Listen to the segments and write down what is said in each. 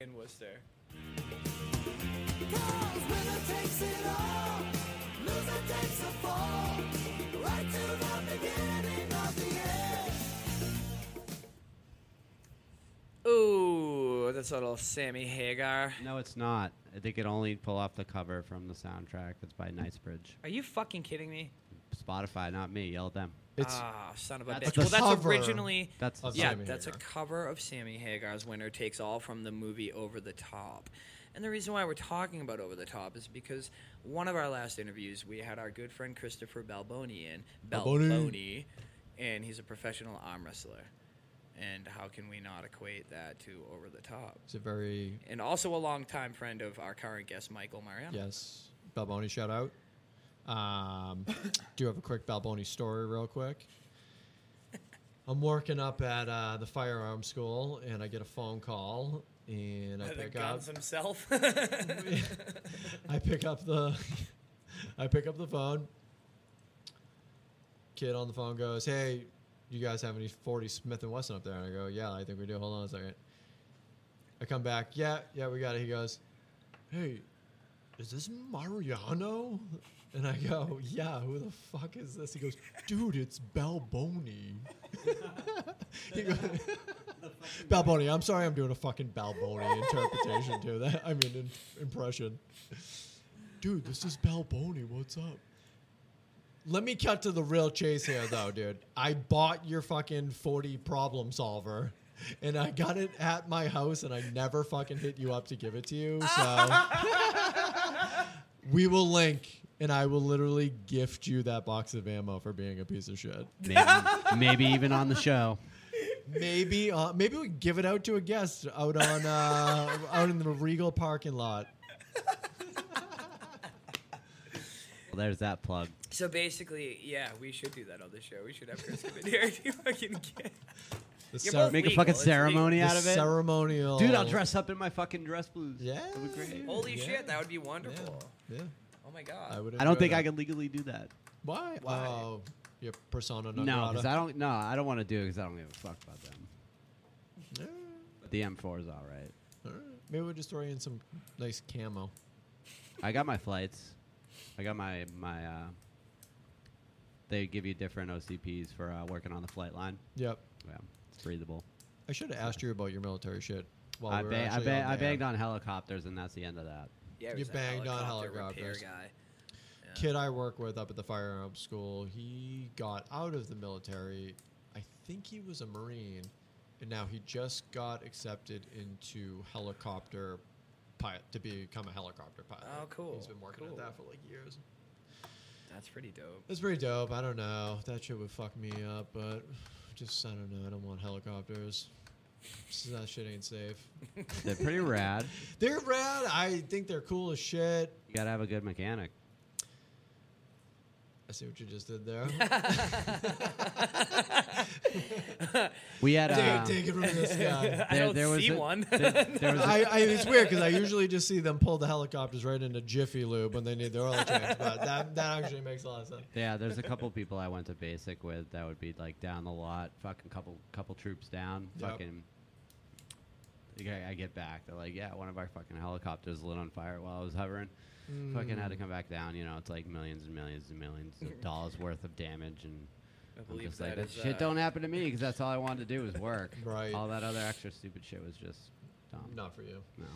in Worcester. Cause winner takes it all, loser takes a fall, right to the beginning of the end. Ooh, that's a little Sammy Hagar. No, it's not. They could only pull off the cover from the soundtrack. It's by Knightsbridge. Are you fucking kidding me? Spotify, not me. Yell at them. It's Ah, son of a That's bitch. the Well, that's cover originally That's of yeah, Sammy that's a Hagar. cover of Sammy Hagar's "Winner Takes All" from the movie Over the Top. And the reason why we're talking about Over the Top is because one of our last interviews, we had our good friend Christopher Balboni in Balboni. Balboni, and he's a professional arm wrestler. And how can we not equate that to Over the Top? it's a very And also a longtime friend of our current guest, Michael Mariano. yes Balboni shout out. Um, do have a quick Balboni story, real quick. I'm working up at uh, the firearm school, and I get a phone call, and I The pick up. guns himself. I pick up the I pick up the phone. Kid on the phone goes, "Hey, you guys have any 40 Smith and Wesson up there?" And I go, "Yeah, I think we do. Hold on a second. I come back. "Yeah, yeah, we got it." He goes, "Hey, is this Mariano?" And I go, "Yeah, who the fuck is this?" He goes, "Dude, it's Balboni." he goes, Balboni. I'm sorry, I'm doing a fucking Balboni interpretation to that. I mean, in, impression. Dude, this is Balboni. What's up? Let me cut to the real chase here, though, dude. I bought your fucking 40 problem solver, and I got it at my house, and I never fucking hit you up to give it to you. So we will link, and I will literally gift you that box of ammo for being a piece of shit. Maybe, maybe even on the show. Maybe, uh, maybe we give it out to a guest out on uh, out in the Regal parking lot. Well, there's that plug. So basically, yeah, we should do that on the show. We should have Chris come in here to fucking get. The You're cer- both Make Legal, a fucking it's ceremony the out of it. ceremonial. Dude, I'll dress up in my fucking dress blues. Yeah, That'd be great. Holy Yeah. shit, that would be Yeah, wonderful. yeah. Oh my god. I would. I don't enjoy think I that. could legally do that. Why? Why? Oh, your persona non No, because grata. I don't. No, I don't want to do it because I don't give a fuck about them. Yeah, But the M4 is all right. all right. Maybe we'll just throw you in some nice camo. I got my flights. I got my my. Uh, they give you different OCPs for uh, working on the flight line. Yep. Yeah, it's breathable. I should have asked you about your military shit. While I, we were ba- I, actually ba- on I the air. banged on helicopters, and that's the end of that. yeah, you he's a banged on repair helicopters. guy. Yeah. Kid I work with up at the firearms school. He got out of the military. I think he was a marine, and now he just got accepted into helicopter pilot to become a helicopter pilot. Oh, cool. He's been working Cool. at that for like years. That's pretty dope. That's pretty dope. I don't know. That shit would fuck me up, but just I don't know. I don't want helicopters. So that shit ain't safe. They're pretty rad. They're rad. I think they're cool as shit. You gotta have a good mechanic. I see what you just did there. We had uh, Take, take it from this guy. I don't see a- one. there- there was a- I, I, it's weird because I usually just see them pull the helicopters right into Jiffy Lube when they need their oil change, but that, that actually makes a lot of sense. yeah, there's a couple people I went to basic with that would be like down the lot, fucking couple couple troops down, Yep. fucking. I I get back. They're like, yeah, one of our fucking helicopters lit on fire while I was hovering. Fucking had to Mm. come back down. You know, it's like millions and millions and millions of dollars worth of damage, and I I'm believe just like, that that is, shit uh, don't happen to me because that's all I wanted to do was work. Right. All that other extra stupid shit was just dumb. Not for you. No.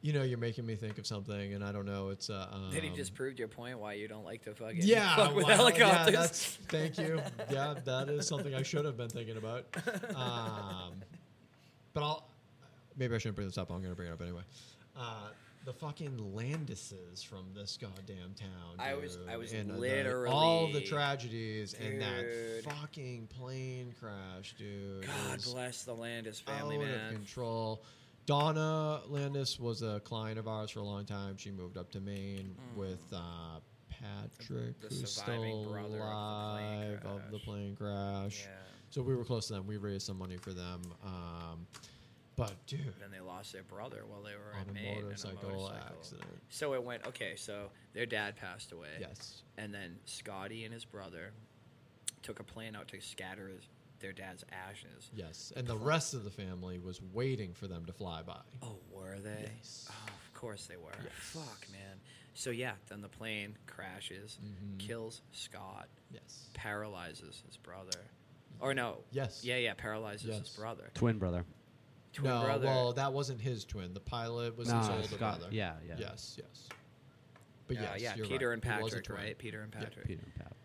You know, you're making me think of something, and I don't know. It's uh, um, Then he just proved your point why you don't like to fucking yeah, fuck with wow, yeah, helicopters. that's- thank you. Yeah, that is something I should have been thinking about. Um, but I'll maybe I shouldn't bring this up. I'm going to bring it up anyway. Uh, the fucking Landises from this goddamn town. I was- dude, I was and, uh, the- literally- all the tragedies Dude. and that fucking plane crash, dude. God is bless the Landis family, out of man. control. Donna Landis was a client of ours for a long time. She moved up to Maine with uh, Patrick, Hmm. The who's surviving still brother of the plane alive of the crash. plane crash. Yeah. So we were close to them. We raised some money for them. Um, but dude, Then they lost their brother while they were on in a Maine in motorcycle, accident. So it went okay. So their dad passed away. Yes. and then Scotty and his brother took a plane out to scatter his their dad's ashes. Yes, and the rest of the family was waiting for them to fly by. Oh, were they? Yes. Oh, of course they were. Fuck, man. So yeah, then the plane crashes, Mm-hmm. kills Scott, Yes. paralyzes his brother. Or no. Yes. Yeah, yeah, paralyzes his Yes. brother. Twin brother. Twin no, brother. well, that wasn't his twin. The pilot was his No, older Scott- brother. yeah, yeah. Yes, yes. But Uh, yes, yeah, you're Peter right. and It was a Patrick, twin. right? Peter and Patrick. Peter and Pat.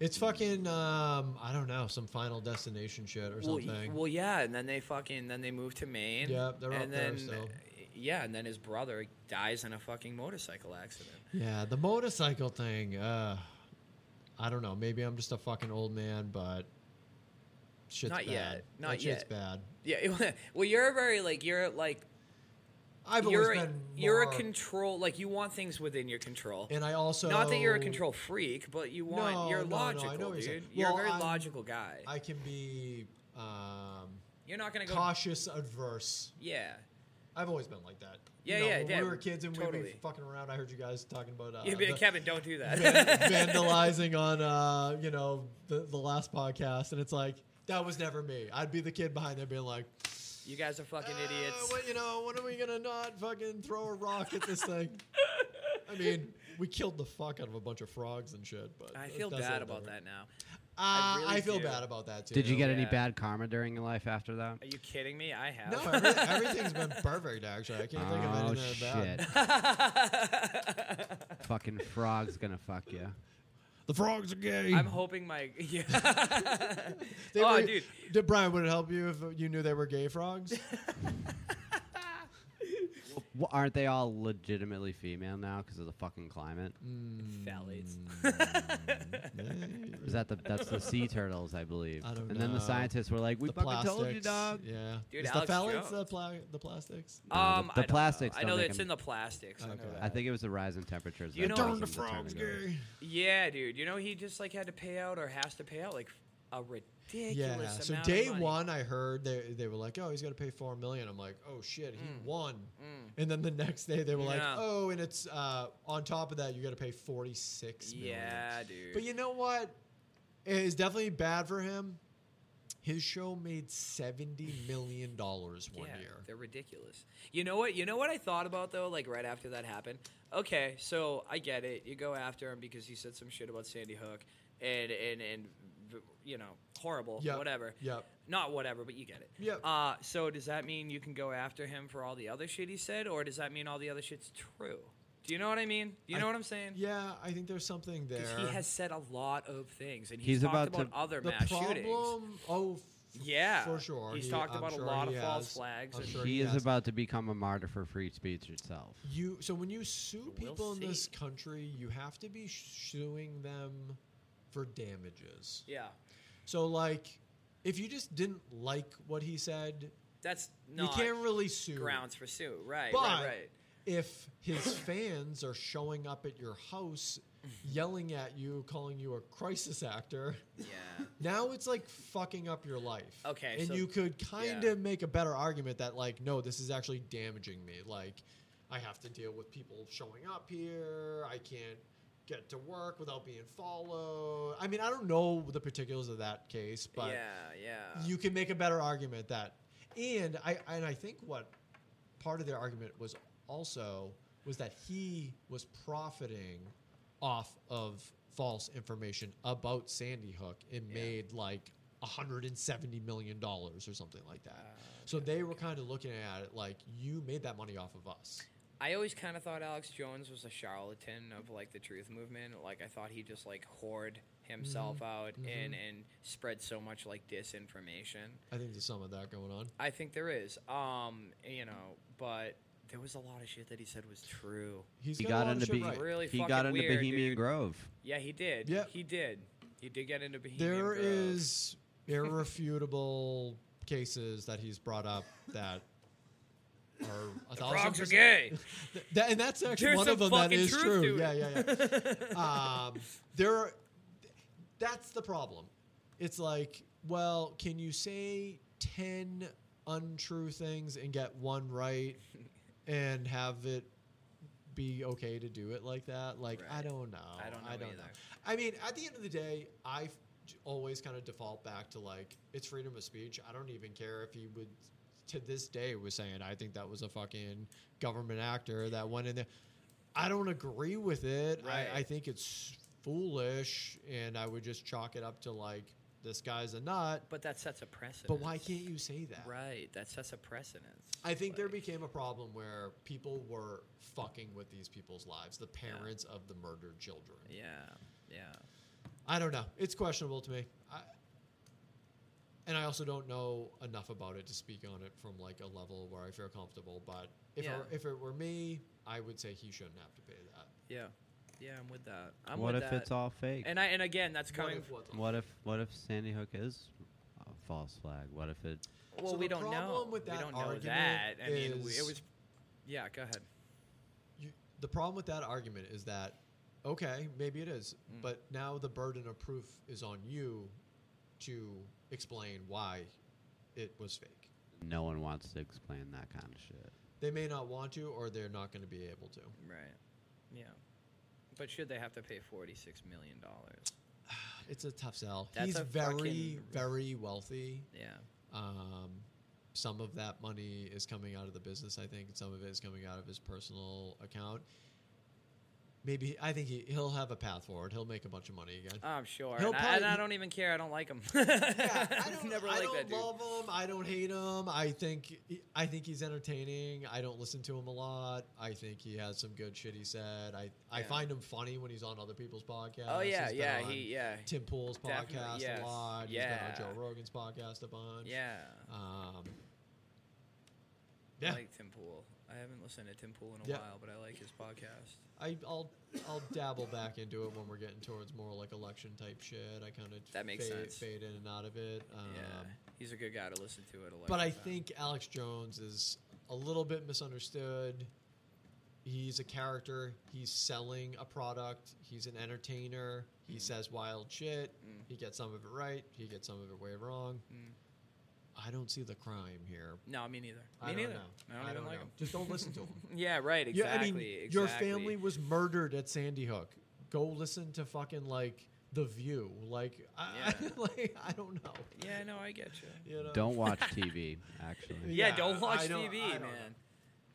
It's fucking um, I don't know, some Final Destination shit or Well, y- something. well, yeah, and then they fucking then they moved to Maine. Yeah, they're and up there then, still. Yeah, and then his brother dies in a fucking motorcycle accident. yeah, the motorcycle thing. Uh, I don't know. Maybe I'm just a fucking old man, but shit's Not bad. yet, not that shit's yet. bad. Yeah, well, you're very like you're like I've you're always a, been you're a more- control like you want things within your control. and I also Not that you're a control freak, but you want No, you're no, no, I know logical, what you're dude. saying. you're Well, a very I'm- logical guy. I can be um, you're not gonna go. cautious adverse. Yeah, I've always been like that. Yeah, yeah, When yeah, we were kids and we'd totally. be fucking around. I heard you guys talking about uh, you'd be the- like, Kevin, don't do that. van- vandalizing on uh, you know the, the last podcast, and it's like that was never me. I'd be the kid behind there being like, you guys are fucking "Uh, idiots. what- you know, when are we gonna not fucking throw a rock at this thing? I mean, we killed the fuck out of a bunch of frogs and shit. But I that's- feel that's a bad little about different. that now. Uh, really I feel do. bad about that too. Did you get any Yeah. bad karma during your life after that? Are you kidding me? I have. No, every, everything's been perfect actually. I can't think of oh anything that bad. shit! Fucking frog's gonna fuck you. The frogs are gay. I'm hoping my yeah. They oh, were- dude, Did Brian would it help you if you knew they were gay frogs? Well, aren't they all legitimately female now because of the fucking climate? Mm. Mm. phthalates. Is that the that's the sea turtles, I believe? I don't and then the know. scientists were like, "We the fucking told you, plastics, dog." Yeah. Dude, Is Alex the phthalates the, Jones. pla- the plastics? Um, the- the I don't know. plastics I don't know that make it's 'em- in the plastics. I know Okay. that. I think it was the rise in temperatures. You that know- caused Turn the them to turn into- Yeah, dude. You know he just like had to pay out or has to pay out like a ridiculous Yeah. amount. So of day money. one, I heard they they were like, "Oh, he's got to pay four million. I'm like, "Oh shit, he won." And then the next day, they were like, Mm. Yeah. "Oh, and it's uh, on top of that, you got to pay forty six million. Yeah, dude. But you know what? It's definitely bad for him. His show made seventy million dollars one yeah, year. they're ridiculous. You know what? You know what I thought about though, like right after that happened. Okay, so I get it. You go after him because he said some shit about Sandy Hook and and and you know horrible, Yep, whatever. yep. Not whatever, but you get it. Yep. Uh, so does that mean you can go after him for all the other shit he said, or does that mean all the other shit's true? Do you know what I mean? Do you know I- what I'm saying? Yeah, I think there's something there. Because he has said a lot of things, and he's, He's talked about about, to- other the mass problem. shootings. Oh, f- Yeah, for sure. he's talked about a lot he of false has. flags I'm and- sure He is has. about to become a martyr for free speech itself. You so when you sue We'll people in this see. country, you have to be suing them for damages. Yeah, So like, if you just didn't like what he said, that's you not can't really sue. grounds for suit. Right, But right, right. if his fans are showing up at your house, yelling at you, calling you a crisis actor, Yeah. now it's like fucking up your life. Okay, and so- you could kind yeah. of make a better argument that like, no, this is actually damaging me. Like, I have to deal with people showing up here. I can't get to work without being followed. I mean, I don't know the particulars of that case, but yeah, yeah. you can make a better argument that and i and i think what part of their argument was also was that he was profiting off of false information about sandy hook and Yeah. made like 170 million dollars or something like Uh, that Ah, so they were kind of looking at it like you made that money off of us I always kind of thought Alex Jones was a charlatan of like the truth movement. Like I thought he just like hoard himself Mm-hmm. out and and spread so much like disinformation. i think there's some of that going on I think there is, um, you know, but there was a lot of shit that he said was true. he's He got, got a lot of into shit Be- right. Really he fucking got into weird, Bohemian dude. Grove. Yeah, he did. Yep. he did. He did get into Bohemian. There Grove. is irrefutable cases that he's brought up that are a the thousand frogs are percent- gay. Th- that- and that's actually There's one of some them that fucking is truth true. to Yeah, it. yeah, yeah. um, there, are, that's the problem. It's like, well, can you say ten untrue things and get one right, and have it be okay to do it like that? Like, I Right. don't know. I don't know I don't either. know. I mean, at the end of the day, I f- j- always kind of default back to like it's freedom of speech. I don't even care if he would to this day was saying I think that was a fucking government actor that went in there. I don't agree with it. Right. I, I think it's foolish, and I would just chalk it up to like this guy's a nut. But that sets a precedent. But why can't you say that? Right, that sets a precedent. I think there Like, became a problem where people were fucking with these people's lives, the parents of the murdered children. Yeah, yeah. I don't know. It's questionable to me. I, and I also don't know enough about it to speak on it from like a level where I feel comfortable. But if Yeah. it, if it were me, I would say he shouldn't have to pay that. Yeah, yeah. I'm with that. I'm what with if that. it's all fake? And I and again, that's What coming. if what's- what if what if Sandy Hook is a false flag? What if it? well, So we the don't know. problem with that we don't know argument that. I mean, w- is- it was. Yeah, go ahead. you, the problem with that argument is that okay, maybe it is, but now the burden of proof is on you to explain why it was fake. No one wants to explain that kind of shit. They may not want to, or they're not going to be able to. Right. Yeah. But should they have to pay forty-six million dollars? It's a tough sell. That's He's a very, fucking- very wealthy. Yeah. Um, some of that money is coming out of the business, I think, and some of it is coming out of his personal account. Maybe I think he, he'll have a path forward. He'll make a bunch of money again. I'm sure. He'll And I, and probably- I don't even care. I don't like him. yeah, I don't, never I like don't that dude. love him. I don't hate him. I think I think he's entertaining. I don't listen to him a lot. I think he has some good shit he said. I, I Yeah. find him funny when he's on other people's podcasts. oh yeah, He's been yeah. on He yeah. Tim Pool's Definitely, podcast yes. a lot. Yeah. He's been on Joe Rogan's podcast a bunch. Yeah. Um, yeah. I like Tim Pool. I haven't listened to Tim Pool in a Yeah. while, but I like his podcast. I, I'll I'll dabble back into it when we're getting towards more like election type shit. I kind of That makes fade, sense. fade in and out of it. Um, yeah. He's a good guy to listen to at a lot. But I think Alex Jones is a little bit misunderstood. He's a character. He's selling a product. He's an entertainer. He Mm. says wild shit. He gets some of it right. He gets some of it way wrong. I don't see the crime here. No, Mm. me neither. Me I don't neither. know. I don't, even like know. him. Just don't listen to him. Yeah, right. Yeah, Exactly. I mean, exactly. your family was murdered at Sandy Hook. Go listen to fucking like The View. Like, I, Yeah. like, I don't know. Yeah, no, I get you. You know? Don't watch TV. Actually, Yeah, Yeah, don't watch I don't- I TV, don't man.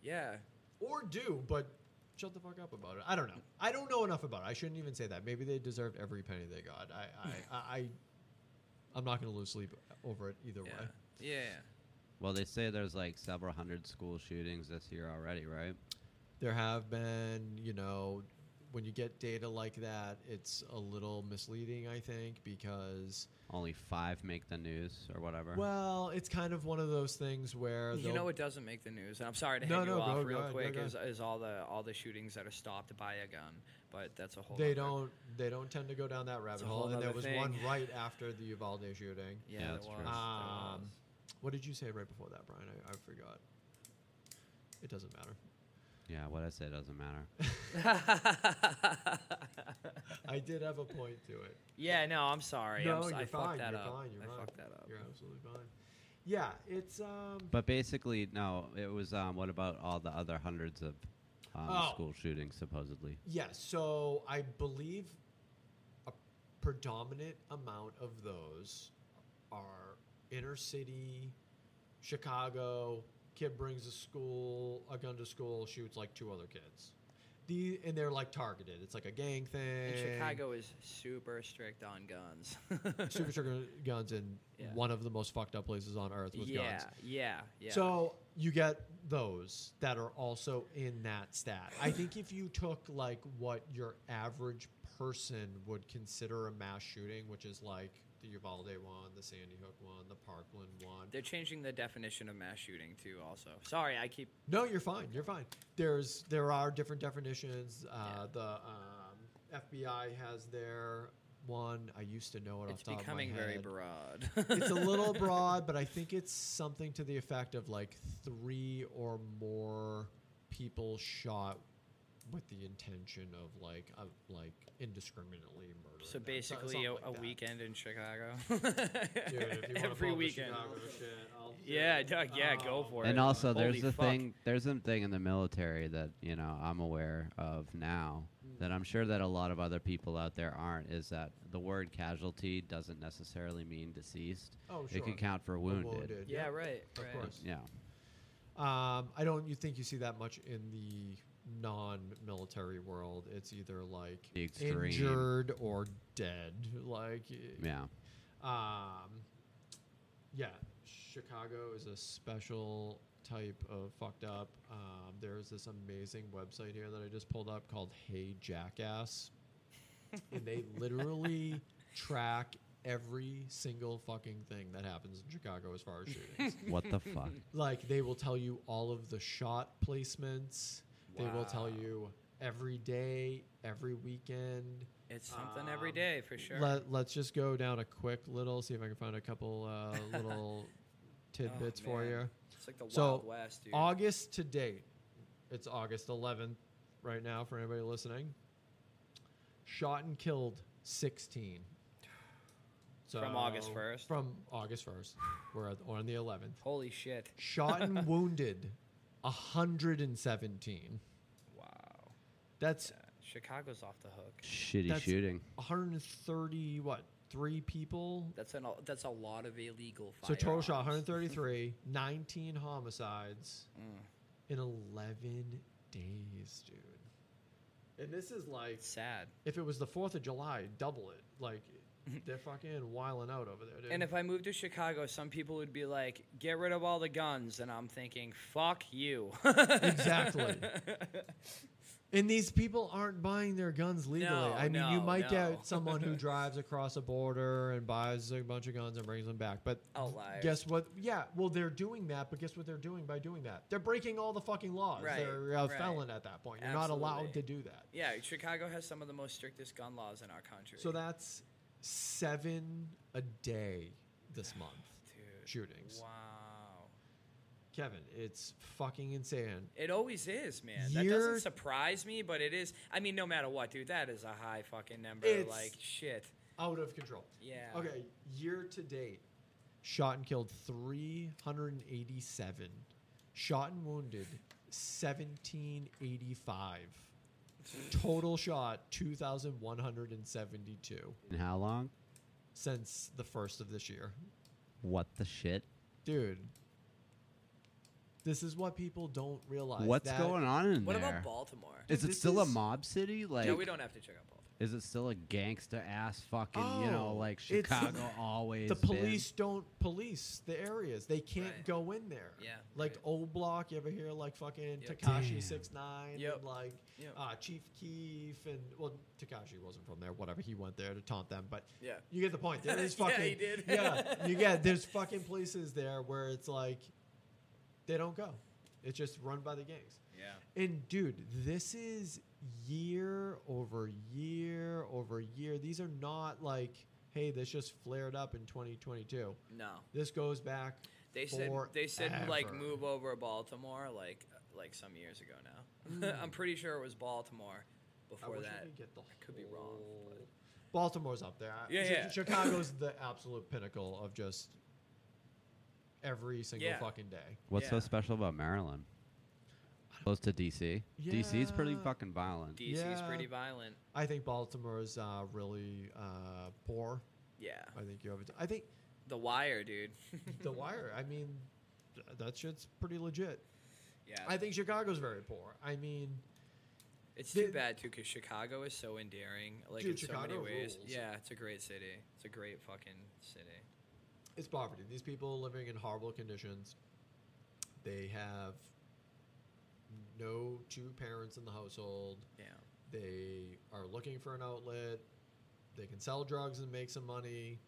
Yeah. or do, but shut the fuck up about it. I don't know. I don't know enough about it. I shouldn't even say that. Maybe they deserved every penny they got. I, I, I, I I'm not gonna lose sleep over it either Yeah. way. Yeah. yeah. well, they say there's like several hundred school shootings this year already, right? There have been, you know, when you get data like that, it's a little misleading, I think, because Only five make the news or whatever. well, it's kind of one of those things where You they'll- know it doesn't make the news, and I'm sorry to No, head no, you go- off go real ahead, go quick. ahead. Is, is all the all the shootings that are stopped by a gun, but that's a whole. they nother- don't they don't tend to go down that It's rabbit a hole. whole And there nother was thing. one right after the Uvalde shooting. Yeah, Yeah, there that's was, true. there Um, was. What did you say right before that, Brian? I, I forgot. It doesn't matter. Yeah, what I say doesn't matter. Um, I did have a point to it. Yeah, no, I'm sorry. I'm, no, s- you're I fine. fucked that you're up. fine. You're I fine. fucked that up. You're absolutely fine. Yeah, it's um. But basically, no. It was um. What about all the other hundreds of um, Oh. school shootings supposedly? Yeah, so I believe a predominant amount of those are inner city, Chicago. Kid brings a school a gun to school, shoots like two other kids. The and they're like targeted. It's like a gang thing. And Chicago is super strict on guns. super strict guns in Yeah. one of the most fucked up places on earth with yeah, guns. yeah, yeah. So you get those that are also in that stat. I think if you took like what your average person would consider a mass shooting, which is like the Uvalde one, the Sandy Hook one, the Parkland one. they're changing the definition of mass shooting too. Also, sorry, I keep. No, you're fine. You're fine. There's there are different definitions. Uh, Yeah. The um, FBI has their one. I used to know it. It's off the top of my becoming very head. broad. it's a little broad, but I think it's something to the effect of like three or more people shot with the intention of like uh, like indiscriminately murdering. So them. So- basically, something a, like a that. weekend in Chicago. Dude, if you wanna pull Every up the weekend. Chicago shit, I'll do Yeah, it. Doug, yeah, go Um, for it. and also Holy there's the fuck. thing there's something in the military that you know i'm aware of now Mm. that I'm sure that a lot of other people out there aren't is that the word casualty doesn't necessarily mean deceased. Oh, It can sure. count for A wounded. wounded, Yeah, right, Of right. course. Yeah. Um, I don't. You think you see that much in the non-military world? It's either like The extreme. injured or dead. Like, Yeah. um, yeah. Chicago is a special type of fucked up. Um, there's this amazing website here that I just pulled up called Hey Jackass, and they literally track every single fucking thing that happens in Chicago as far as shootings What the fuck? like they will tell you all of the shot placements. They will tell Wow. you every day, every weekend. It's something every Um, day for sure. Let, let's just go down a quick little, see if I can find a couple uh, little tidbits Oh, for man. you. It's like the So, Wild West, dude. August to date, it's August 11th right now for anybody listening. Shot and killed 16. So From August 1st? From August 1st. We're at, on the 11th. Holy shit! Shot and wounded 117. Wow, That's Yeah, Chicago's off the hook. Shitty That's- shooting. 130 what? 3 people. That's an that's a lot of illegal. so total shot firearms. 133, 19 homicides Mm. in 11 days, dude. And this is like It's sad. if it was the 4th of July, double it. Like they're fucking wiling out over there, dude. And if I moved to Chicago, some people would be like, "Get rid of all the guns," and I'm thinking, "Fuck you." exactly. And these people aren't buying their guns legally. No, I mean, you no, might no. get someone who drives across a border and buys a bunch of guns and brings them back. But Outliers. guess what? Yeah, well, they're doing that, but guess what they're doing by doing that? They're breaking all the fucking laws. Right, they're a right. felon at that point. You're not allowed Absolutely. to do that. yeah, Chicago has some of the most strictest gun laws in our country. So that's seven a day this month. Dude, Shootings. Wow. Kevin, it's fucking insane. It always is, man. That Year- doesn't surprise me, but it is. I mean, no matter what, dude, that is a high fucking number. It's- like shit. Out of control. Yeah. Okay, year to date, shot and killed 387. Shot and wounded 1785. Total shot 2172 And how long? since the first of this year. What the shit? Dude, this is what people don't realize. What's that- going on in What there? about Baltimore? Is Dude, it this still a is- mob city? Like, no, we don't have to check out Baltimore. is it still a gangster ass fucking? you know, Oh, like it's- Chicago always. The been? police don't police the areas. They can't Right. go in there. Yeah, Like right. O Block, you ever hear like fucking Yep. Takashi Damn. six nine Yep. and like Yep. uh, Chief Keef and well Takashi wasn't from there, whatever. He went there to taunt them, but Yeah. You get the point. There is Yeah, fucking he did. yeah, you get there's fucking places there where it's like they don't go. It's just run by the gangs. Yeah. And dude, this is year over year over year. These are not like, hey, this just flared up in 2022. No. This goes back. They said they said like forever. move over to Baltimore like like some years ago now. I'm pretty sure it was Baltimore I before wish I that. could get the could be wrong, whole- but- Baltimore's up there. I- Yeah, Chi- yeah. Chicago's the absolute pinnacle of just every single Yeah. fucking day. What's so Yeah. special about Maryland? Close to DC. DC's pretty Yeah. fucking violent. DC's Yeah. pretty violent. I think Baltimore's uh, really uh, poor. Yeah. I think you have. I think The Wire, dude. The Wire. I mean, th- that shit's pretty legit. yeah. I think Chicago's very poor. I mean, it's the- too bad too cuz Chicago is so endearing like Dude, in so many Chicago ways. rules. Yeah, it's a great city. It's a great fucking city. it's poverty. These people living in horrible conditions. They have no two parents in the household. Yeah. They are looking for an outlet. They can sell drugs and make some money.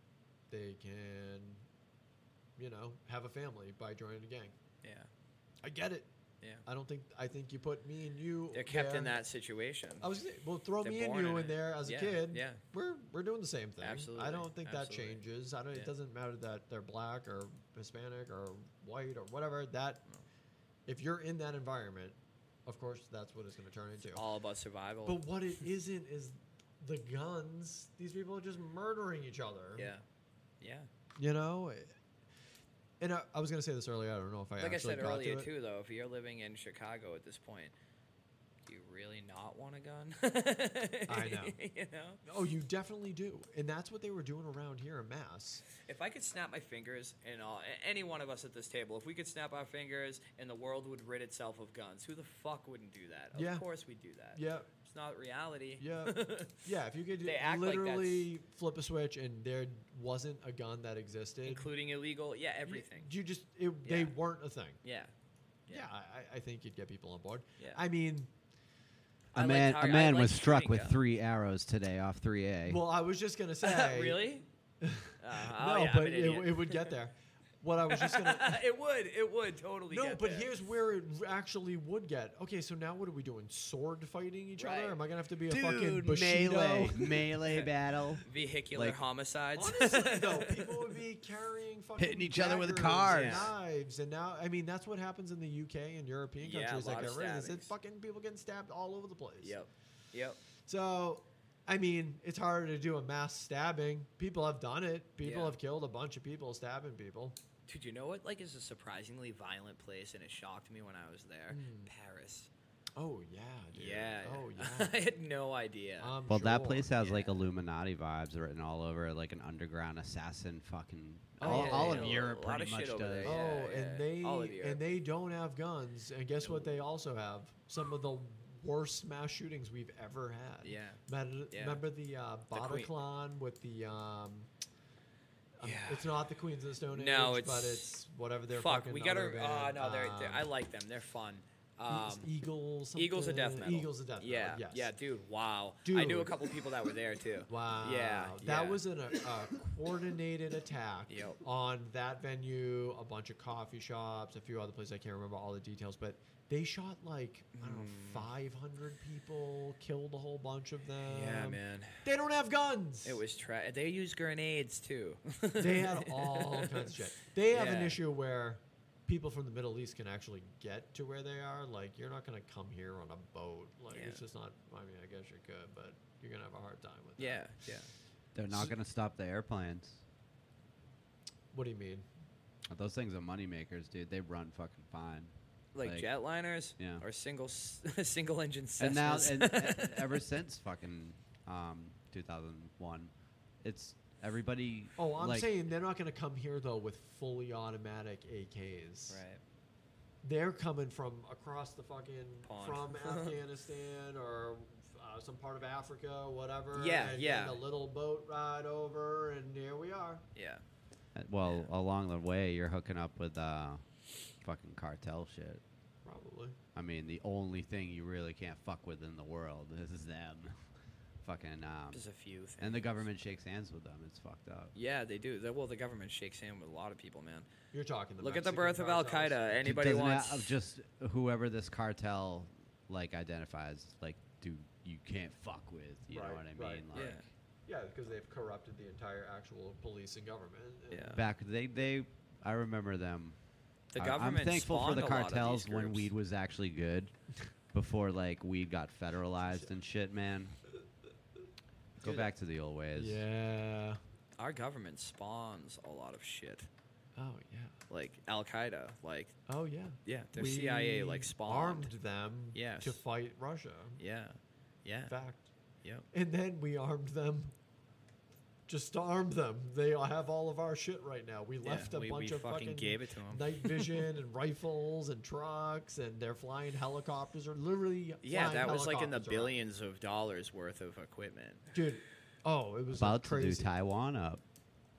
They can, you know, have a family by joining a gang. Yeah. I get it. Yeah. I don't think. I think you put me and you. They're kept in there. that situation. I was gonna, well, throw They're me and born you in in, it. there as Yeah, a kid. yeah. we're we're doing the same thing. I Absolutely, don't think that absolutely. changes. I don't. Yeah. It doesn't matter that they're black or Hispanic or white or whatever. That if you're in that environment, of course, that's what it's going to turn into. all about survival. But what it isn't is the guns. These people are just murdering each other. yeah. Yeah. you know. And I, I was going to say this earlier. I don't know if I like I actually said got earlier to it. too, though, if you're living in Chicago at this point, do you really not want a gun? I know. you know? Oh, you definitely do. And that's what they were doing around here in Mass. If I could snap my fingers, and all, a- any one of us at this table, if we could snap our fingers and the world would rid itself of guns, who the fuck wouldn't do that? Of Yeah. course we'd do that. Yeah. It's not reality. Yeah. yeah, if you could They act like literally flip a switch and there wasn't a gun that existed, Including illegal, yeah, you- everything. You, just, it, they Yeah. weren't a thing. Yeah. Yeah, I, I think you'd get people on board. Yeah. I mean, I A like man, how- a I man like was struck shooting with guns. three arrows today off 3A. well, I was just going to say. really? Uh, oh, no, yeah, I'm but an it, idiot. it would get there. What I was just going to. it would. It would totally. No, get but there. here's where it actually would get. Okay, so now what are we doing? Sword fighting each Right. other? Am I gonna have to be a fucking Dude, Bushido? melee, melee battle, vehicular Like- homicides. Honestly, though, people would be carrying fucking Hitting each other with daggers cars. and Yeah. knives, and now I mean that's what happens in the UK and European Yeah, a countries that lot of get rid of this. stabbings. It's fucking people getting stabbed all over the place. yep. Yep. So, I mean, it's harder to do a mass stabbing. People have done it. People Yeah. have killed a bunch of people stabbing people. Dude, you know what? Like, is a surprisingly violent place, and it shocked me when I was there. Paris. Oh yeah, Hmm. dude. Yeah. Oh yeah. Uh, I had no idea. I'm Well, that sure. place has like Yeah. Illuminati vibes written all over, it, like an underground assassin. Fucking Oh, all, yeah, all yeah, of a Europe, lot pretty of much shit does. over there, Oh, yeah. and they All of Europe. and they don't have guns. And guess what? They also have some of the worst mass shootings we've ever had. Yeah. Remember, Yeah. remember the uh, Queen- Bataclan with the um. um, Yeah. It's not the Queens of the Stone Age, No, but it's- it's whatever they're. Fuck, we gotta. gotta. Oh no, they're, Um, they're. I like them. They're fun. Um, Eagles. Eagles of Death Metal. Eagles of Death Metal. Yeah, uh, yes. yeah, dude. Wow, I knew a Dude. couple people that were there too. Wow. Yeah, That yeah. was an, a, a coordinated attack Yep. on that venue, a bunch of coffee shops, a few other places. I can't remember all the details, but they shot like, I don't know, Hmm. 500 people, killed a whole bunch of them. Yeah, man. They don't have guns. It was tra- They used grenades too. They had all kinds of shit. They have an Yeah. issue where people from the Middle East can actually get to where they are. Like, you're not going to come here on a boat. Like, Yeah. it's just not, I mean, I guess you could, but you're going to have a hard time with that. Yeah, yeah. They're not gonna stop the airplanes. What do you mean? Those things are moneymakers, dude. They run fucking fine. Like, Like- jetliners Yeah. or single s- single engine Cessnas. and now and, and ever since fucking um, 2001 it's everybody Oh, I'm like, saying they're not going to come here though with fully automatic AKs. right. They're coming from across the fucking Pond. from Afghanistan or uh, some part of Africa, whatever. Yeah, and, yeah. And a little boat ride over, and here we are. Yeah. uh, well along the way you're hooking up with uh, fucking cartel shit Probably. i mean the only thing you really can't fuck with in the world is them fucking um, There's a few things. and the government shakes hands with them it's fucked up Yeah, they do. They, well, the government shakes hand with a lot of people, man. You're talking. The Look at the Mexican birth of Al cartels. Qaeda. J- Anybody doesn't wants? that- just whoever this cartel like identifies like dude you can't fuck with you Right, know what i mean right. yeah, like Yeah, because they've corrupted the entire actual police and government. and- yeah. back they they I remember them. The I- government. I'm thankful for spawned the a lot of these cartels when groups. weed was actually good, before like weed got federalized and shit, man. Go Dude, back to the old ways. Yeah. Our government spawns a lot of shit, Oh yeah. like Al Qaeda, like Oh yeah. yeah, the CIA like We spawned. armed them Yes. to fight Russia. Yeah, yeah, Fact. yep. And then we armed them. Just to arm them. They all have all of our shit right now. We Yeah, left a we- bunch we of fucking fucking gave it to 'em. night vision and rifles and trucks, and they're flying helicopters. Or literally, Yeah, flying that was like in the helicopters around. billions of dollars worth of equipment. Dude, oh, it was About crazy. to do Taiwan up.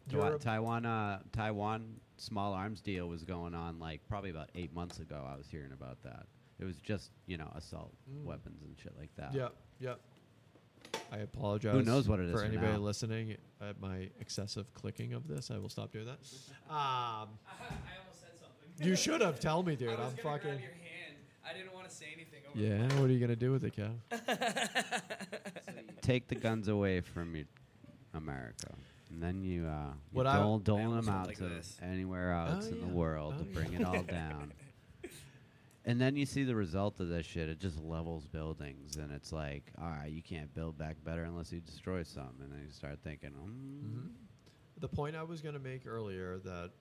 Taiwa- Europe- Taiwan, uh, Taiwan small arms deal was going on like probably about eight months ago. I was hearing about that. It was just you know assault Mm. weapons and shit like that. Yep, yep. I apologize. Who knows what it is for for anybody now. listening at my excessive clicking of this. I will stop doing that. Um, I almost said something. you should have. Tell me, dude. I'm fucking. hand. I didn't want to say anything. Yeah, what are you gonna do with it, Kev? Take the guns away from your America. And then you, uh, you What I- dole, dole I almost them went out like to this. anywhere else in yeah. the world Oh, to bring it all down. And then you see the result of this shit. It just levels buildings, and it's like, all right, you can't build back better unless you destroy something. And then you start thinking, mm, Mm-hmm. The point I was gonna make earlier that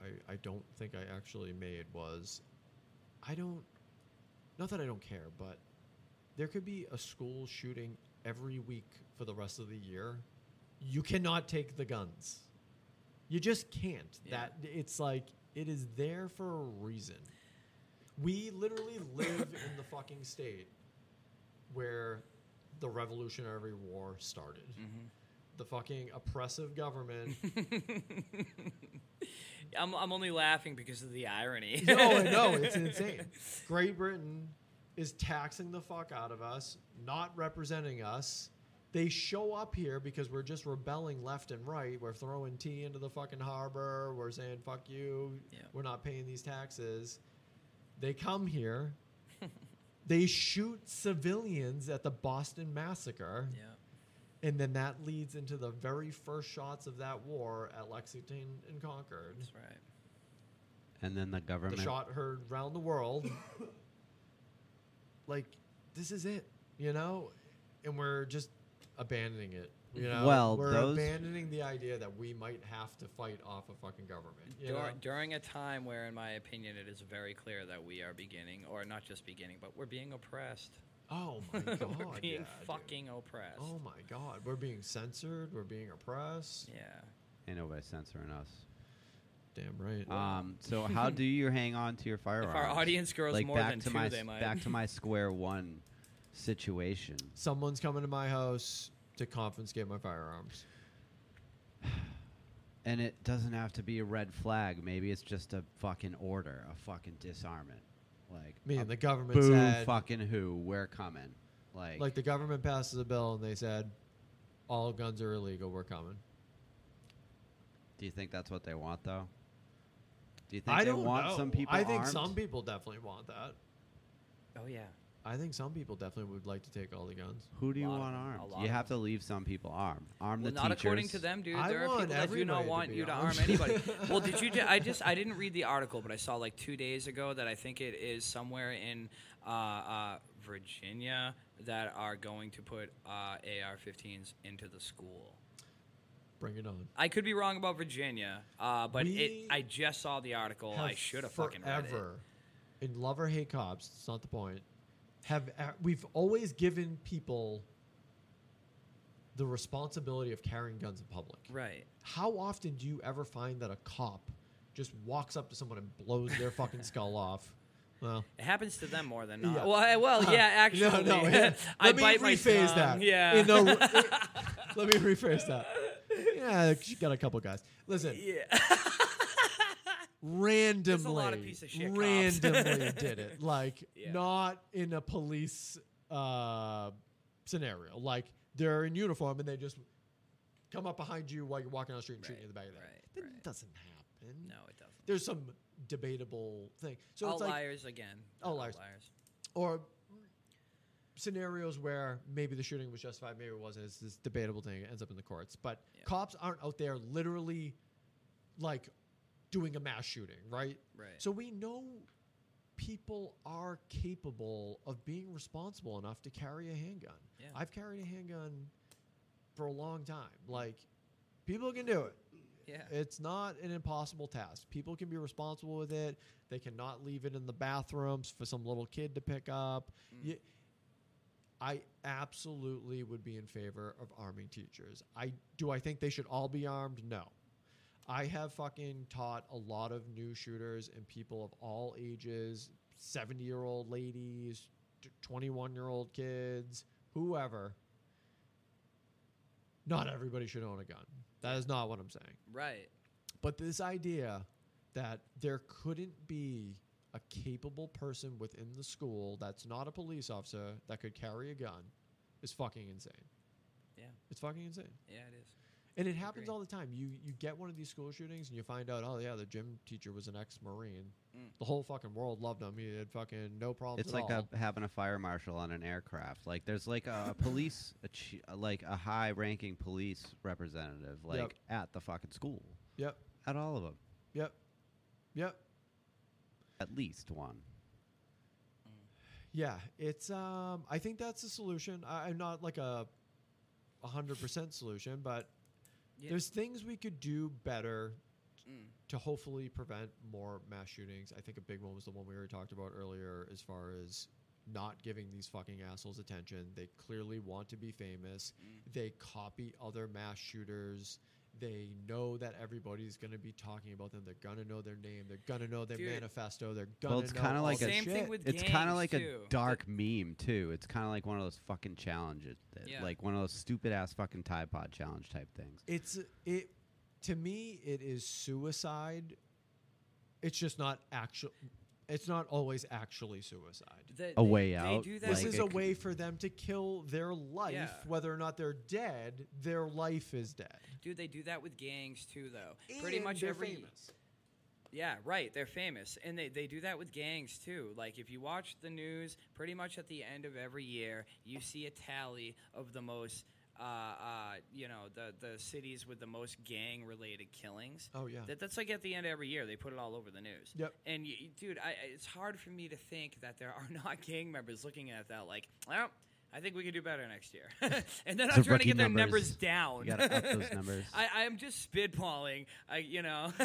I I don't think I actually made was I don't not that I don't care, but there could be a school shooting every week for the rest of the year. You cannot take the guns. You just can't. Yeah. That it's like it is there for a reason. We literally live in the fucking state where the Revolutionary War started. The fucking oppressive government I'm, I'm only laughing because of the irony. no, no, it's insane. Great Britain is taxing the fuck out of us, not representing us. They show up here because we're just rebelling left and right. We're throwing tea into the fucking harbor. We're saying fuck you. Yeah. We're not paying these taxes. They come here. they shoot civilians at the Boston massacre. yeah. And then that leads into the very first shots of that war at Lexington and Concord. That's right. Mm-hmm. And then the the government. shot heard round the world. like, this is it, you know? And we're just abandoning it. You know, Well, we're those- abandoning the idea that we might have to fight off a fucking government. You know? Dur- during a time where, in my opinion, it is very clear that we are beginning, or not just beginning, but we're being oppressed. Oh my god, we're being yeah, dude. fucking oppressed. Oh my god, we're being censored. We're being oppressed. yeah. Ain't nobody censoring us. Damn right. Um, so how do you hang on to your firearms? audience grows like more back than to two, my, they s- might. Back to my square one situation. Someone's coming to my house to confiscate my firearms. And it doesn't have to be a red flag. Maybe it's just a fucking order, a fucking disarmament. Like Me a and the government Uh, boo said, fucking who, we're coming. Like, like the government passes a bill and they said, all guns are illegal. We're coming. do you think that's what they want though? Do you think I they don't want know. some people I think armed? some people definitely want that. Oh yeah. I think some people definitely would like to take all the guns. who do you lot of want them, a armed? lot You of have to them. leave some people armed. Arm Well, the not teachers. according to them, dude. I there are want people that do everybody not to want be you to armed. arm anybody. well, did you? ju- I just I didn't read the article, but I saw like two days ago that I think it is somewhere in uh, uh, Virginia that are going to put uh, AR-15s into the school. Bring it on. I could be wrong about Virginia, uh, but We it, I just saw the article. I Have should have fucking read it. forever, In love or hate cops, it's not the point. Have a- we've always given people the responsibility of carrying guns in public? Right. How often do you ever find that a cop just walks up to someone and blows their fucking skull off? Well, It happens to them more than not. Yeah. Well, I- well, Oh, yeah, actually. No, no. I let me bite my rephrase tongue. that. Yeah. In the, let me rephrase that. Yeah, she got a couple guys. Listen. yeah. Randomly, lot of piece of shit cops. randomly did it. Like Yeah. not in a police uh, scenario. Like they're in uniform and they just come up behind you while you're walking down the street and shoot you in the back of the head. right, That right. doesn't happen. No, it doesn't. There's some debatable thing. So all it's like liars again. All liars. or scenarios where maybe the shooting was justified, maybe it wasn't. It's this debatable thing. It ends up in the courts. But Yeah. cops aren't out there literally like doing a mass shooting, right? Right. So we know people are capable of being responsible enough to carry a handgun. Yeah. I've carried a handgun for a long time. Like people can do it. Yeah. It's not an impossible task. People can be responsible with it. They cannot leave it in the bathrooms for some little kid to pick up. Ye- I absolutely would be in favor of arming teachers. I do I think they should all be armed? No. I have fucking taught a lot of new shooters and people of all ages, 70-year-old ladies, 21-year-old kids, whoever. Not everybody should own a gun. That is not what I'm saying. Right. But this idea that there couldn't be a capable person within the school that's not a police officer that could carry a gun is fucking insane. Yeah. It's fucking insane. Yeah, it is. And it happens Agree. all the time. You you get one of these school shootings and you find out, oh yeah, the gym teacher was an ex Marine. Mm. The whole fucking world loved him. He had fucking no problems. It's at like all. a, having a fire marshal on an aircraft. Like there's like a police, a chi- like a high-ranking police representative, like Yep. at the fucking school, Yep. at all of them, Yep. Yep. at least one. Yeah, it's. Um, I think that's the solution. I, I'm not like a, a hundred percent solution, but Yeah. there's things we could do better Mm. to hopefully prevent more mass shootings. I think a big one was the one we already talked about earlier, as far as not giving these fucking assholes attention. They clearly want to be famous. Mm. They copy other mass shooters. They know that everybody's going to be talking about them. They're going to know their name. They're going to know their Dude. manifesto. They're going to Well, it's know kind of all like that a Same shit. thing with it's kind gangs, of like too. a dark meme too. It's kind of like one of those fucking challenges, that, Yeah. like one of those stupid ass fucking Tide Pod challenge type things. it's it to me it is suicide it's just not actual it's not always actually suicide That A they- way they out, do that this like with- is it a c- way for them to kill their life Yeah. whether or not they're dead their life is dead dude. They do that with gangs too, though. Pretty And much they're every famous. Yeah, right. They're famous. And they, they do that with gangs too. Like, if you watch the news, pretty much at the end of every year, you see a tally of the most, uh, uh, you know, the, the cities with the most gang related killings. Oh, yeah. That, that's like at the end of every year. They put it all over the news. Yep. And, you, you- dude, I, I- it's hard for me to think that there are not gang members looking at that like, well, I think we could do better next year. and then I'm trying So to rookie get their numbers numbers. down. You gotta up those numbers. I, I'm just spitballing. I, you know.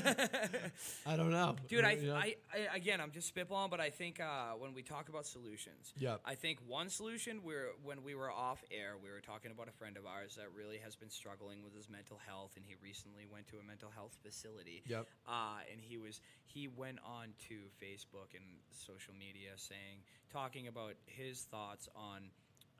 i don't know Dude, I, You know? I, I again, I'm just spitballing, but I think uh, when we talk about solutions, Yep. I think one solution we're when we were off air, we were talking about a friend of ours that really has been struggling with his mental health, and he recently went to a mental health facility. Yep. Uh, and he was he went on to Facebook and social media saying talking about his thoughts on.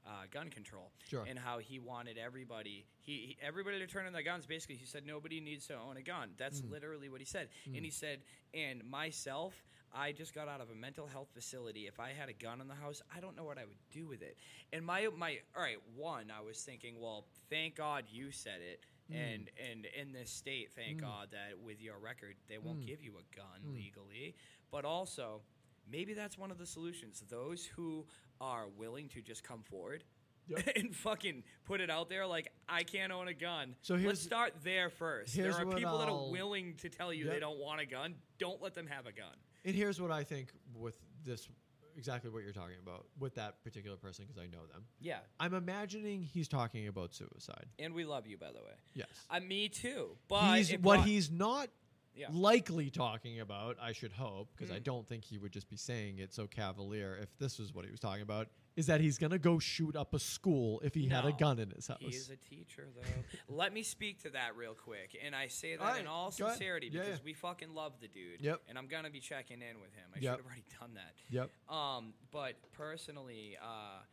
Uh, gun control Sure. and how he wanted everybody he, he everybody to turn in their guns basically he said nobody needs to own a gun that's literally what he said and he said and myself i just got out of a mental health facility if i had a gun in the house i don't know what i would do with it and my my all right one i was thinking well thank god you said it and and in this state thank god that with your record they won't give you a gun legally but also maybe that's one of the solutions those who are willing to just come forward Yep. and fucking put it out there like I can't own a gun. So So here's- let's start there first. There here's are what people that I'll- are willing to tell you Yep. they don't want a gun. Don't let them have a gun. And here's what I think with this exactly what you're talking about with that particular person because I know them. Yeah. I'm imagining he's talking about suicide. And we love you, by the way. Yes. Uh, me too. But he's, it what brought- he's not Yeah. Mm. likely talking about, I should hope, because I don't think he would just be saying it so cavalier if this was what he was talking about, is that he's going to go shoot up a school if he had a No. gun in his house. He is a teacher, though. Let me speak to that real quick, and I say that All right, in all go ahead. sincerity Yeah, because yeah. we fucking love the dude. Yep. And I'm gonna be checking in with him. I Yep. should have already done that. Yep. Um, but personally, uh,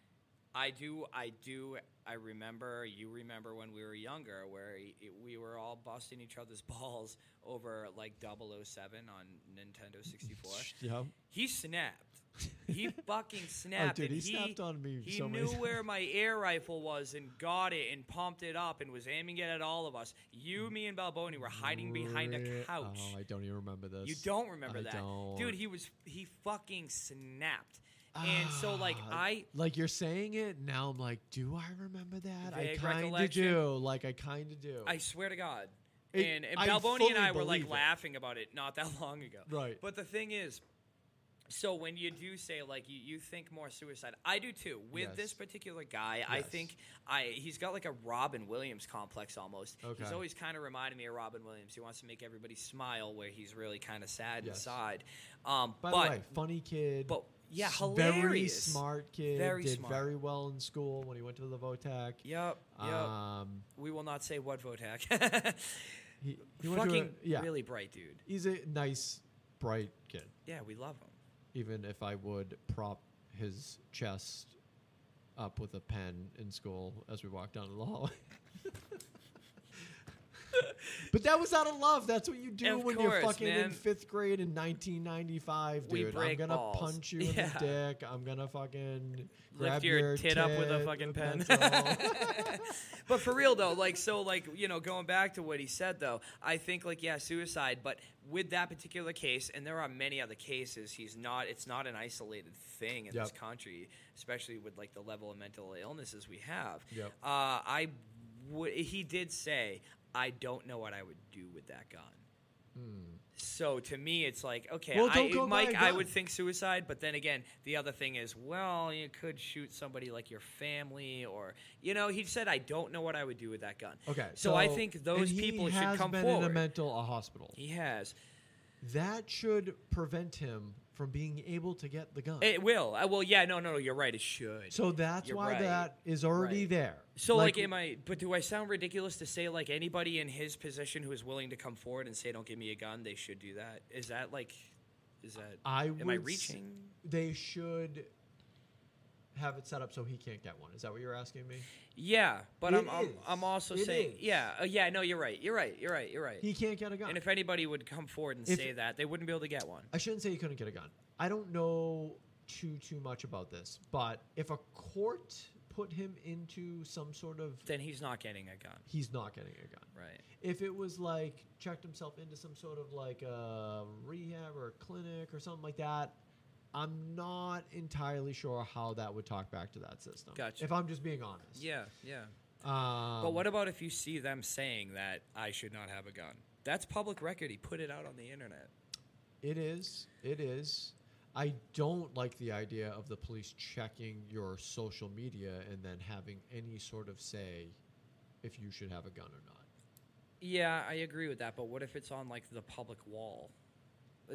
I do, I do, I remember. You remember when we were younger, where y- it- we were all busting each other's balls over like 007 on Nintendo 64. Yeah. He snapped. He fucking snapped. Oh, dude, and he snapped on me He so many knew where my air rifle was and got it and pumped it up and was aiming it at all of us. You, me, and Balboni were hiding behind a Mm. Re- couch. Oh, I don't even remember this. You don't remember I that, don't. dude? He was he fucking snapped, and so like Ah, I like you're saying it now. I'm like, do I remember that? I Vague kind of recollection. do. Like I kind of do. I swear to God. It- and and I Balboni and fully I were like believe it. laughing about it not that long ago. Right. But the thing is, so when you do say like you, you think more suicide, I do too. With Yes. this particular guy, I Yes. think I he's got like a Robin Williams complex almost. Okay. He's always kind of reminded me of Robin Williams. He wants to make everybody smile where he's really kind of sad Yes. inside. Um, By but the way, funny kid. but yeah, s- Very hilarious. smart kid. Very did smart. very well in school when he went to the Votech. Yep. Yep. Um, we will not say what Votac. he, he went to a- Fucking yeah. really bright dude. He's a nice, bright kid. Yeah, we love him. Even if I would prop his chest up with a pen in school as we walked down the hallway. but that was out of love. That's what you do Of when you're course, fucking in man. fifth grade in 1995, We dude. I'm break gonna balls. punch you in Yeah. the dick. I'm gonna fucking grab your your tit up with a tit fucking with pen. pencil. But for real though, like so, like you know, going back to what he said though, I think like yeah, suicide. But with that particular case, and there are many other cases, he's not. It's not an isolated thing in this Yep. country, especially with like the level of mental illnesses we have. Yep. Uh, I would. He did say, I don't know what I would do with that gun. So to me, it's like okay, Well, don't I, go buy a Mike, I gun. would think suicide, but then again, the other thing is, well, you could shoot somebody like your family, or you know, he said, I don't know what I would do with that gun. Okay. so, I think those and he people should has come been in a forward. mental a hospital. he has. That should prevent him from being able to get the gun. It will. Uh, well, yeah, no, no, no. You're right. It should. So, so that's You're why right. that is already Right. there. like, am I? But do I sound ridiculous to say like anybody in his position who is willing to come forward and say, "Don't give me a gun," they should do that? Is that like? Is that? I am I would s- reaching? They should have it set up so he can't get one. Is that what you're asking me? Yeah, but It I'm, I'm is. I'm also It saying is. yeah uh, yeah no you're right you're right you're right you're right. He can't get a gun. and if anybody would come forward and If- say that, they wouldn't be able to get one. I shouldn't say he couldn't get a gun. I don't know too too much about this, but if a court put him into some sort of Then he's not getting a gun, he's not getting a gun. right? If it was like checked himself into some sort of like a rehab or a clinic or something like that, I'm not entirely sure how that would talk back to that system. Gotcha. If I'm just being honest. Yeah, yeah. Um, But what about if you see them saying that I should not have a gun? That's public record. He put it out on the internet. It is. It is. I don't like the idea of the police checking your social media and then having any sort of say if you should have a gun or not. Yeah, I agree with that. But what if it's on like the public wall?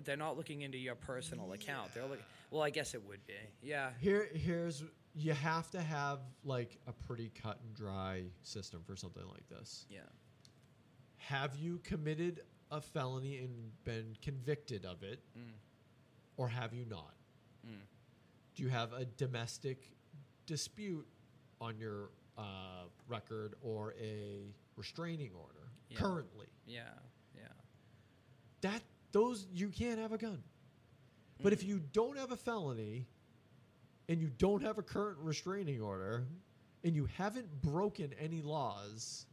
They're not looking into your personal account. They're looking. Well, I guess it would be. Yeah. Here, here's you have to have like a pretty cut and dry system for something like this. Yeah. Have you committed a felony and been convicted of it, or have you not? Do you have a domestic dispute on your uh, record or a restraining order Yeah. currently? Yeah. Yeah. That those you can't have a gun. But Mm. if you don't have a felony and you don't have a current restraining order and you haven't broken any laws,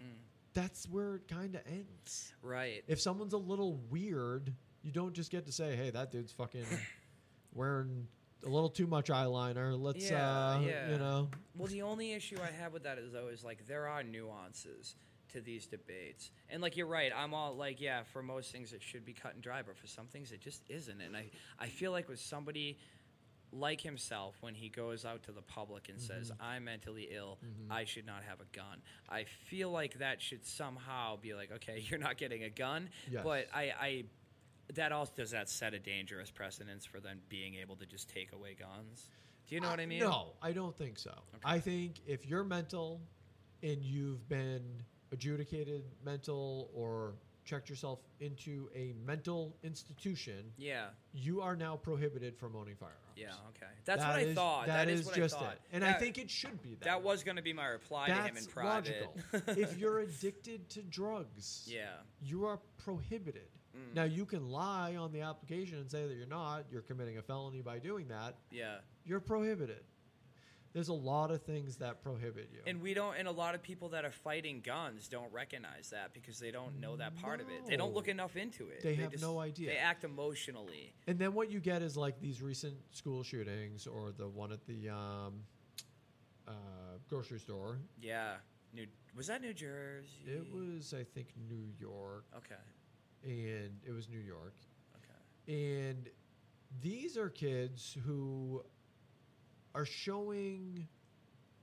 Mm. that's where it kind of ends. Right. If someone's a little weird, you don't just get to say, "Hey, that dude's fucking wearing a little too much eyeliner." Let's Yeah, uh, yeah. you know. Well, the only issue I have with that is though is like there are nuances to these debates, and like you're right, I'm all like, yeah, for most things it should be cut and dry, but for some things it just isn't, and I I feel like with somebody like himself when he goes out to the public and says Mm-hmm. i'm mentally ill i should not have a gun i feel like that should somehow be like okay you're not getting a gun Yes. but i i that also does that set a dangerous precedence for then being able to just take away guns do you know what i mean Uh, No, I don't think so. I think if you're mental and you've been adjudicated mental or checked yourself into a mental institution, yeah you are now prohibited from owning firearms. Yeah, okay. That's That what I is- thought. that is, what just I thought. it. And That- I think it should be that. that way. was going to be my reply to him in That's private. logical. if you're addicted to drugs, yeah, Hmm. Mm. you are prohibited. Now you can lie on the application and say that you're not. You're committing a felony by doing that. yeah. You're prohibited. There's a lot of things that prohibit you. And we don't and a lot of people that are fighting guns don't recognize that because they don't know that part of it. They don't look No. enough into it. They have no idea. They act emotionally. And then what you get is like these recent school shootings or the one at the um, uh, grocery store. Yeah. New Was that New Jersey? It was, I think, New York, Okay. and it was New York, Okay. and these are kids who are showing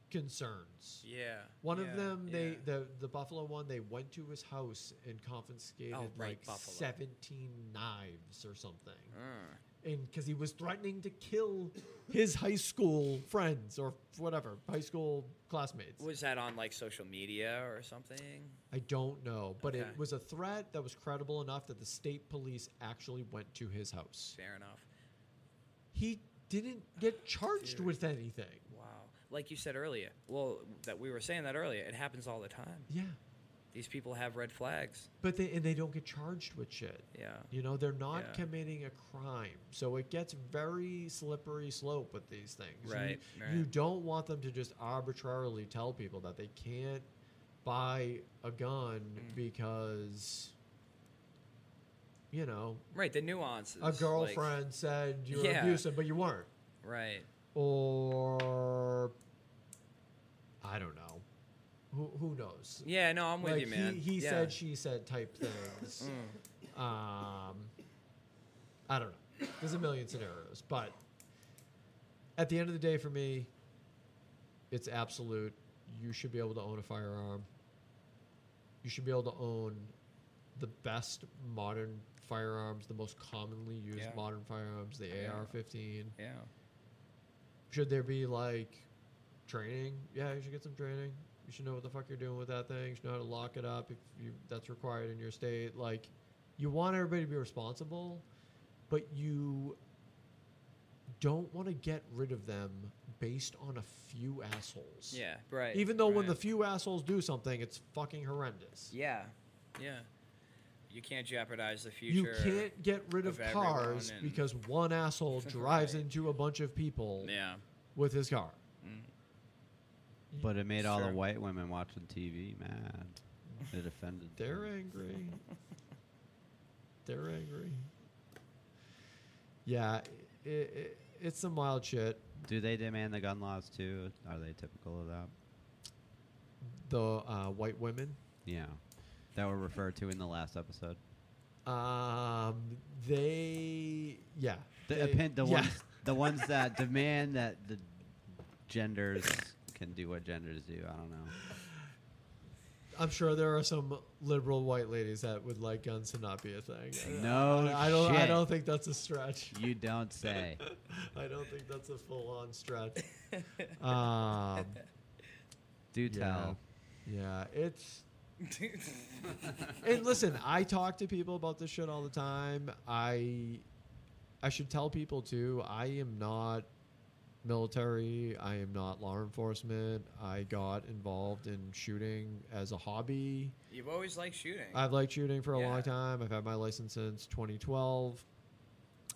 concerns. Yeah. One yeah, of them, yeah. they the the Buffalo one, they went to his house and confiscated Oh, right, like Buffalo. seventeen knives or something. Mm. and because he was threatening to kill his high school friends or whatever high school classmates. Was that on like social media or something? I don't know, but Okay. it was a threat that was credible enough that the state police actually went to his house. Fair enough. He didn't get charged Dude. with anything. Wow. Like you said earlier. Well, that we were saying that earlier. It happens all the time. Yeah, These people have red flags. but they and they don't get charged with shit. Yeah. You know, they're not Yeah. committing a crime. So it gets very slippery slope with these things. You- Right, You, right. don't want them to just arbitrarily tell people that they can't buy a gun Mm. because, you know, Right, the nuances. a like- girlfriend said you were Yeah. abusive, but you weren't. right. Or, I don't know. Who, who knows? Yeah, no, I'm with like you, man. He, he yeah. Mm. said, she said type things. Um, I don't know. There's a million scenarios, but at the end of the day, for me, it's absolute. You should be able to own a firearm. You should be able to own the best modern firearms, the most commonly used Yeah. modern firearms, the Yeah. AR-15. Yeah. Should there be like training? Yeah, you should get some training. You should know what the fuck you're doing with that thing. You should know how to lock it up if you that's required in your state. Like, you want everybody to be responsible, but you don't want to get rid of them based on a few assholes. Yeah. Right. Even though when the right. few assholes do something, it's fucking horrendous. Yeah. Yeah. You can't jeopardize the You future. can't get rid of, of everyone cars and- because one asshole drives Right. into a bunch of people Yeah. Mm. with his car. Mm-hmm. But it made all the Sure. white women watching TV mad. It offended. them. They're angry. They're angry. Yeah, i i it's some wild shit. Do they demand the gun laws too? Are they typical of that? The uh, white women, Yeah, that were referred to in the last episode. um, they, yeah, The they- opin- the yeah. ones the ones that demand that the genders can do what genders do. I don't know. I'm sure there are some liberal white ladies that would like guns to not be a thing. No I, I don't. I shit. don't think that's a stretch. You don't say. I don't think that's a full-on stretch. Um, Do Yeah. tell. yeah, it's and listen, I talk to people about this shit all the time. I I should tell people too, I am not military, I am not law enforcement. I got involved in shooting as a hobby. You've always liked shooting. I've liked shooting for a Yeah. long time. I've had my license since 2012.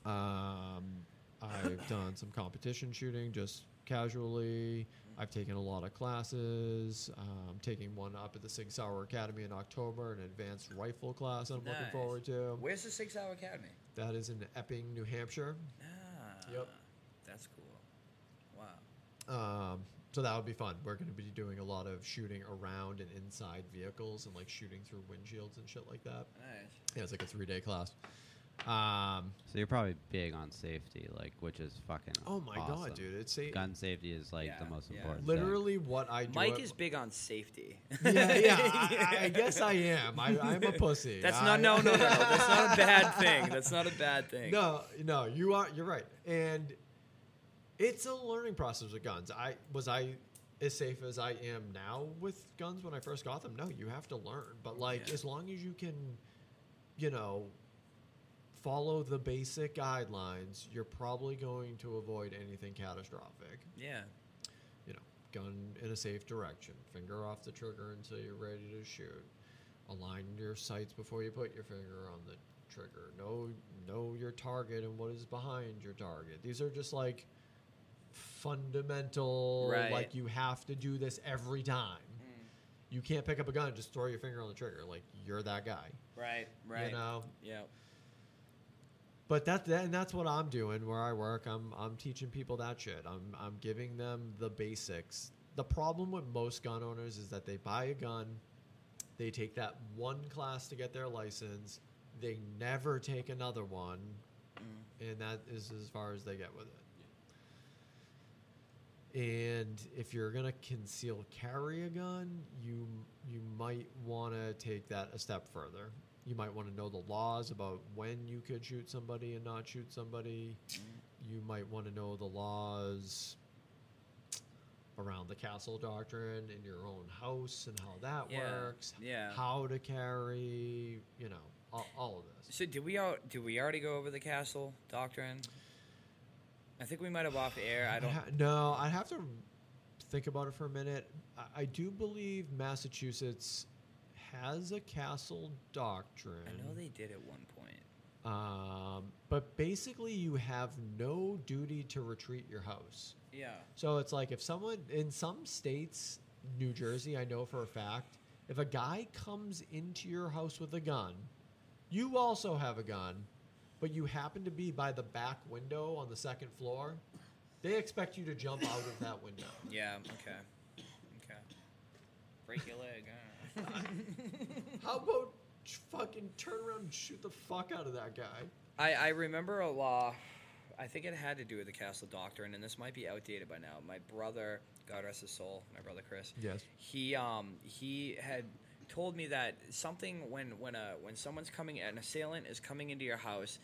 Um, I've done some competition shooting just casually. I've taken a lot of classes. I'm taking one up at the Sig Sauer Academy in October, an advanced rifle class I'm looking Nice. forward to. Where's the Six Hour Academy? That is in Epping, New Hampshire. Ah. Yep. That's cool. Wow. Um, so that would be fun. We're going to be doing a lot of shooting around and inside vehicles and like shooting through windshields and shit like that. Nice. Yeah, it's like a three day class. Um, So you're probably big on safety, like which is fucking. Oh my awesome. god, dude! It's a, Gun safety is like the Yeah, most yeah. important. thing. literally what I do. Mike at- is big on safety. Yeah, yeah. I, I guess I am. I, I'm a pussy. That's I- not no no no. That's not a bad thing. That's not a bad thing. No, no, you are. You're right, and it's a learning process with guns. I was I as safe as I am now with guns when I first got them. No, you have to learn, but like Yeah. as long as you can, you know, follow the basic guidelines, you're probably going to avoid anything catastrophic. Yeah. you know, gun in a safe direction, finger off the trigger until you're ready to shoot. Align your sights before you put your finger on the trigger. Know know your target and what is behind your target. These are just like fundamental Right. like you have to do this every time. Mm. You can't pick up a gun and just throw your finger on the trigger like you're that guy. Right. Right. You know, Yeah. but that, that and that's what I'm doing where I work. I'm I'm teaching people that shit. I'm I'm giving them the basics. The problem with most gun owners is that they buy a gun, they take that one class to get their license, they never take another one, Mm. and that is as far as they get with it. And if you're gonna conceal carry a gun, you you might want to take that a step further. You might want to know the laws about when you could shoot somebody and not shoot somebody. Mm. You might want to know the laws around the castle doctrine in your own house and how that Yeah, works. yeah. How to carry, you know, all, all of this. So did we all did we already go over the castle doctrine? I think we might have off air. I I'd don't. ha- no, I'd have to think about it for a minute. I, I do believe Massachusetts has a castle doctrine. I know they did at one point. Um, but basically, you have no duty to retreat your house. Yeah. So it's like if someone in some states, New Jersey, I know for a fact, if a guy comes into your house with a gun, you also have a gun, but you happen to be by the back window on the second floor, they expect you to jump out of that window. Yeah. Okay. Okay. Break your leg. I don't know. How about fucking turn around and shoot the fuck out of that guy? I, I remember a law. I think it had to do with the castle doctrine, and this might be outdated by now. My brother, God rest his soul, my brother Chris. Yes. He um he had told me that something when when a when someone's coming an assailant is coming into your house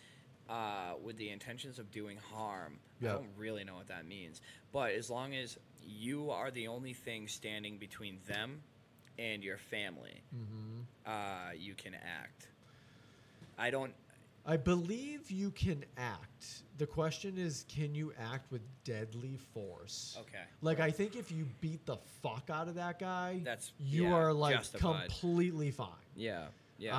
uh, with the intentions of doing harm. Yeah. I don't really know what that means, but as long as you are the only thing standing between them and your family, Mm. uh, you can act. I don't. I believe you can act. The question is, can you act with deadly force? Okay. Like I think if you beat the fuck out of that guy, That's- you yeah, are like justified. completely fine. Yeah. Yeah.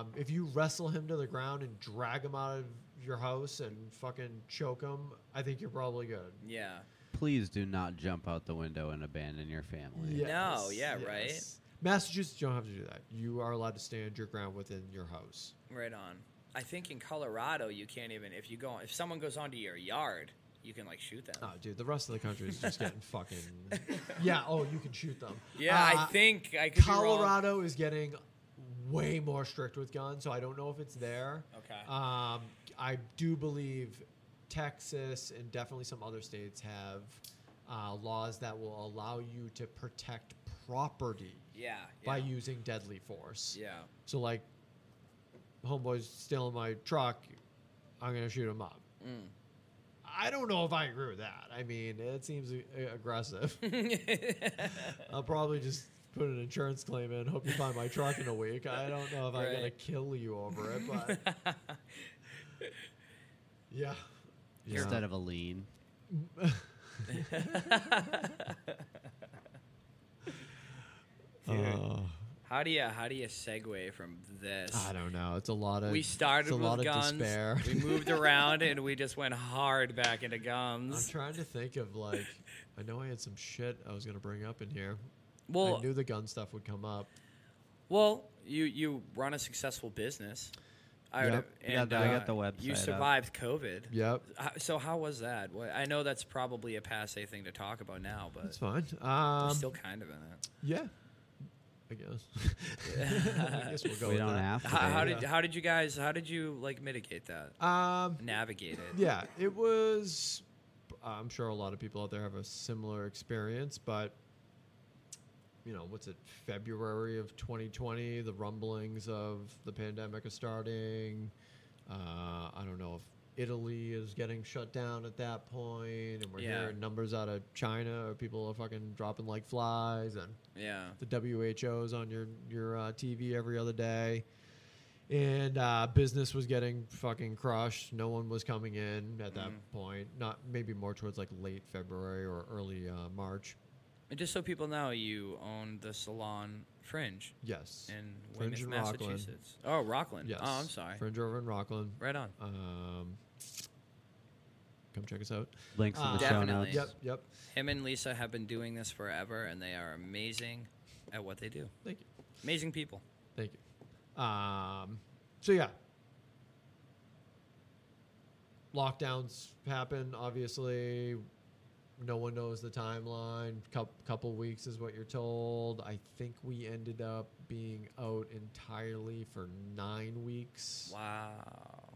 Um, if you wrestle him to the ground and drag him out of your house and fucking choke him, I think you're probably good. yeah. Please do not jump out the window and abandon your family. No, yeah, right? Massachusetts, you don't have to do that. You are allowed to stand your ground within your house. Right on. I think in Colorado you can't even if you go if someone goes onto your yard, you can like shoot them. Oh, dude, the rest of the country is just getting fucking. Yeah. Oh, you can shoot them. yeah, I Uh, think I could be wrong. Colorado is getting way more strict with guns, so I don't know if it's there. Okay. Um, I do believe Texas and definitely some other states have uh, laws that will allow you to protect property Yeah. Yeah. by using deadly force. yeah. So like, homeboy's stealing my truck, I'm gonna shoot him up. Mm. I don't know if I agree with that. I mean, it seems a- a- aggressive. I'll probably just put an insurance claim in. Hope you find my truck in a week. I don't know if I'm gonna Right. kill you over it, but yeah. Yeah. Instead of a lien. Uh, How do you how do you segue from this? I don't know. It's a lot of. We started it's a with lot of guns. despair. We moved around and we just went hard back into I'm guns. trying to think of like. I know I had some shit I was gonna bring up in here. I Well, knew the gun stuff would come up. well, you you run a successful business. I Yep. would- We got and, the- we got uh, the website You up. survived COVID. Yep, How- So how was that? Well, I know that's probably a passe thing to talk about now, but it's fine. we're Um, still kind of in it. yeah, I guess. I guess we'll go. we with don't that. have to. How, do how it. did how did you guys how did you like mitigate that Um, navigate it? yeah, it was. I'm sure a lot of people out there have a similar experience, but you know, what's it? February of 2020, the rumblings of the pandemic is starting. Uh, I don't know if Italy is getting shut down at that point, and we're Yeah. hearing numbers out of China, or people are fucking dropping like flies, and Yeah. the WHO's on your your uh, TV every other day, and uh, business was getting fucking crushed. No one was coming in at that Mm-hmm. point. Not maybe more towards like late February or early uh, March. And just so people know, you own the salon Fringe Yes, in Fringe Weymouth, in Rockland. Massachusetts. Oh, Rockland. yes. Oh, I'm sorry. Fringe over in Rockland. Right on. Um, come check us out. Links in Uh, Ah. the show Definitely. notes. Yep, yep. Him and Lisa have been doing this forever, and they are amazing at what they do. Thank you, Amazing people. thank you. Um, so yeah. Lockdowns happen, obviously. no one knows the timeline. Couple, couple weeks is what you're told. I think we ended up being out entirely for nine weeks. Wow.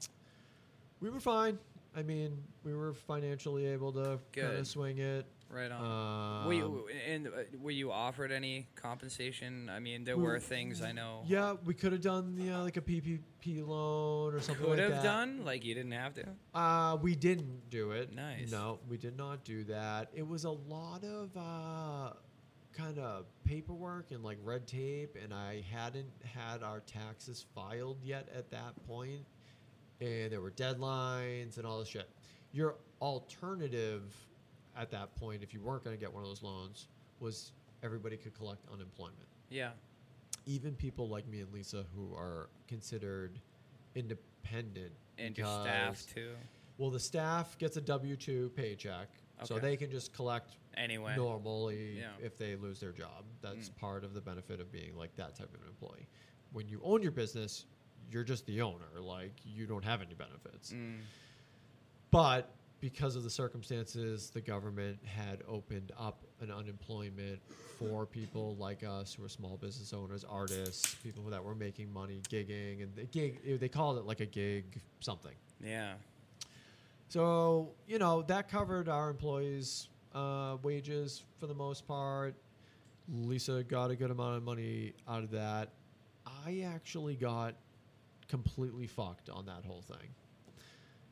We were fine. I mean, we were financially able to kind Good. of swing it. Right on. Um, were you and uh, were you offered any compensation? I mean, there we- were things I know. yeah, we could have done the, uh, like a PPP loan or something Could like have that. done like you didn't have to. Uh, we didn't do it. Nice. No, we did not do that. It was a lot of uh, kind of paperwork and like red tape, and I hadn't had our taxes filed yet at that point, and there were deadlines and all this shit. Your alternative at that point, if you weren't going to get one of those loans, was everybody could collect unemployment Yeah. even people like me and Lisa who are considered independent And your staff because- too. Well, the staff gets a W two paycheck, so Okay. they can just collect Anyway. normally Yeah. Mm. if they lose their job. That's part of the benefit of being like that type of an employee. When you own your business, you're just the owner. Like you don't have any benefits. Mm. But because of the circumstances, the government had opened up an unemployment for people like us who are small business owners, artists, people that were making money gigging, and the gig they called it like a gig something. Yeah. So you know that covered our employees' uh, wages for the most part. Lisa got a good amount of money out of that. I actually got completely fucked on that whole thing.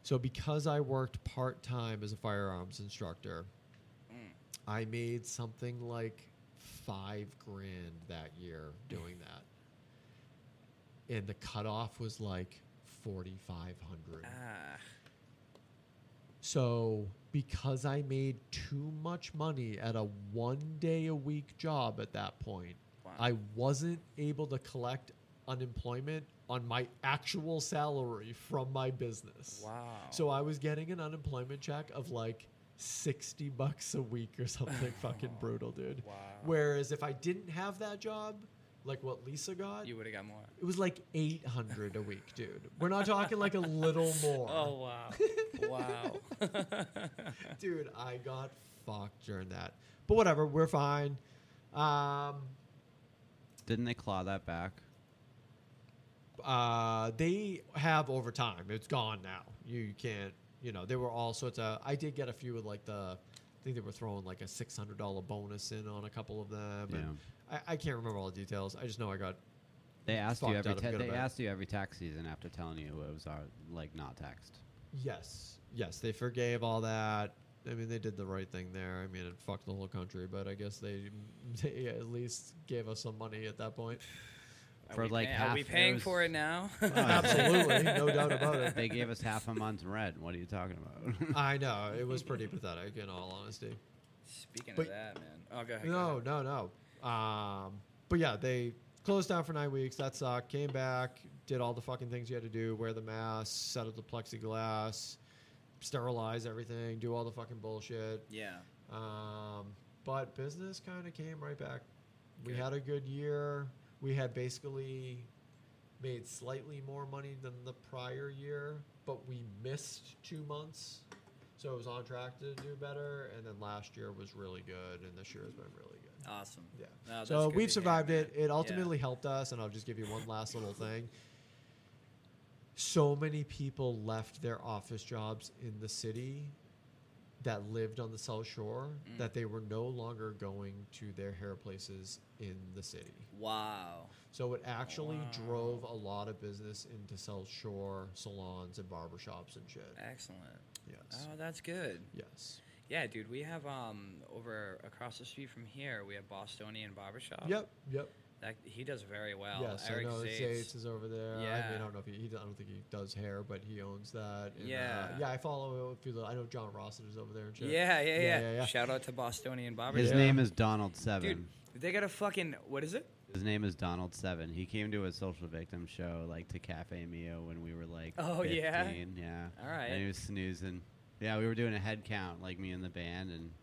So because I worked part time as a firearms instructor, I made something like five grand that year doing that. And the cutoff was like forty five hundred. Ah, So, because I made too much money at a one day a week job at that point, Wow. I wasn't able to collect unemployment on my actual salary from my business. wow. So, I was getting an unemployment check of like 60 bucks a week or something fucking brutal, dude. Wow. Whereas if I didn't have that job, like what Lisa got, you would have got more. it was like 800 a week, dude. We're not talking like a little more. Oh wow, wow. dude i got fucked during that but whatever we're fine um Didn't they claw that back? uh they have overtime it's gone now you can't you know there were all sorts of i did get a few of like the i think they were throwing like a $600 bonus in on a couple of them and I, I can't remember all the details i just know i got They asked Fucked you every out of ta- good they about it. asked you every tax season after telling you it was our, like not taxed. yes yes they forgave all that i mean they did the right thing there i mean it fucked the whole country but i guess they, they at least gave us some money at that point Are For we like pay- half- are we there paying was- for it now? absolutely no doubt about it they gave us half a month's rent. What are you talking about? I know it was pretty pathetic, in all honesty. Speaking of But- that, man. Oh, go ahead. go No, ahead. no, no. Um, but yeah, they closed down for nine weeks. That sucked. Came back, did all the fucking things you had to do: wear the mask, set up the plexiglass, sterilize everything, do all the fucking bullshit. Yeah. Um, but business kind of came right back. We Good. had a good year. We had basically made slightly more money than the prior year, but we missed two months. So it was on track to do better. And then last year was really good, and this year has been really good. Awesome. Yeah. No, that's so good to hear, we've survived man. it. It Yeah. ultimately helped us, and I'll just give you one last little thing. So many people left their office jobs in the city that lived on the South Shore Mm. that they were no longer going to their hair places in the city. Wow. So it actually Wow. drove a lot of business into South Shore salons and barbershops and shit. Excellent. Yes. Eh, Oh, that's good. Yes. Yeah, dude, we have um over across the street from here, we have Bostonian Barbershop. Yep. Yep. That he does very well. yes, Eric I know Zaitz. Zaitz is over there. I, mean, Yeah. I don't know if he, he, I don't think he does hair, but he owns that. and, uh, Yeah. yeah, I follow a few. little- I know John Rossiter's over there and shit. Yeah, yeah, yeah, yeah, yeah. Shout out to Bostonian Barbershop. His Uh, Yeah. name is Donald Seven. Dude, they got a fucking what is it? His name is Donald Seven. He came to a social victim show, like to Cafe Mio, when we were like Oh, 15. yeah? yeah. All right. And he was snoozing. Yeah, we were doing a head count, like me and the band, and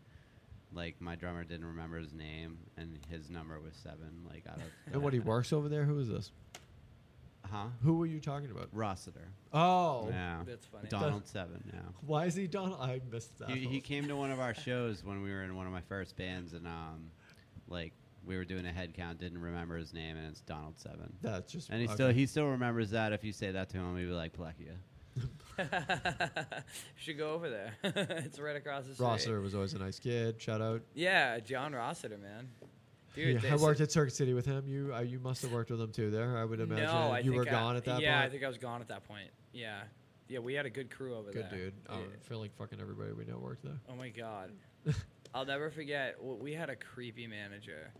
like my drummer didn't remember his name, and his number was seven. Like out of And what he works over there? Who is this? Huh? Who were you talking about? Rossiter. Oh, yeah. That's funny. Donald Seven. Yeah. why is he Don? I missed that. he, he whole- came to one of our shows when we were in one of my first bands, and um, like we were doing a head count, didn't remember his name, and it's Donald Seven. That's just. And he okay. still he still remembers that. If you say that to him, he'll be like Plekia. Should go over there. it's right across the street. Rossiter was always a nice kid. Shout out. Yeah, John Rossiter, man. Dude, Yeah, they- I worked at Circuit City with him. You, uh, you must have worked with him too. There, I would imagine. No, I you think were I- gone at that yeah, I point. think I was gone at that point. Yeah, yeah, we had a good crew over Good there. dude. Oh, Yeah. I feel like fucking everybody we know worked there. Oh my god, I'll never forget. w- We had a creepy manager.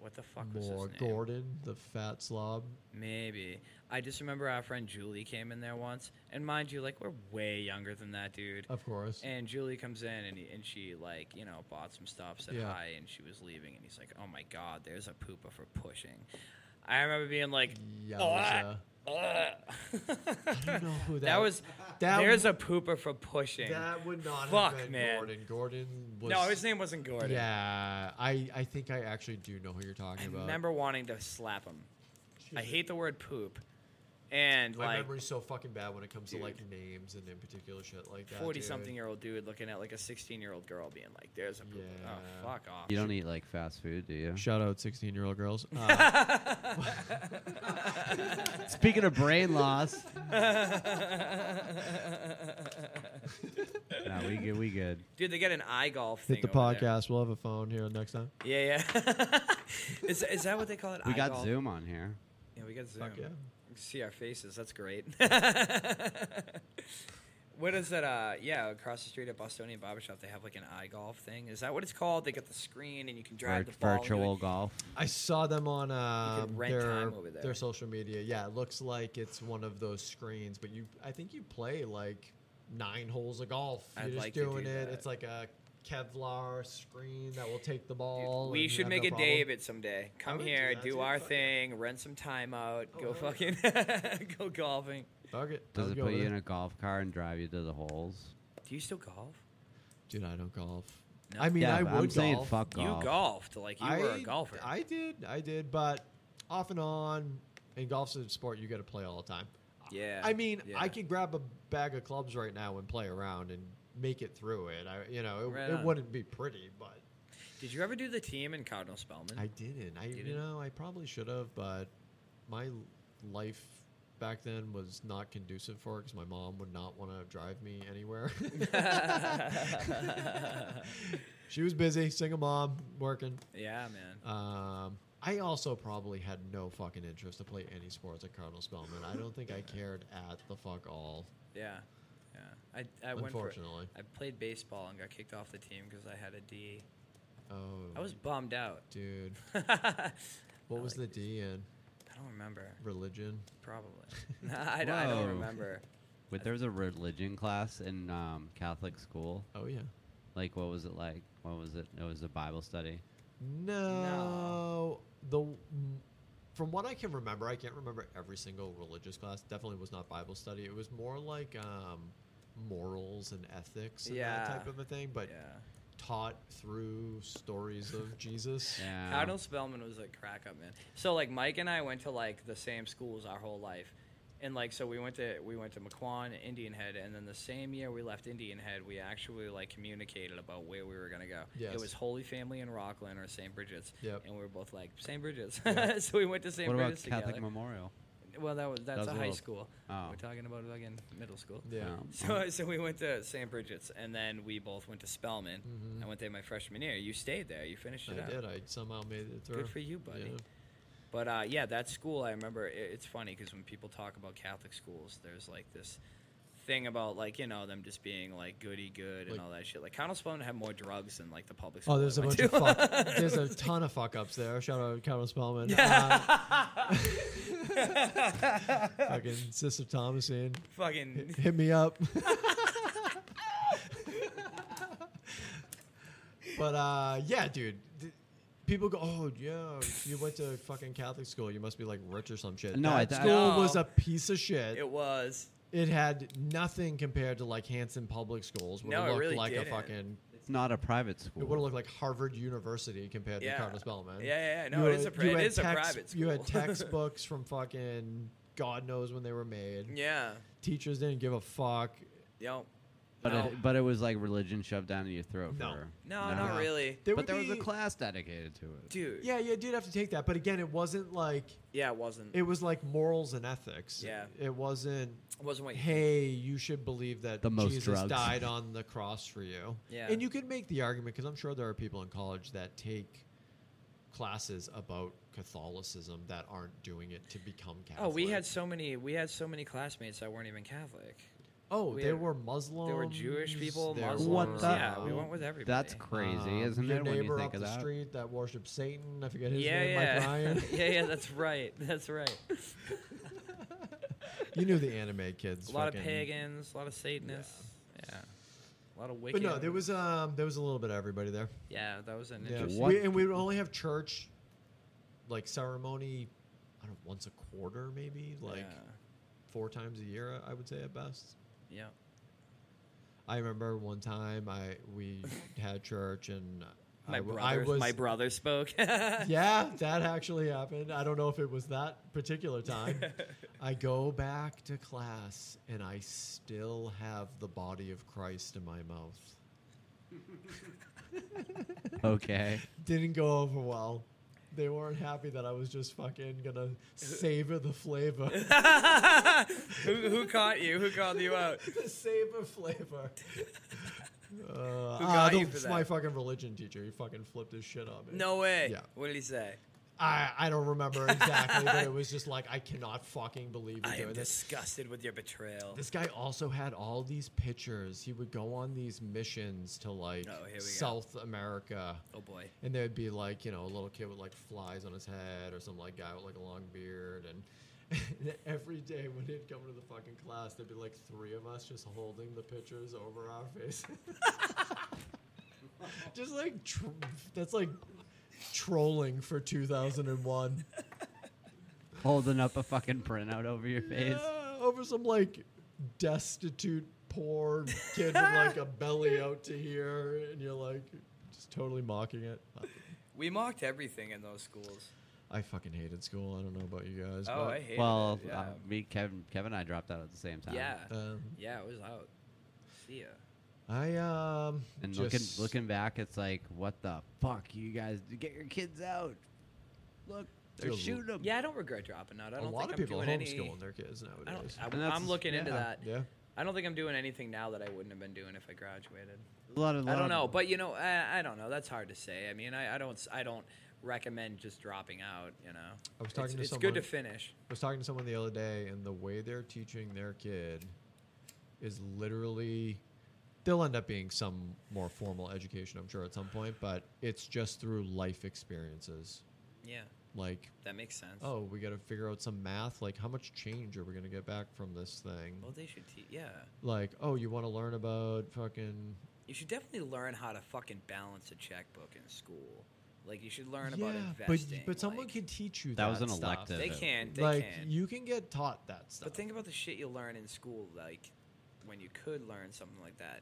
What the fuck was More his name? Gordon, the fat slob. Maybe. I just remember our friend Julie came in there once, and mind you, like we're way younger than that dude. Of course. And Julie comes in and, he, and she like you know bought some stuff, said Yeah. hi, and she was leaving, and he's like, "Oh my god, there's a pooper for pushing." I remember being like, Yeah, "Ugh, ugh." I don't know Oh, who that, that was That there's a pooper for pushing. That would not Fuck, have been man. Gordon. Gordon was no, his name wasn't Gordon. Yeah, I I think I actually do know who you're talking I about. remember wanting to slap him. I Jesus. hate the word poop, and My like memory's so fucking bad when it comes Dude. to like names and in particular shit like that. forty dude. something year old dude looking at like a sixteen year old girl being like, "There's a pooper." Yeah. Oh fuck off. You don't eat like fast food, do you? Shout out 16 year old girls. Uh, Speaking of brain loss, no, we good. We good. Dude, they got an eye golf thing. Hit the over there. podcast. We'll have a phone here next time. Yeah, yeah. is, is that what they call it? We Eye got golf? Zoom on here. Yeah, we got Zoom. Fuck yeah. You can see our faces. That's great. what is that? Uh, yeah, across the street at Bostonian Barbershop, they have like an eye golf thing. Is that what it's called? They got the screen and you can drive Vir- the ball. into virtual it. golf. I saw them on um, rent their time over there. their social media. Yeah, it looks like it's one of those screens, but you I think you play like nine holes of golf. I'd You're just like to do doing it. that. It's like a Kevlar screen that will take the Dude, ball. we and should have make no a problem. day of it someday. Come would do here, that do, too. our Fuck yeah. thing, rent some time out, Oh, go hell yeah. fucking go golfing. Fuck it. I Does would it go put over you in there. a golf car and drive you to the holes? Do you still golf? Dude, I don't golf. No. I mean, yeah, I but would I'm saying golf. fuck golf. You golfed like you I, were a golfer. I did, I did, but off and on. And golf's a sport you got to play all the time. yeah. I mean, yeah. I could grab a bag of clubs right now and play around and make it through it. I, you know, it, Right it on. wouldn't be pretty, but Did you ever do the team in Cardinal Spellman? I didn't. I, you Didn't? know, I probably should have, but my life back then was not conducive for it because my mom would not want to drive me anywhere. she was busy, single mom, working. yeah, man. Um, I also probably had no fucking interest to play any sports at Cardinal Spellman. I don't think I cared at the fuck all. Yeah, yeah. I I went for. Unfortunately. I played baseball and got kicked off the team because I had a D. Oh, I was bummed out. dude. I What I was like the D in? don't remember. Religion. Probably. I, don't- I don't Whoa. remember. But there was a religion class in um, Catholic school. Oh yeah. Like, what was it like? What was it? It was a Bible study. No. The mm, from what I can remember, I can't remember every single religious class. Definitely was not Bible study. It was more like um, morals and ethics and that Yeah. type of a thing, but yeah. taught through stories of Jesus. Yeah. Cardinal Spellman was a crack up man. So like Mike and I went to like the same schools our whole life, and like so we went to we went to Maquon, Indian Head, and then the same year we left Indian Head, we actually like communicated about where we were gonna go. Yes. It was Holy Family in Rockland or St. Bridget's. Yep. And we were both like St. Bridget's. Yeah. so we went to St. what about Bridget's Catholic together. Memorial? well, that was that's was a a high little- school. Oh. We're talking about again middle school. Yeah. Um, So, so we went to St. Bridget's, and then we both went to Spellman. Mhm. I went there my freshman year. You stayed there. You finished it I up. did. I somehow made it through. Good for you, buddy. Yeah. But uh, yeah, that school I remember. i it's funny because when people talk about Catholic schools, there's like this thing about like you know them just being like goody good and Like- all that shit. Like Connell's Spelman had more drugs than like the public. School Oh, there's I a went bunch of to. fuck. There's a ton of fuck ups there. Shout out Carol Spellman. Uh, fucking Sister Thomasine. fucking Hit me up. but uh, yeah, dude. th- People go, oh yeah, you went to fucking Catholic school. You must be like rich or some shit. No, I that th- school No. was a piece of shit. It, it was. had nothing compared to like Hanson Public Schools, where No, it it looked really like didn't. a fucking. It's not a private It school. would have looked like Harvard University compared Yeah. to Cardinal Spellman. Yeah, yeah, yeah. No, You it is a had- pri- you it had is a text- private school. You had textbooks from fucking God knows when they were made. yeah. Teachers didn't give a fuck. Yo. but no. it, but it was like religion shoved down your throat. No. for, No, not really, There but would there was be- a class dedicated to it. dude. Yeah. Yeah, you did have to take that, but again, it wasn't like it wasn't. it was like morals and ethics. Yeah. it wasn't. It wasn't what you Hey, you should believe that The most Jesus drugs. died on the cross for you. Yeah. and you could make the argument because I'm sure there are people in college that take classes about Catholicism that aren't doing it to become Catholic. Oh, we had so many. We had so many classmates that weren't even Catholic. Oh, we they had- were Muslims. There were Jewish people, there Muslims. What the- yeah, we went with everybody. That's crazy, um, isn't your it? When neighbor you up think of the that. street that worships Satan. I forget his yeah, name. yeah. Mike Ryan. yeah, yeah, that's right. That's right. you knew the anime kids. a lot of fucking- pagans, a lot of Satanists. Yeah. A lot of wicked. But no, there was um, there was a little bit of everybody there. Yeah, that was an Yeah. interesting. What? We, and we would only have church, like ceremony, I don't know, once a quarter maybe, like four times a year. I- I would say at best. yeah. I remember one time I we had church and yeah. My I, w- brother, I was my brother spoke. yeah, that actually happened. I don't know if it was that particular time. I go back to class and I still have the body of Christ in my mouth. Okay. Didn't go over well. They weren't happy that I was just fucking gonna savor the flavor. who, who caught you? Who called you out? the savor flavor. Uh, got ah, you the- for it's my that? fucking religion teacher. He fucking flipped his shit on me. No way. Yeah. What did he say? I, I don't remember exactly, but it was just like I cannot fucking believe I you're am doing this. disgusted with your betrayal. This guy also had all these pictures. He would go on these missions to like Oh, here we go. South America. Oh boy. And there'd be like, you know, a little kid with like flies on his head or some like guy with like a long beard and every day when he'd come to the fucking class there'd be like three of us just holding the pictures over our faces. just like tr- that's like trolling for 2001. Holding up a fucking printout over your face. Yeah, over some like destitute poor kid with like a belly out to here and you're like just totally mocking it. We mocked everything in those schools. I fucking hated school. I don't know about you guys. Oh, but, I hated Well, it. Yeah. uh, me, Kevin, Kevin, and I dropped out at the same time. yeah. um, yeah, it was out. See ya. I um And just, looking looking back, it's like, what the fuck, you guys, get your kids out. Look, they're Dude, shooting them. Yeah, I don't regret dropping out. I a don't lot think of people I'm doing any. homeschooling their kids I nowadays. don't, And I, that's- am looking into yeah, that. yeah. I don't think I'm doing anything now that I wouldn't have been doing if I graduated. A lot of, I lot don't of- know, but you know, I, I don't know. That's hard to say. I mean, I, I don't, s- I don't recommend just dropping out. You know, I was talking it's, to it's someone- good to finish. I was talking to someone the other day, and the way they're teaching their kid is literally. They'll end up being some more formal education, I'm sure, at some point, but it's just through life experiences. Yeah, Like, that makes sense. oh, we got to figure out some math. Like, how much change are we going to get back from this thing? well, they should teach. Yeah, Like, oh, you want to learn about fucking. you should definitely learn how to fucking balance a checkbook in school. Like you should learn about Yeah, but, investing. but someone like, can teach you that. That was an stuff. elective. They can. They like, can. you can get taught that stuff. But think about the shit you learn in school, like when you could learn something like that.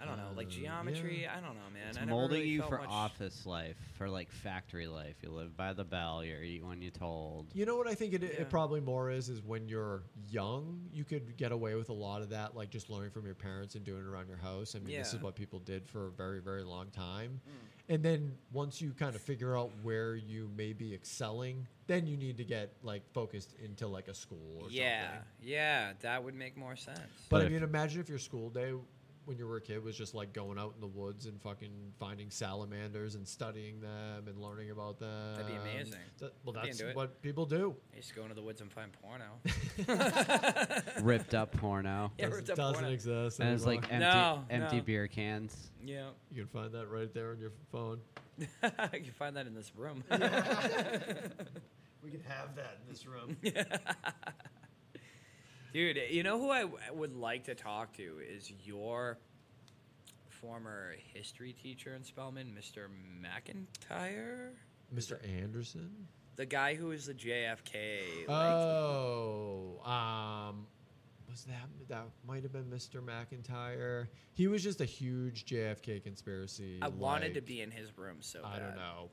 I don't know, like Uh, geometry. yeah. I don't know, man. It's I never molding really you felt for much- office life, for like factory life. You live by the bell. You eat when you're told. You know what I think it, Yeah. it probably more is is when you're young, you could get away with a lot of that, like just learning from your parents and doing it around your house. I mean, this Yeah. Mm. is what people did for a very, very long time. And then once you kind of figure out where you may be excelling, then you need to get like focused into like a school or Yeah, something. yeah, that would make more sense. But, But I if- mean, imagine if your school day when you were a kid was just like going out in the woods and fucking finding salamanders and studying them and learning about them. be amazing. That- well, I'd be that's into it. what people do. I used to go into the woods and find porno. Ripped up porno. Yeah, doesn't, ripped up doesn't porno. exist. And it's anymore. like empty, No, empty no. beer cans. Yeah, you can find that right there on your phone. I can find that in this room. We can have that in this room. Dude, you know who I w- would like to talk to is your former history teacher in Spelman, Mr. McIntyre, Mr. Anderson. the guy who is the JFK. Uh, Oh, um, was that that might have been Mr. McIntyre? He was just a huge JFK conspiracy. I wanted to like- be in his room so I don't bad. know.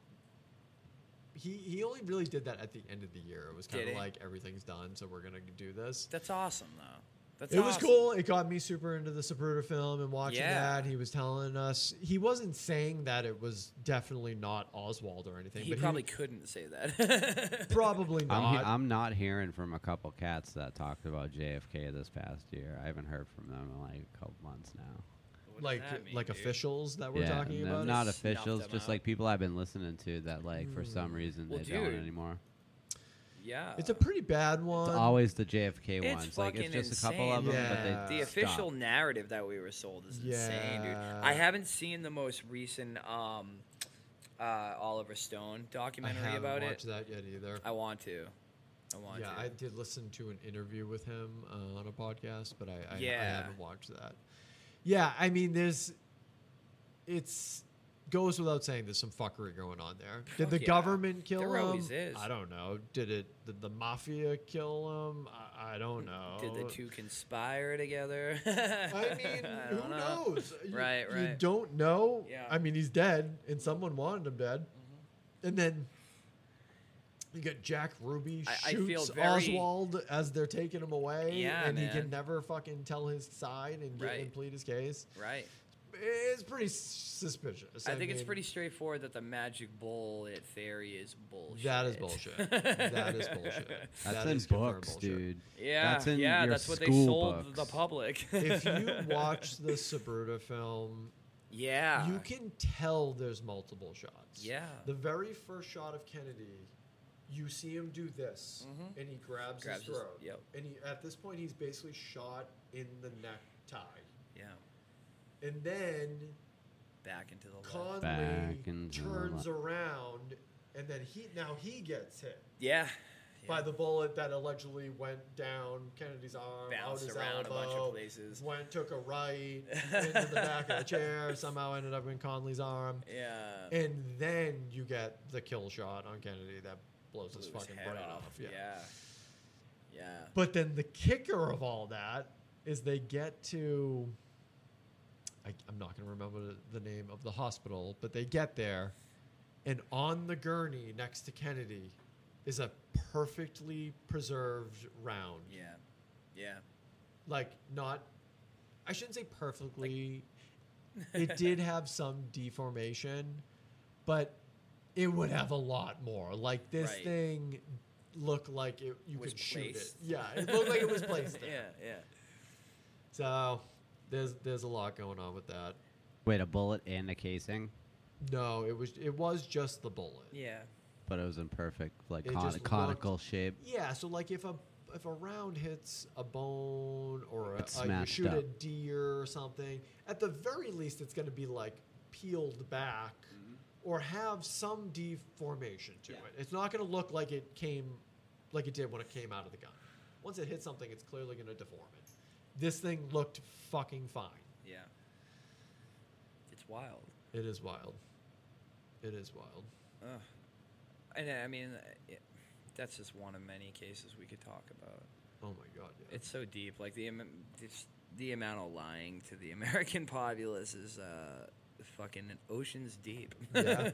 He he only really did that at the end of the year. It was kind Did of he? like everything's done, so we're gonna do this. That's awesome though. That's it was awesome. cool. It got me super into the Zapruder film and watching Yeah. that. He was telling us he wasn't saying that it was definitely not Oswald or anything. He but probably couldn't say that. he, probably not. I'm, he- I'm not hearing from a couple cats that talked about JFK this past year. I haven't heard from them in like a couple months now. What does like that mean, like dude? officials that we're talking n- about. not it. Snuffed officials, them just out. Mm. like people I've been listening to that like for some reason Well, they don't dude, anymore. Yeah. it's a pretty bad It's one. always the JFK It's ones. Like it's fucking just a couple of insane, them, dude. but they the official stop. narrative that we were sold is insane, dude. Yeah. I haven't seen the most recent um, uh, Oliver Stone I documentary haven't about it. watched that yet either. I want to. I want yeah, to. I did listen to an interview with him uh, on a podcast, but I, I, I Yeah. haven't watched that. Yeah, I mean, there's it's goes without saying there's some fuckery going on there. Did Fuck the yeah. government kill There him? always is. I don't know. Did it? Did the mafia kill him? I, I don't know. Did the two conspire together? Oh. I mean, I who don't know. knows? You- Right, You right. don't know. Yeah. I mean, he's dead, and someone wanted him dead, Mm-hmm. and then. You got Jack Ruby I- I feel shoots very- Oswald as they're taking him away, Yeah, and he man. can never fucking tell his side and, get, and Right. plead his case. Right. It's pretty s- suspicious. I think it's mean, pretty straightforward that the magic bullet theory is bullshit. That is bullshit. that is bullshit. That's That in is confirmed books, bullshit. dude. Yeah, That's in yeah, your that's what they school sold books. the public. if you watch the Sabruta film, Yeah. You can tell there's multiple shots. Ah. Yeah. The very first shot of Kennedy, you see him do this, and he grabs, Mm-hmm. Grabs his his- throat. yep. And he, at this point, he's basically shot in the necktie. yeah. And then Back into the left. Conley Back into the turns li- around, and then he now he gets hit Yeah. by Yeah. the bullet that allegedly went down Kennedy's arm, Bounced out his around a elbow, bunch of places. went took a right into the back of the chair, somehow ended up in Conley's arm. yeah. And then you get the kill shot on Kennedy that blows his Blew his fucking head brain off. off. Yeah. Yeah. Yeah. But then the kicker of all that is they get to. I, I'm not going to remember the name of the hospital, but they get there, and on the gurney next to Kennedy is a perfectly preserved round. Yeah. Yeah. Like, not. I shouldn't say perfectly. it did have some deformation, but it would have a lot more. Like, this Right. thing looked like it, you Was could shoot it. placed. Yeah, it looked like it was placed there. yeah. Yeah. So there's there's a lot going on with that. Wait, a bullet and a casing, No, it was it was just the bullet. Yeah. but it was in perfect like It con- just conical shape. Yeah, so like if a if a round hits a bone or a, It's a, you smashed shoot a up. deer or something, at the very least it's going to be like peeled back or have some deformation to Yeah. it. It's not going to look like it came like it did when it came out of the gun. Once it hits something, it's clearly going to deform it. This thing looked fucking fine. Yeah. It's wild. It is wild. It is wild. Ugh. And I mean, it, that's just one of many cases we could talk about. Oh my god, yeah. It's so deep. Like the am- just the amount of lying to the American populace is uh, fucking oceans deep. Yeah.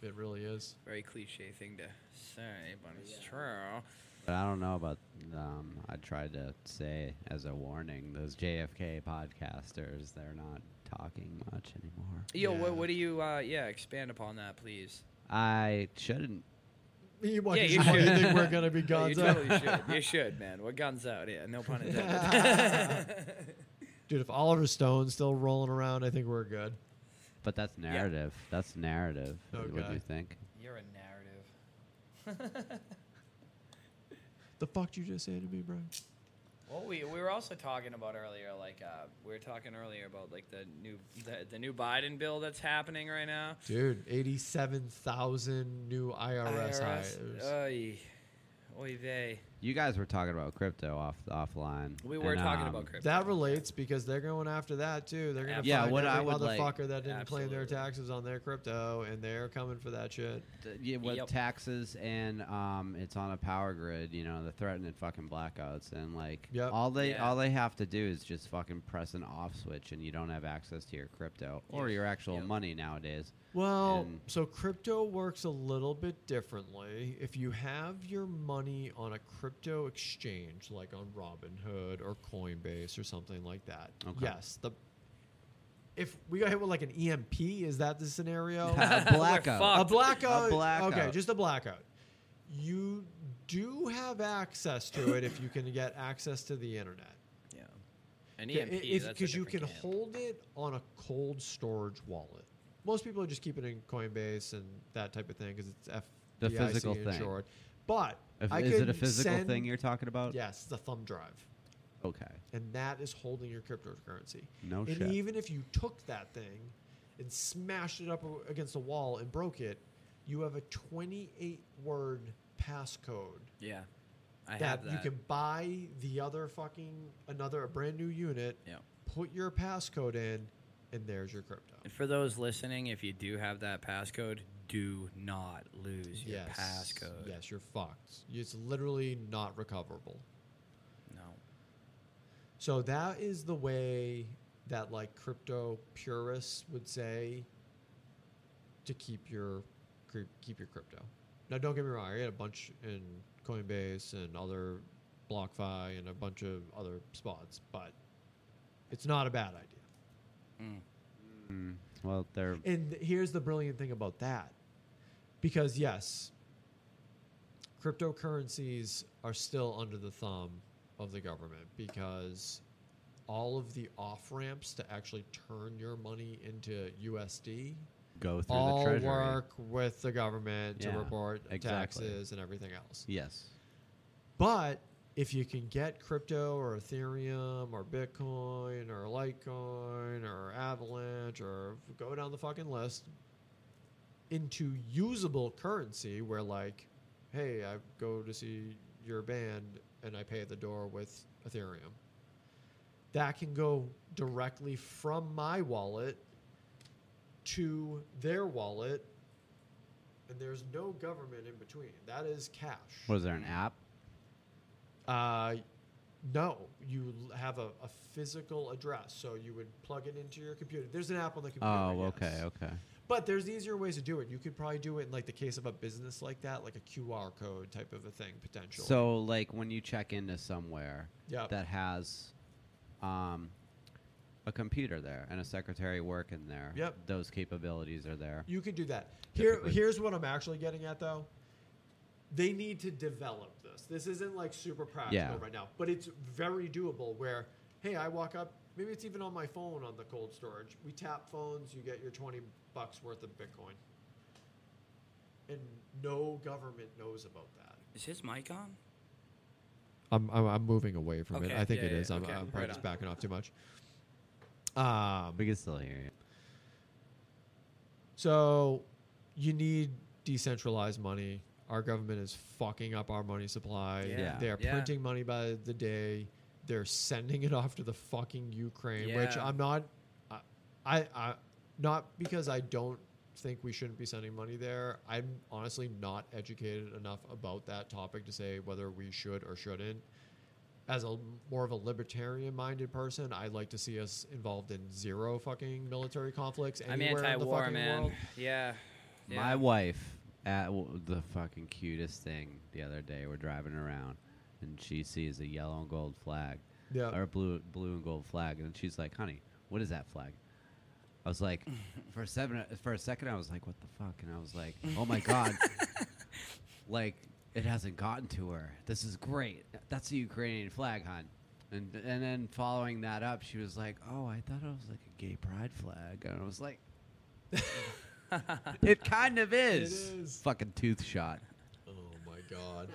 it really is. Very cliche thing to say, but it's true. But I don't know about. Um, I tried to say as a warning, those JFK podcasters, they're not talking much anymore. Yo, Yeah. what, what do you? Uh, yeah, expand upon that, please. I shouldn't. You want yeah, you think we're gonna be Yeah, gods you up? totally should. You should, man. We're guns out. Yeah, no pun intended. Dude, if Oliver Stone's still rolling around, I think we're good. But that's narrative. That's narrative. Oh, What do you God. think? You're a narrative. The fuck did you just say to me, Brian? Well, we, we were also talking about earlier, like uh, we were talking earlier about like the new the, the new Biden bill that's happening right now. Dude, eighty-seven thousand new IRS, hires. uh, Oy, oy vey. You guys were talking about crypto off offline. We were and, talking um, about crypto. That relates because they're going after that too. They're gonna Yeah, find what I every would like- motherfucker that didn't claim their Absolutely. taxes on their crypto, and they're coming for that shit. th- yeah, with Yep. taxes and um, it's on a power grid. You know, they're threatening fucking blackouts and like Yep. all they Yeah. all they have to do is just fucking press an off switch, and you don't have access to your crypto or Yes. your actual Yep. money nowadays. Well, And- so crypto works a little bit differently. If you have your money on a crypto exchange, like on Robinhood or Coinbase or something like that, Okay. yes, the if we got hit with like an EMP, is that the scenario? a blackout. Oh. fucked. a blackout. A blackout. Okay, just a blackout. You do have access to it if you can get access to the internet. yeah, E an Yeah, EMP. i- if- Because you can hold it on a cold storage wallet. Most people just keep it in Coinbase and that type of thing because it's F The physical thing. insured. But If- I is it a could physical send- thing you're talking about? Yes, the thumb drive, Okay. and that is holding your cryptocurrency. No and shit. even if you took that thing and smashed it up a- against the wall and broke it, you have a 28 word passcode Yeah, I that, have that. you can buy the other fucking another a brand new unit yeah. put your passcode in, and there's your crypto. And for those listening, if you do have that passcode, do not lose your yes. passcode. Yes, you're fucked. It's literally not recoverable. No. So that is the way that like crypto purists would say to keep your cre- keep your crypto. Now don't get me wrong, I got a bunch in Coinbase and other BlockFi and a bunch of other spots, but it's not a bad idea. Mm. Well, they're And th- here's the brilliant thing about that. Because, yes, cryptocurrencies are still under the thumb of the government because all of the off ramps to actually turn your money into USD Go through all the treasury. work with the government Yeah, to report exactly. taxes and everything else. Yes. But if you can get crypto or Ethereum or Bitcoin or Litecoin or Avalanche or go down the fucking list into usable currency where, like, hey, I go to see your band and I pay at the door with Ethereum, that can go directly from my wallet to their wallet. And there's no government in between. That is cash. Was there an app? Uh, no, you l- have a, a physical address, so you would plug it into your computer. There's an app on the computer. I Oh, okay, guess. okay. But there's easier ways to do it. You could probably do it in like the case of a business like that, like a QR code type of a thing potentially. So, like, when you check into somewhere Yep. that has um, a computer there and a secretary working there, Yep. those capabilities are there. you could do that. Here, Typically. here's what I'm actually getting at though. They need to develop this. This isn't like super practical Yeah. right now, but it's very doable. Where hey, I walk up. Maybe it's even on my phone on the cold storage. We tap phones. You get your twenty bucks worth of Bitcoin. and no government knows about that. Is his mic on? I'm I'm, I'm moving away from Okay, it. I think yeah, it yeah, is. I'm, okay, I'm probably right just on. backing off too much. Um, We can still hear you. so you need decentralized money. Our government is fucking up our money supply. Yeah, They're yeah. printing money by the day. They're sending it off to the fucking Ukraine, which Yeah. I'm not. I, I, I, not because I don't think we shouldn't be sending money there. I'm honestly not educated enough about that topic to say whether we should or shouldn't. as a more of a libertarian minded person, I'd like to see us involved in zero fucking military conflicts I'm anywhere in the anti-war, fucking man. world. Yeah. My wife at w- the fucking cutest thing the other day. We're driving around, and she sees a yellow and gold flag, Yeah. or blue blue and gold flag, and she's like, "Honey, what is that flag?" I was like, for a seven, for a second, I was like, "What the fuck?" And I was like, "Oh my god!" like it hasn't gotten to her. This is great. That's the Ukrainian flag, hon. And and then following that up, she was like, "Oh, I thought it was like a gay pride flag," and I was like. It kind of is. is. Fucking tooth shot. Oh my god.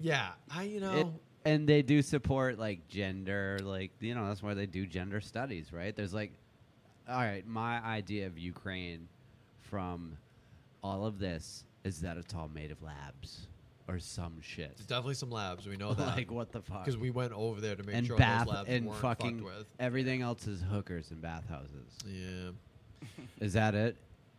yeah, I you know It- and they do support like gender, like you know that's why they do gender studies, right? There's like, all right, my idea of Ukraine from all of this is that it's all made of labs or some shit. there's definitely some labs we know that like what the fuck? because we went over there to make and sure bath those labs and weren't fucking fucked with. everything else is hookers and bathhouses. Yeah. Is that it?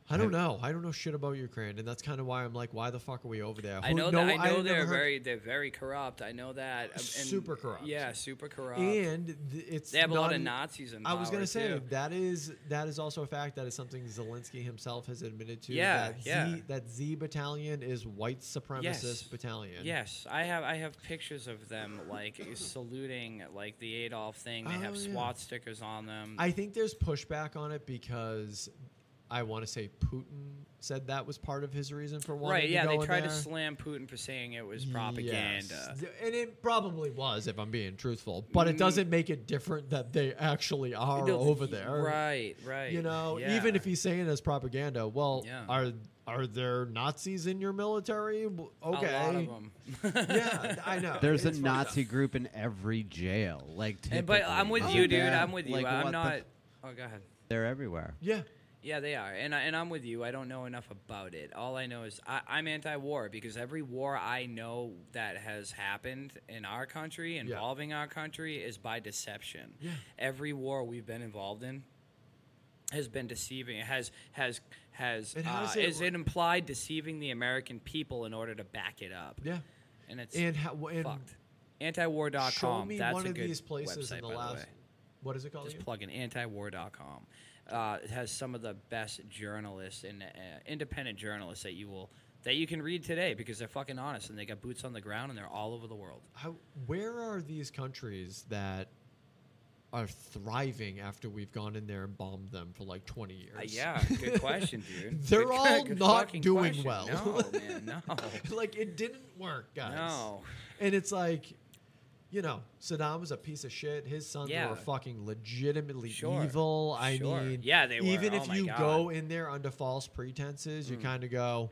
I don't I- know. I don't know shit about Ukraine, and that's kind of why I'm like, why the fuck are we over there? I Who- know no, that. I know had never they're heard- very they're very corrupt. I know that. Um, and- Super corrupt. Yeah, super corrupt. and th- it's they have a lot not of e- Nazis in I power. was gonna say too. that is that is also a fact. That is something Zelensky himself has admitted to. Yeah, that yeah. Z, that Z battalion is white supremacist Yes. battalion. Yes, I have. I have pictures of them like saluting like the Adolf thing. They have Oh, yeah. SWAT stickers on them. I think there's pushback on it because I want to say Putin said that was part of his reason for wanting right? to Yeah, go they in tried to there. slam Putin for saying it was Yes. propaganda. Th- and it probably was, if I'm being truthful. But it doesn't make it different that they actually are No, over th- there. e Right, right. You know, yeah. even if he's saying it's propaganda, well, Yeah. are are there Nazis in your military? W- Okay, a lot of them. yeah, I Uh, know. There's a It's fucked Nazi up. group in every jail. Like, And- but I'm typically. with Like you, dude. that- I'm with you. like, what I'm the not. f- oh, go ahead. they're everywhere. Yeah, Yeah, they are, and I, and I'm with you. I don't know enough about it. All I know is I, I'm anti-war because every war I know that has happened in our country, involving our country, is by deception. Yeah. Every war we've been involved in has been deceiving. Has has has And how uh, does it is wor- it implied deceiving the American people in order to back it up? yeah. and it's And how? And fucked. Antiwar.com. show me that's one a of good these places website, in the by last. way what is it called? just again? plug in antiwar.com. Uh, it has some of the best journalists and uh, independent journalists that you will that you can read today because they're fucking honest and they got boots on the ground and they're all over the world. How, where are these countries that are thriving after we've gone in there and bombed them for like 20 years? Uh, yeah, good question, dude. They're Good- all good not fucking doing question. well. No, man, no. like it didn't work, guys. No. And it's like you know, Saddam was a piece of shit. His sons Yeah. were fucking legitimately Sure. evil. I Sure. mean, Yeah, they were. Even Oh if my you God. Mm. go in there under false pretenses, you kind of go,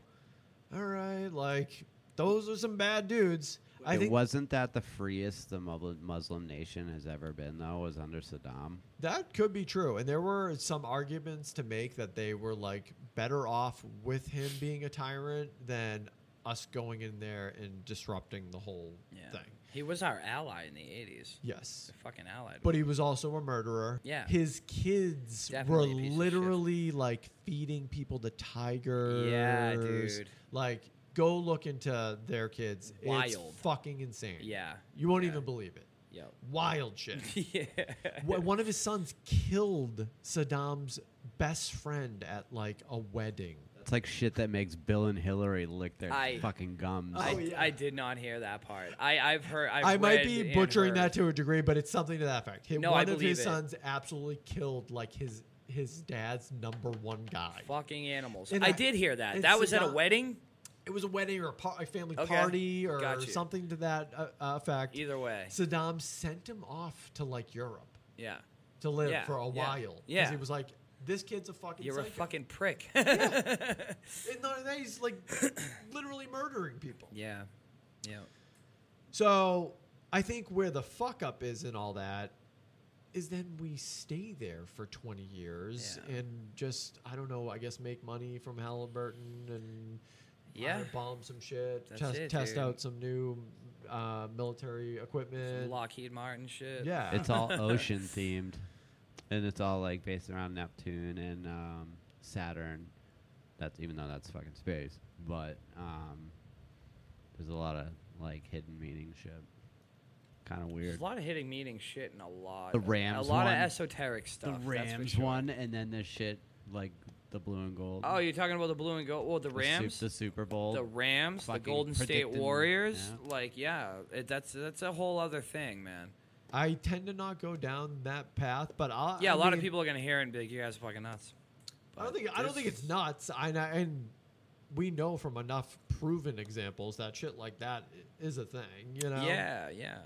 all right, like those are some bad dudes. I it think wasn't that the freest the Muslim Muslim nation has ever been though was under Saddam. That could be true. And there were some arguments to make that they were like better off with him being a tyrant than us going in there and disrupting the whole Yeah. thing. He was our ally in the 80s. Yes. The fucking ally. But he was also a murderer. Yeah. His kids Definitely a were piece of shit. literally like feeding people to tigers. dude. Like, go look into their kids. It's Wild. fucking insane. yeah. You won't Yeah. even believe it. Yep. Wild shit. yeah. Wh- one of his sons killed Saddam's best friend at like a wedding. It's like shit that makes Bill and Hillary lick their I- fucking gums. I, Oh, yeah. I did not hear that part. I, I've heard. I've i might read be and butchering heard. that to a degree, but it's something to that effect. Hi- No, I one of his believe it. sons absolutely killed like his his dad's number one guy. Fucking animals. And I, I- did hear that. and That was at a Saddam- wedding. It was a wedding or a, par- a family Okay, party or got you. something to that uh, uh, effect. Either way. Saddam sent him off to like Europe Yeah. to live Yeah, for a yeah, while because yeah. he was like, "This kid's a fucking You're a psycho." fucking prick. And not only that, he's like literally murdering people. yeah. Yeah. So I think where the fuck up is in all that is then we stay there for 20 years Yeah. and just, I don't know, I guess make money from Halliburton and I Yeah. dunno, bomb some shit, That's test, it, test dude. out some new uh, military equipment. Lockheed Martin shit. Yeah. It's all ocean themed, and it's all like based around Neptune and um, Saturn. That's even though that's fucking space, but um, there's a lot of like hidden meaning shit. Kind of There's weird. a lot of hitting meeting shit and a lot. The of- Rams A lot one. of esoteric The stuff. that's for Rams sure. one, and then this shit like the blue and gold. Oh, you're talking about the blue and gold. Well, the The Sup- Rams. the Super Bowl. the Rams, the fucking Golden State predicting- Warriors, yeah. like yeah, it, that's that's a whole other thing, man. I tend to not go down that path, but I Yeah, a a lot of people are gonna hear it and be like, "You guys are fucking nuts." I don't But think I don't this think it's is- nuts. I, and I- and we know from enough proven examples that shit like that i- is a thing. You know. Yeah, yeah,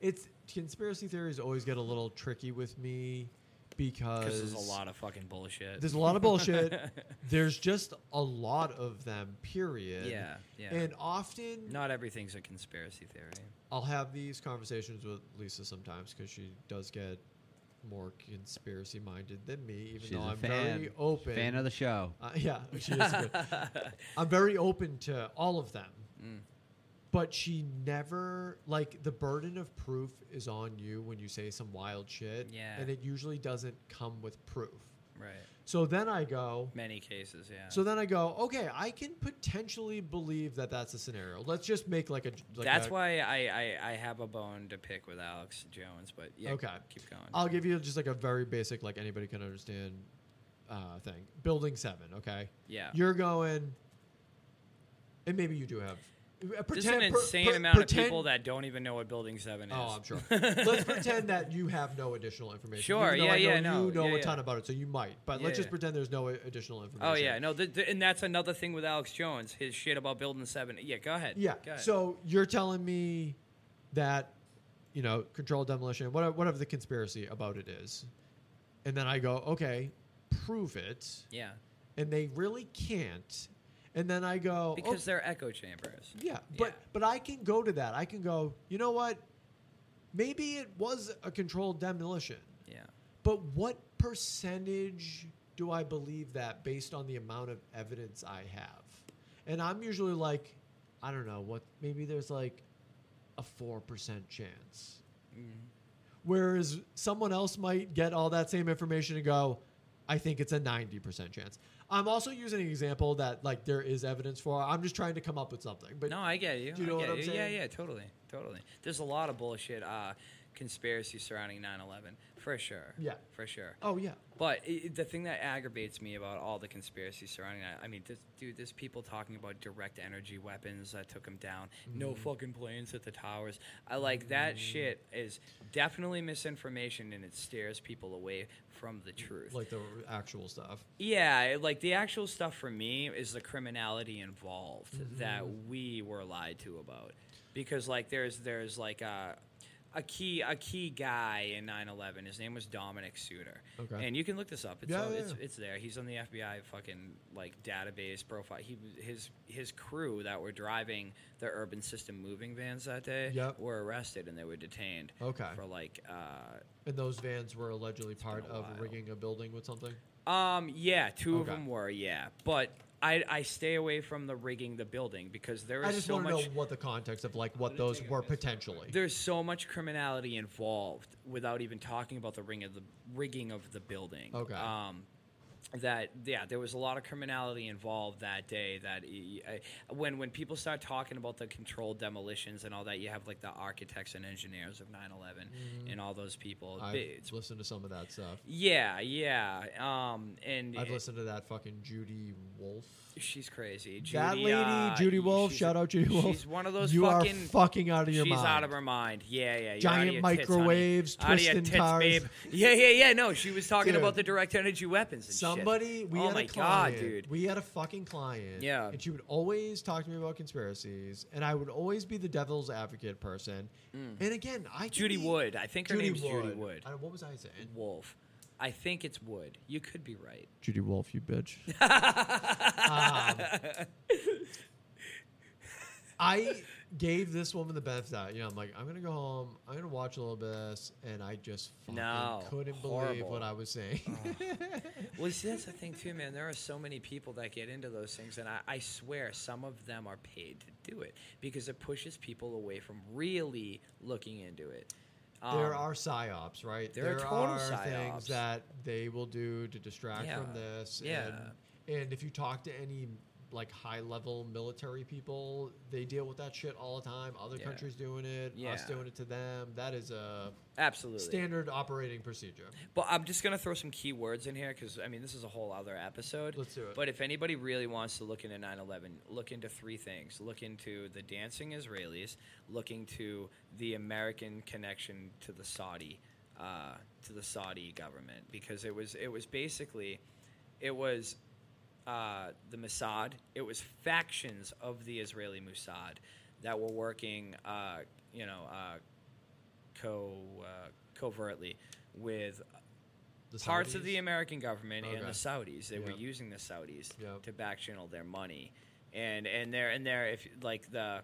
It's conspiracy theories always get a little tricky with me because because there's a lot of fucking bullshit. there's a lot of bullshit. there's just a lot of them. Period. yeah, yeah. And often Not everything's a conspiracy theory. I'll have these conversations with Lisa sometimes because she does get more conspiracy minded than me, even She's though a I'm fan. very open. Fan of the show. Uh, yeah, she is. Good. I'm very open to all of them. Mm. But she never like the burden of proof is on you when you say some wild shit. Yeah. And it usually doesn't come with proof. Right. So then I go Many cases. Yeah. so then I go, okay, I can potentially believe that that's a scenario. Let's just make like a like that's a- why I, I I have a bone to pick with Alex Jones, but yeah. Okay. Keep going. I'll give you just like a very basic like anybody can understand uh thing. Building 7, okay? yeah. you're going, and maybe you do have. uh, There's an pretend- per- insane per- amount pretend- of people that don't even know what Building Seven is. Oh, I'm sure. let's pretend that you have no additional information. Sure, even though yeah, I know yeah, You no, know yeah, a ton yeah. about it, so you might. But Yeah, let's just yeah. pretend there's no additional information. Oh yeah, no, th th and that's another thing with Alex Jones, his shit about building seven. Yeah, go ahead. Yeah. Go ahead. So you're telling me that, you know, controlled demolition, whatever, whatever the conspiracy about it is, and then I go, okay, prove it, yeah, and they really can't, and then I go because okay, they're echo chambers. Yeah, but Yeah. but I can go to that. I can go. You know what? Maybe it was a controlled demolition, Yeah, but what percentage do I believe that based on the amount of evidence I have? And I'm usually like, I don't know what. Maybe there's like a four percent chance. Mm-hmm. Whereas someone else might get all that same information and go, I think it's a 90% chance. I'm also using an example that like there is evidence for. I'm just trying to come up with something. But no, I get you. Do you know I what get I'm you. saying? Yeah, yeah, totally, totally. There's a lot of bullshit, uh, conspiracy surrounding 9/11 for sure. Yeah. for sure. Oh yeah. But i i- the thing that aggravates me about all the conspiracy surrounding that, I mean, this, dude, there's people talking about direct energy weapons that took him down. No fucking planes at the towers. I like that shit is definitely misinformation and it steers people away from the truth. Like the actual stuff. Yeah, it- like the actual stuff for me is the criminality involved that we were lied to about, because like there's there's like uh a key a key guy in 9/11. His name was Dominic Suter. Okay. And you can look this up. It's Yeah, uh, yeah, it's, yeah. it's there. He's on the FBI fucking like database profile. He was- his his crew that were driving the urban system moving vans that day Yep. were arrested and they were detained. Okay. For like uh And those vans were allegedly part a of while. rigging a building with something. um yeah, two of Okay. them were, yeah. But I, I stay away from the rigging the building because there is I just so want to much know what the context of like what those were potentially. There's so much criminality involved without even talking about the ring of the rigging of the building. Okay. Um, that yeah, there was a lot of criminality involved that day. That y- y- I- when when people start talking about the controlled demolitions and all that, you have like the architects and engineers of 9/11 and all those people. Mm-hmm. I've It's- listened to some of that stuff. yeah, yeah. Um, and I've it- listened to that fucking Judy Wolf. She's crazy. Judy, That lady, uh, Judy Wolf. she's a- Shout out Judy Wolf. She's one of those You are fucking fucking out of your she's mind. out of her mind. Yeah, yeah. you're out of Giant your tits, honey. microwaves, Out of your twisting tits, cars. babe. Yeah, yeah, yeah. No, she was talking Dude. about the direct energy weapons. And shit. Somebody, we oh had my a client. god, dude. We had a fucking client. Yeah. And she would always talk to me about conspiracies, and I would always be the devil's advocate person. And again, I could Mm. Judy be- Wood. I think her name's Judy Wood. I- what was I saying? Wolf. I think it's Wood. You could be right. Judy Wolf, you bitch. Um, I gave this woman the benefit. of the doubt. You know, I'm like, I'm gonna go home. I'm gonna watch a little bit of this, and I just fucking No, couldn't believe horrible. what I was saying. Well, you see, that's the thing too, man. There are so many people that get into those things, and I, I swear some of them are paid to do it because it pushes people away from really looking into it. Um, there are psyops, right? there are total things psyops. that they will do to distract from Yeah, this. yeah. And, and if you talk to any like high level military people, they deal with that shit all the time. Other Yeah. countries doing it, us Yeah. doing it to them. That is a absolutely standard operating procedure. But I'm just gonna throw some keywords in here because I mean this is a whole other episode. Let's do it. But if anybody really wants to look into 9/11, look into three things: look into the dancing Israelis, look into the American connection to the Saudi, uh, to the Saudi government, because it was it was basically, it was uh, the Mossad. It was factions of the Israeli Mossad that were working, uh, you know, uh, co uh, covertly with The parts of the Saudis? American government and Okay. the Saudis. They were Yep. using the Saudis Yep. to back channel their money, and and there and there if like the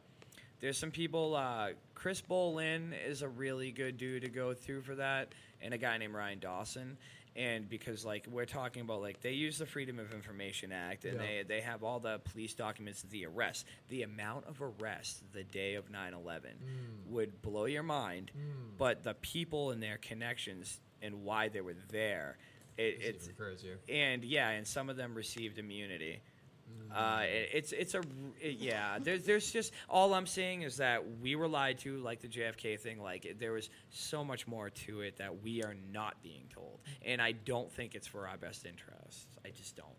there's some people. Uh, Chris Bolin is a really good dude to go through for that, and a guy named Ryan Dawson. And because like we're talking about like they use the Freedom of Information Act and Yeah. they they have all the police documents of the arrest. The amount of arrests the day of 9/11 Mm. would blow your mind, but the people and their connections and why they were there, it, It's, it's even crazier. and yeah, and some of them received immunity. Mm. Uh, it, it's it's a r- it- yeah. There's there's just all I'm saying is that we were lied to, like the JFK thing. Like it, there was so much more to it that we are not being told, and I don't think it's for our best interest. I just don't.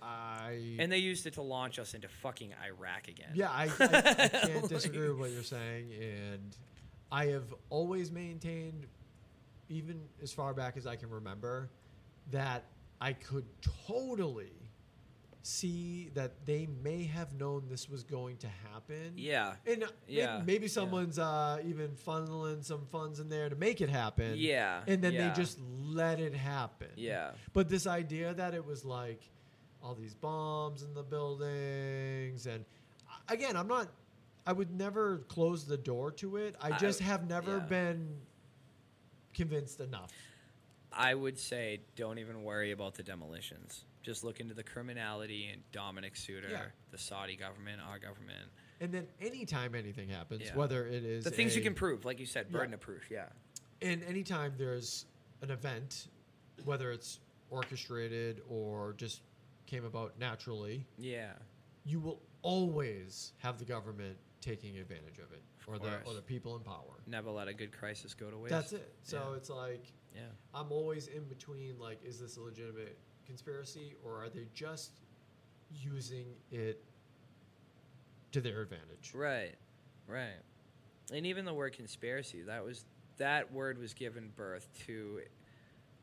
I And they used it to launch us into fucking Iraq again. Yeah, I, I, I can't disagree with what you're saying, and I have always maintained, even as far back as I can remember, that I could totally see that they may have known this was going to happen. Yeah. and uh, may- Yeah, maybe yeah. someone's uh, even funneling some funds in there to make it happen. Yeah, and then yeah. they just let it happen. Yeah. But this idea that it was like all these bombs in the buildings, and I- again, I'm not. I would never close the door to it. I I- just have never yeah. been convinced enough. I would say don't even worry about the demolitions. Just look into the criminality and Dominic Suter, Yeah. the Saudi government, our government. And then anytime anything happens, Yeah. whether it is The things you a- can prove, like you said, Yeah. burden of proof. Yeah. And anytime there's an event, whether it's orchestrated or just came about naturally, Yeah. you will always have the government taking advantage of it, or the or course. the people in power. Never let a good crisis go to waste. That's it. So Yeah. it's like Yeah. I'm always in between. Like, is this a legitimate conspiracy, or are they just using it to their advantage? Right. Right. And even the word conspiracy, that was that word was given birth to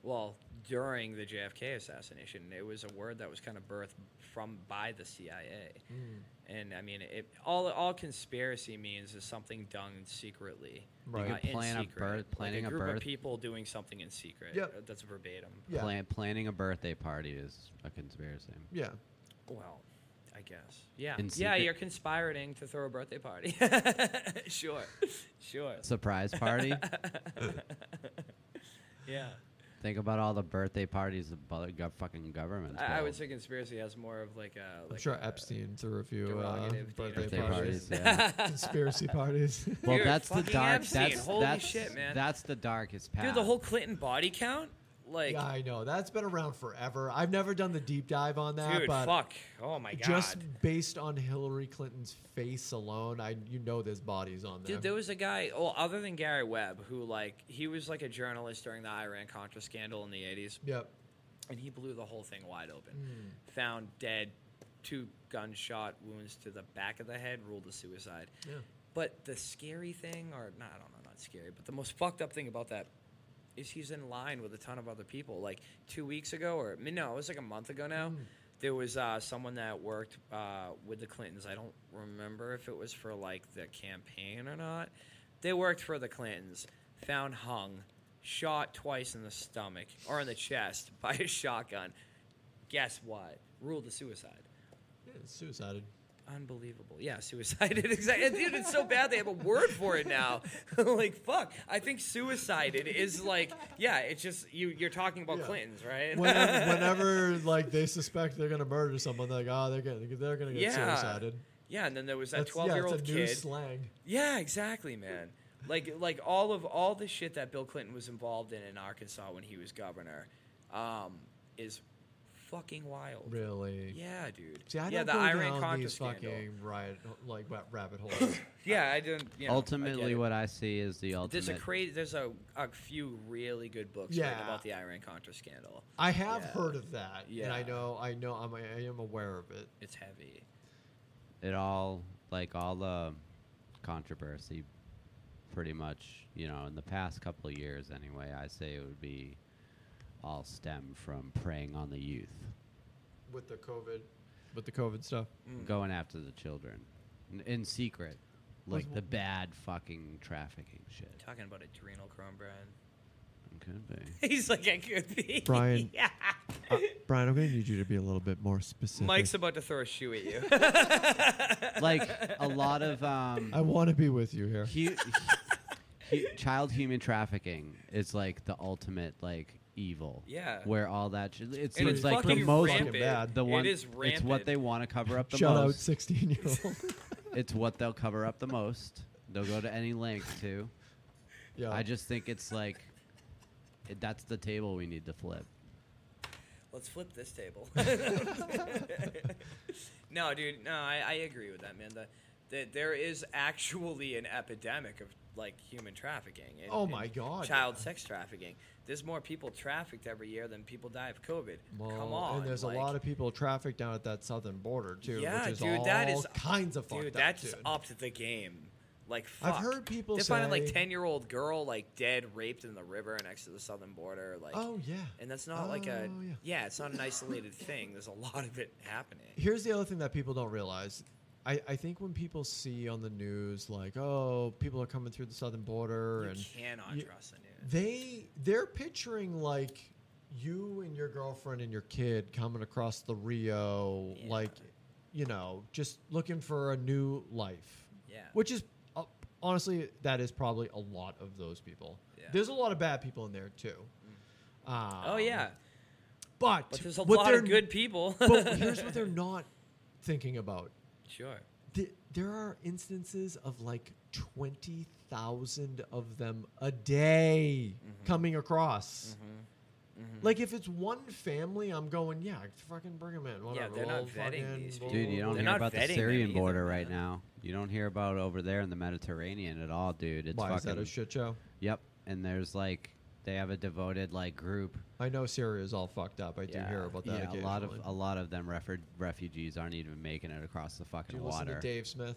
well, during the JFK assassination, it was a word that was kind of birthed from by the CIA. Hmm. And I mean, it, all all conspiracy means is something done secretly. Uh, Right. Like a in plan of secret. birth- Like planning a a group of birth. people doing something in secret. Yep. Uh, That's verbatim. Yeah. Plan, planning a birthday party is a conspiracy. Yeah. Well, I guess. Yeah. In yeah, secret. you're conspiring to throw a birthday party. sure. Sure. Surprise party. Yeah. Think about all the birthday parties the bu- gov- fucking government. I, I would say conspiracy has more of like a. Like uh, I'm sure a- Epstein threw a few uh, derogative birthday Birthday parties, parties. yeah. conspiracy parties. well, Dude, that's the fucking dark. Epstein, That's holy that's shit, man. that's the darkest path. Dude, the whole Clinton body count? Like, yeah, I know that's been around forever. I've never done the deep dive on that, dude, but fuck. Oh my God. just based on Hillary Clinton's face alone, I you know there's bodies on there. Dude, there was a guy, well, other than Gary Webb, who, like, he was like a journalist during the Iran Contra scandal in the 80s, yep. and he blew the whole thing wide open. Found dead, two gunshot wounds to the back of the head, ruled a suicide. Yeah. But the scary thing, or not, I don't know, not scary, but the most fucked up thing about that is he's in line with a ton of other people. Like two weeks ago, or I mean, no, it was like a month ago now. There was uh, someone that worked uh, with the Clintons. I don't remember if it was for like the campaign or not. They worked for the Clintons. Found hung, shot twice in the stomach or in the chest by a shotgun. Guess what? Ruled a suicide. Yeah, it's suicided. Unbelievable. Yeah, suicided. Exactly. Dude, it's so bad they have a word for it now. like, fuck. I think suicided is like, yeah, it's just, you, you're talking about Yeah. Clintons, right? Whenever, whenever like they suspect they're gonna murder someone, they're like, oh, they're gonna they're gonna get Yeah. suicided. yeah, and then there was that That's 12 yeah, year it's a old new kid. slang. Yeah, exactly, man. Like like all of all the shit that Bill Clinton was involved in in Arkansas when he was governor, um, is fucking wild. Really? Yeah, dude. See, yeah, I don't the go Iran down Contra these scandal. fucking riot like ra- rabbit holes. Yeah, I didn't. You know, I get ultimately, it. what I see is the ultimate. There's a crazy. There's a, a few really good books written Yeah. about the Iran Contra scandal. I have Yeah. heard of that, and I Yeah. know, I know, I'm, I am aware of it. It's heavy. it all like all the controversy pretty much you know in the past couple of years anyway i say it would be all stem from preying on the youth with the COVID, with the COVID stuff. Hmm. going after the children N- in secret Like like the bad fucking trafficking shit Talking about adrenal chrome, Brian. could be He's like, I could be. Brian. yeah. Brian, I'm gonna need you to be a little bit more specific. Mike's about to throw a shoe at you. like a lot of um I want to be with you here. hu- hu- child human trafficking is like the ultimate like evil Yeah. where all that sh- it And seems it's like the fucking most rampant. bad. the It one is it's what rampant. they want to cover up the Shout out, most 16 year old. it's what they'll cover up the most they'll go to any length to yeah, i just think it's like it, that's the table we need to flip Let's flip this table. no, dude. No, I, I agree with that, man. The, the, there is actually an epidemic of like human trafficking. and- Oh and my God, Child yeah. sex trafficking. There's more people trafficked every year than people die of COVID. Well, Come on. And there's like- a lot of people trafficked down at that southern border too, Yeah, which is dude, all that is kinds of fucked dude. up, That's dude. upped the game. Like fuck. I've heard people they're finding like say- ten year old girl like dead, raped in the river next to the southern border. Like Oh yeah, and that's not like a Oh, yeah. yeah. it's not an isolated thing. There's a lot of it happening. Here's the other thing that people don't realize. I, I think when people see on the news like, oh, people are coming through the southern border You and cannot you- trust the news. they they're picturing like you and your girlfriend and your kid coming across the Rio, Yeah. like you know, just looking for a new life. Yeah. Which is uh, honestly, that is probably a lot of those people. Yeah. There's a lot of bad people in there too. Um, Oh yeah, but, but there's a what lot they're- of good people. but here's what they're not thinking about sure. th- there are instances of like 20,000 of them a day Mm-hmm. coming across. Like if it's one family, I'm going, yeah, fucking bring them in. Whatever. they're not we'll vetting fucking- these we'll- dude you don't They're hear not about the vetting them syrian either, border right man. now you don't hear about over there in the mediterranean at all dude it's Why is fucking that a shit show? yep and there's like they have a devoted like group I know Syria is all fucked up. I do hear about that. yeah, a lot of a occasionally. lot of them refer- refugees aren't even making it across the Do fucking you listen water to Dave Smith?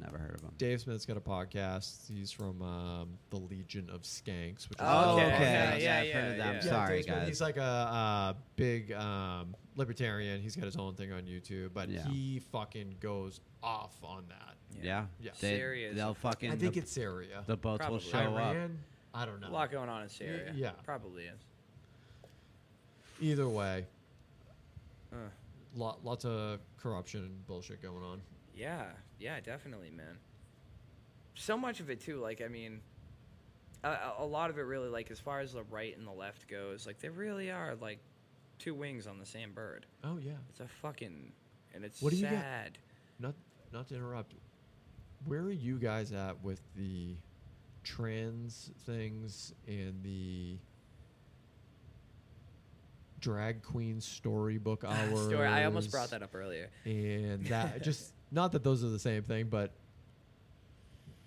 Never heard of him. Dave Smith's got a podcast. He's from um, the Legion of Skanks, which Oh, is okay. Okay. Yeah, Yeah, yeah, I've heard yeah, of that. yeah. I'm sorry, Dave Smith, guys. He's like a, uh big um, libertarian. He's got his own thing on YouTube, but Yeah. he fucking goes off on that. yeah. Yeah. They, Serious. They'll fucking. I think the, it's Syria. the boats will Probably. show up. Iran. I don't A know. lot going on in Syria. yeah. Probably is. Either way, Uh, lot, lots of corruption and bullshit going on. yeah. Yeah, definitely, man. So much of it, too. Like, I mean, a- a, a lot of it really, like, as far as the right and the left goes, like, they really are, like, two wings on the same bird. Oh yeah. It's a fucking. And it's What do you got? sad. Not not to interrupt. Where are you guys at with the trans things and the drag queen storybook hours? Story. I almost brought that up earlier. And that just not that those are the same thing, but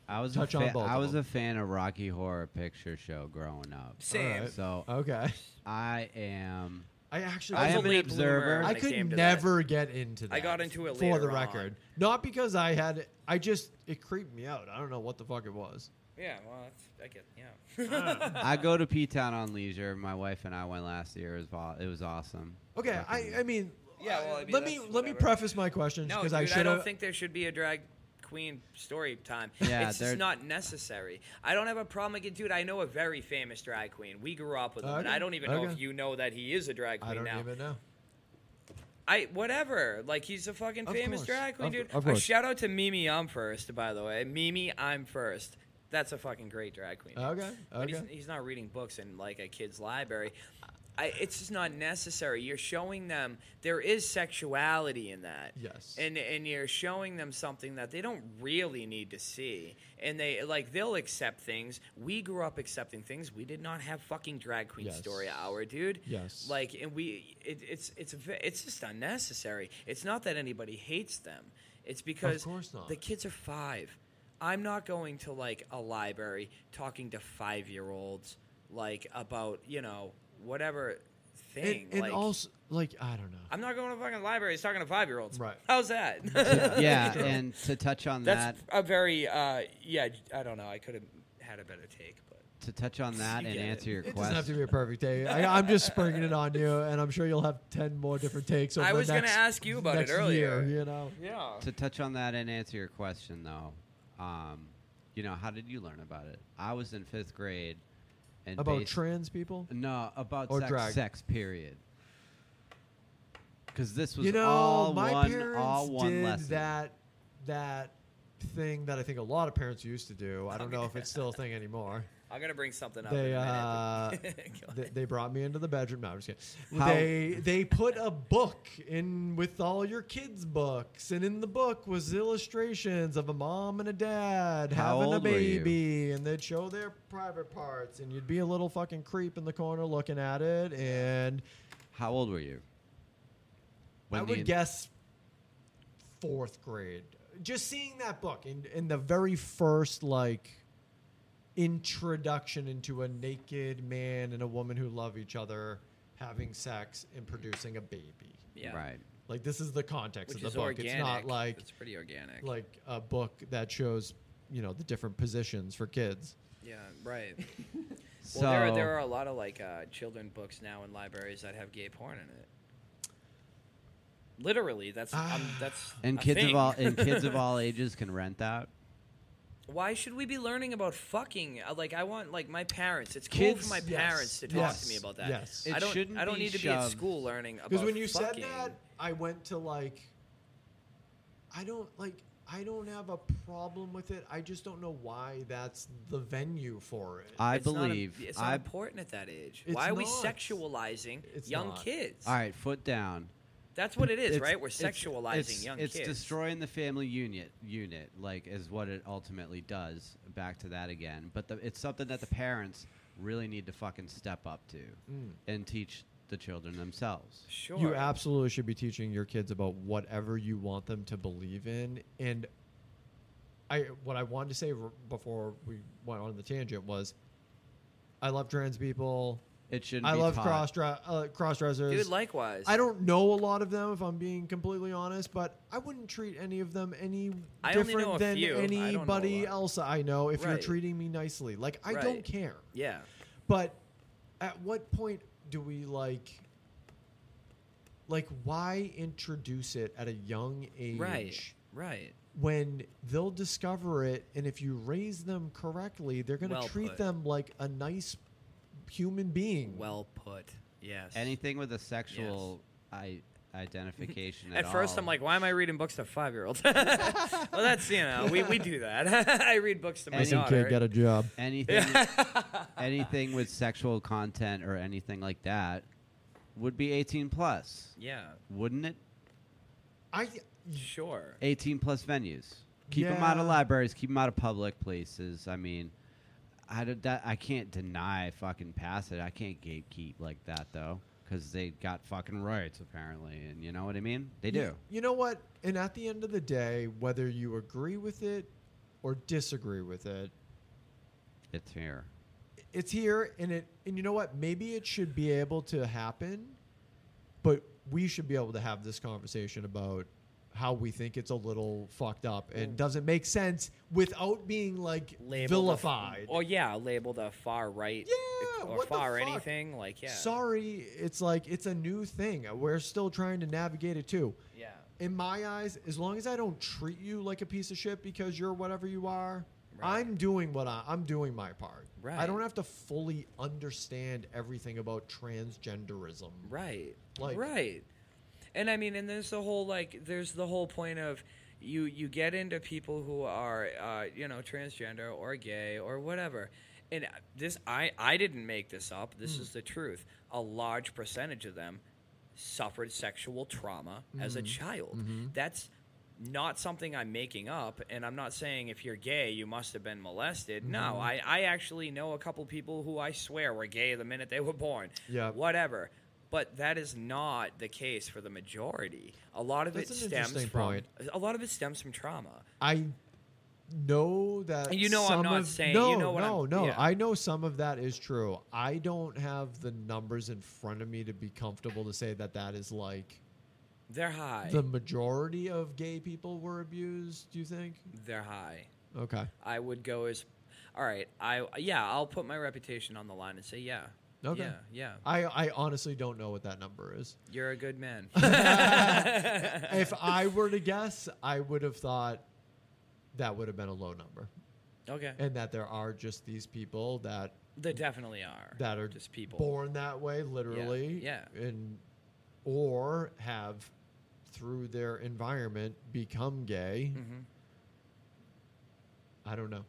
I was Touch a on fan, both I of was them. a fan of Rocky Horror Picture Show growing up. Same. Alright. So okay. I am. I actually I was a am an late bloomer observer. when I it came could to that. never get into that. I got into it for the later on. record. Not because I had I just it creeped me out. I don't know what the fuck it was. Yeah, well, that's, I get, yeah. I go to P Town on leisure. My wife and I went last year. It was, vol- it was awesome. Okay, I, Fucking- I mean, Yeah, well, I uh, mean, let me that's let me whatever. preface my questions No, because dude, I I, should don't have. think there should be a drag queen story time. Yeah, it's they're- just not necessary. I don't have a problem with it, dude. I know a very famous drag queen. We grew up with him, and Okay, I don't even know okay. if you know that he is a drag queen I don't now. even know. I whatever, like he's a fucking Of famous course, drag queen, of- dude. of a course. shout out to Mimi, I'm first, by the way. Mimi, I'm first. That's a fucking great drag queen. Okay, But he's, Uh, okay. he's not reading books in like a kid's library. I, it's just not necessary. You're showing them there is sexuality in that. Yes. And and you're showing them something that they don't really need to see. And they like they'll accept things. We grew up accepting things. We did not have fucking drag queen Yes. story hour, dude. Yes. Like and we it, it's it's a ve- it's just unnecessary. It's not that anybody hates them. It's because course not. the kids are 5. I'm not going to like a library talking to 5-year-olds like about, you know, whatever thing And, and like also, like I don't know. I'm not going to fucking libraries talking to 5-year-olds. Right. How's that? yeah, and to touch on that, That's a very uh, yeah. I don't know. I could have had a better take, but to touch on that You and get it. answer your it doesn't have to question. be a perfect day. I, I'm just springing it on you, and I'm sure you'll have ten more different takes. Over I the was gonna next- ask you about it next earlier. Year, you know, yeah. To touch on that and answer your question though, um, you know, how did you learn about it? I was in fifth grade, and about bas- trans people. no about or sex, drag? sex period. Because this was You know, all my one, parents all one did lesson. that that thing that I think a lot of parents used to do. I don't know if it's still a thing anymore. I'm gonna bring something up. They, in a minute, uh, but- they, they brought me into the bedroom. No, I'm just kidding. How- They they put a book in with all your kids' books, and in the book was illustrations of a mom and a dad How having a old were you? baby, and they'd show their private parts, and you'd be a little fucking creep in the corner looking at it, and How old were you? When I do would you- guess fourth grade. Just seeing that book in, in the very first like introduction into a naked man and a woman who love each other having sex and producing a baby. yeah. Right. Like this is the context Which of is the book. organic. It's not like it's pretty organic. like a book that shows, you know, the different positions for kids. yeah. Right. Well, So there are, there are a lot of like uh, children books now in libraries that have gay porn in it. Literally, that's um, Ah. that's and a kids thing. of all and kids of all ages can rent that. Why should we be learning about fucking? Uh, Like, I want like my parents. It's cool Kids- for my yes, parents to talk yes, to me about that. yes. I It don't. shouldn't I don't be need to be at shoved. school learning about. Because when you fucking. said that, I went to like, I don't like, I don't have a problem with it. I just don't know why that's the venue for it. I It's not im- believe. it's not I important at that age. It's Why are we not. sexualizing It's young not. kids? all right. Foot down. That's what it is, It's- right? We're it's- sexualizing it's- young it's kids. destroying the family unit. Unit like is what it ultimately does. Back to that again. But the, it's something that the parents really need to fucking step up to Mm. and teach the children themselves. Sure. You absolutely should be teaching your kids about whatever you want them to believe in. And I, what I wanted to say r- before we went on the tangent was, I love trans people, It shouldn't. I be love taught. cross dra- uh, cross dressers. Dude, likewise. I don't know a lot of them, if I'm being completely honest, but I wouldn't treat any of them any I only different know a than few. I don't know a anybody lot. else I know if you're Right. treating me nicely. Like, I Right. don't care. Yeah. But at what point do we like like why introduce it at a young age Right. Right. when they'll discover it and if you raise them correctly, they're going to Well treat put. them like a nice human being. Well put. Yes. Anything with a sexual I- identification. at, At first, all. I'm like, why am I reading books to five year olds? well, that's, you know, we, we do that. I read books to my Listen, daughter. a job. anything, anything with sexual content or anything like that would be 18 plus, yeah, wouldn't it? I 18 sure. 18 plus venues. Keep them out of Yeah. libraries. Keep them out of public places. I mean, I did that. I can't deny fucking pass it. I can't gatekeep like that though, because they got fucking rights apparently, and you know what I mean. They You- do. You, know what? And at the end of the day, whether you agree with it or disagree with it, It's here. it's here and it and you know what? Maybe it should be able to happen, but we should be able to have this conversation about how we think it's a little fucked up and doesn't make sense without being like Mm. a- vilified. Or, oh, yeah, labeled a far right Yeah, or what the far fuck? anything. Like, yeah. Sorry, it's like it's a new thing. We're still trying to navigate it too. Yeah. in my eyes, as long as I don't treat you like a piece of shit because you're whatever you are, Right. I'm doing what I, I'm doing my part. I Right. don't have to fully understand everything about transgenderism. Right. Like- right. And I mean, and there's the whole like, there's the whole point of you you get into people who are uh, you know transgender or gay or whatever. And this I I didn't make this up. This is the truth. A large percentage of them suffered sexual trauma as a child. That's not something I'm making up, and I'm not saying if you're gay, you must have been molested. No, I, I actually know a couple people who I swear were gay the minute they were born. Yeah. Whatever. But that is not the case for the majority. A lot of That's it an stems interesting from point. a lot of it stems from trauma. I know that. And you know I'm some not of- saying- No, you know what no, I'm- no. yeah. I know some of that is true. I don't have the numbers in front of me to be comfortable to say that that is like They're high. the majority of gay people were abused. Do you think? They're high. Okay. I would go as all right, I yeah, I'll put my reputation on the line and say yeah. Okay. Yeah, yeah. I, I honestly don't know what that number is. You're a good man. if I were to guess, I would have thought that would have been a low number, okay. and that there are just these people that They definitely are. that are just people. born that way, literally, yeah. and or have through their environment become gay. Hmm. Mm-hmm. I don't know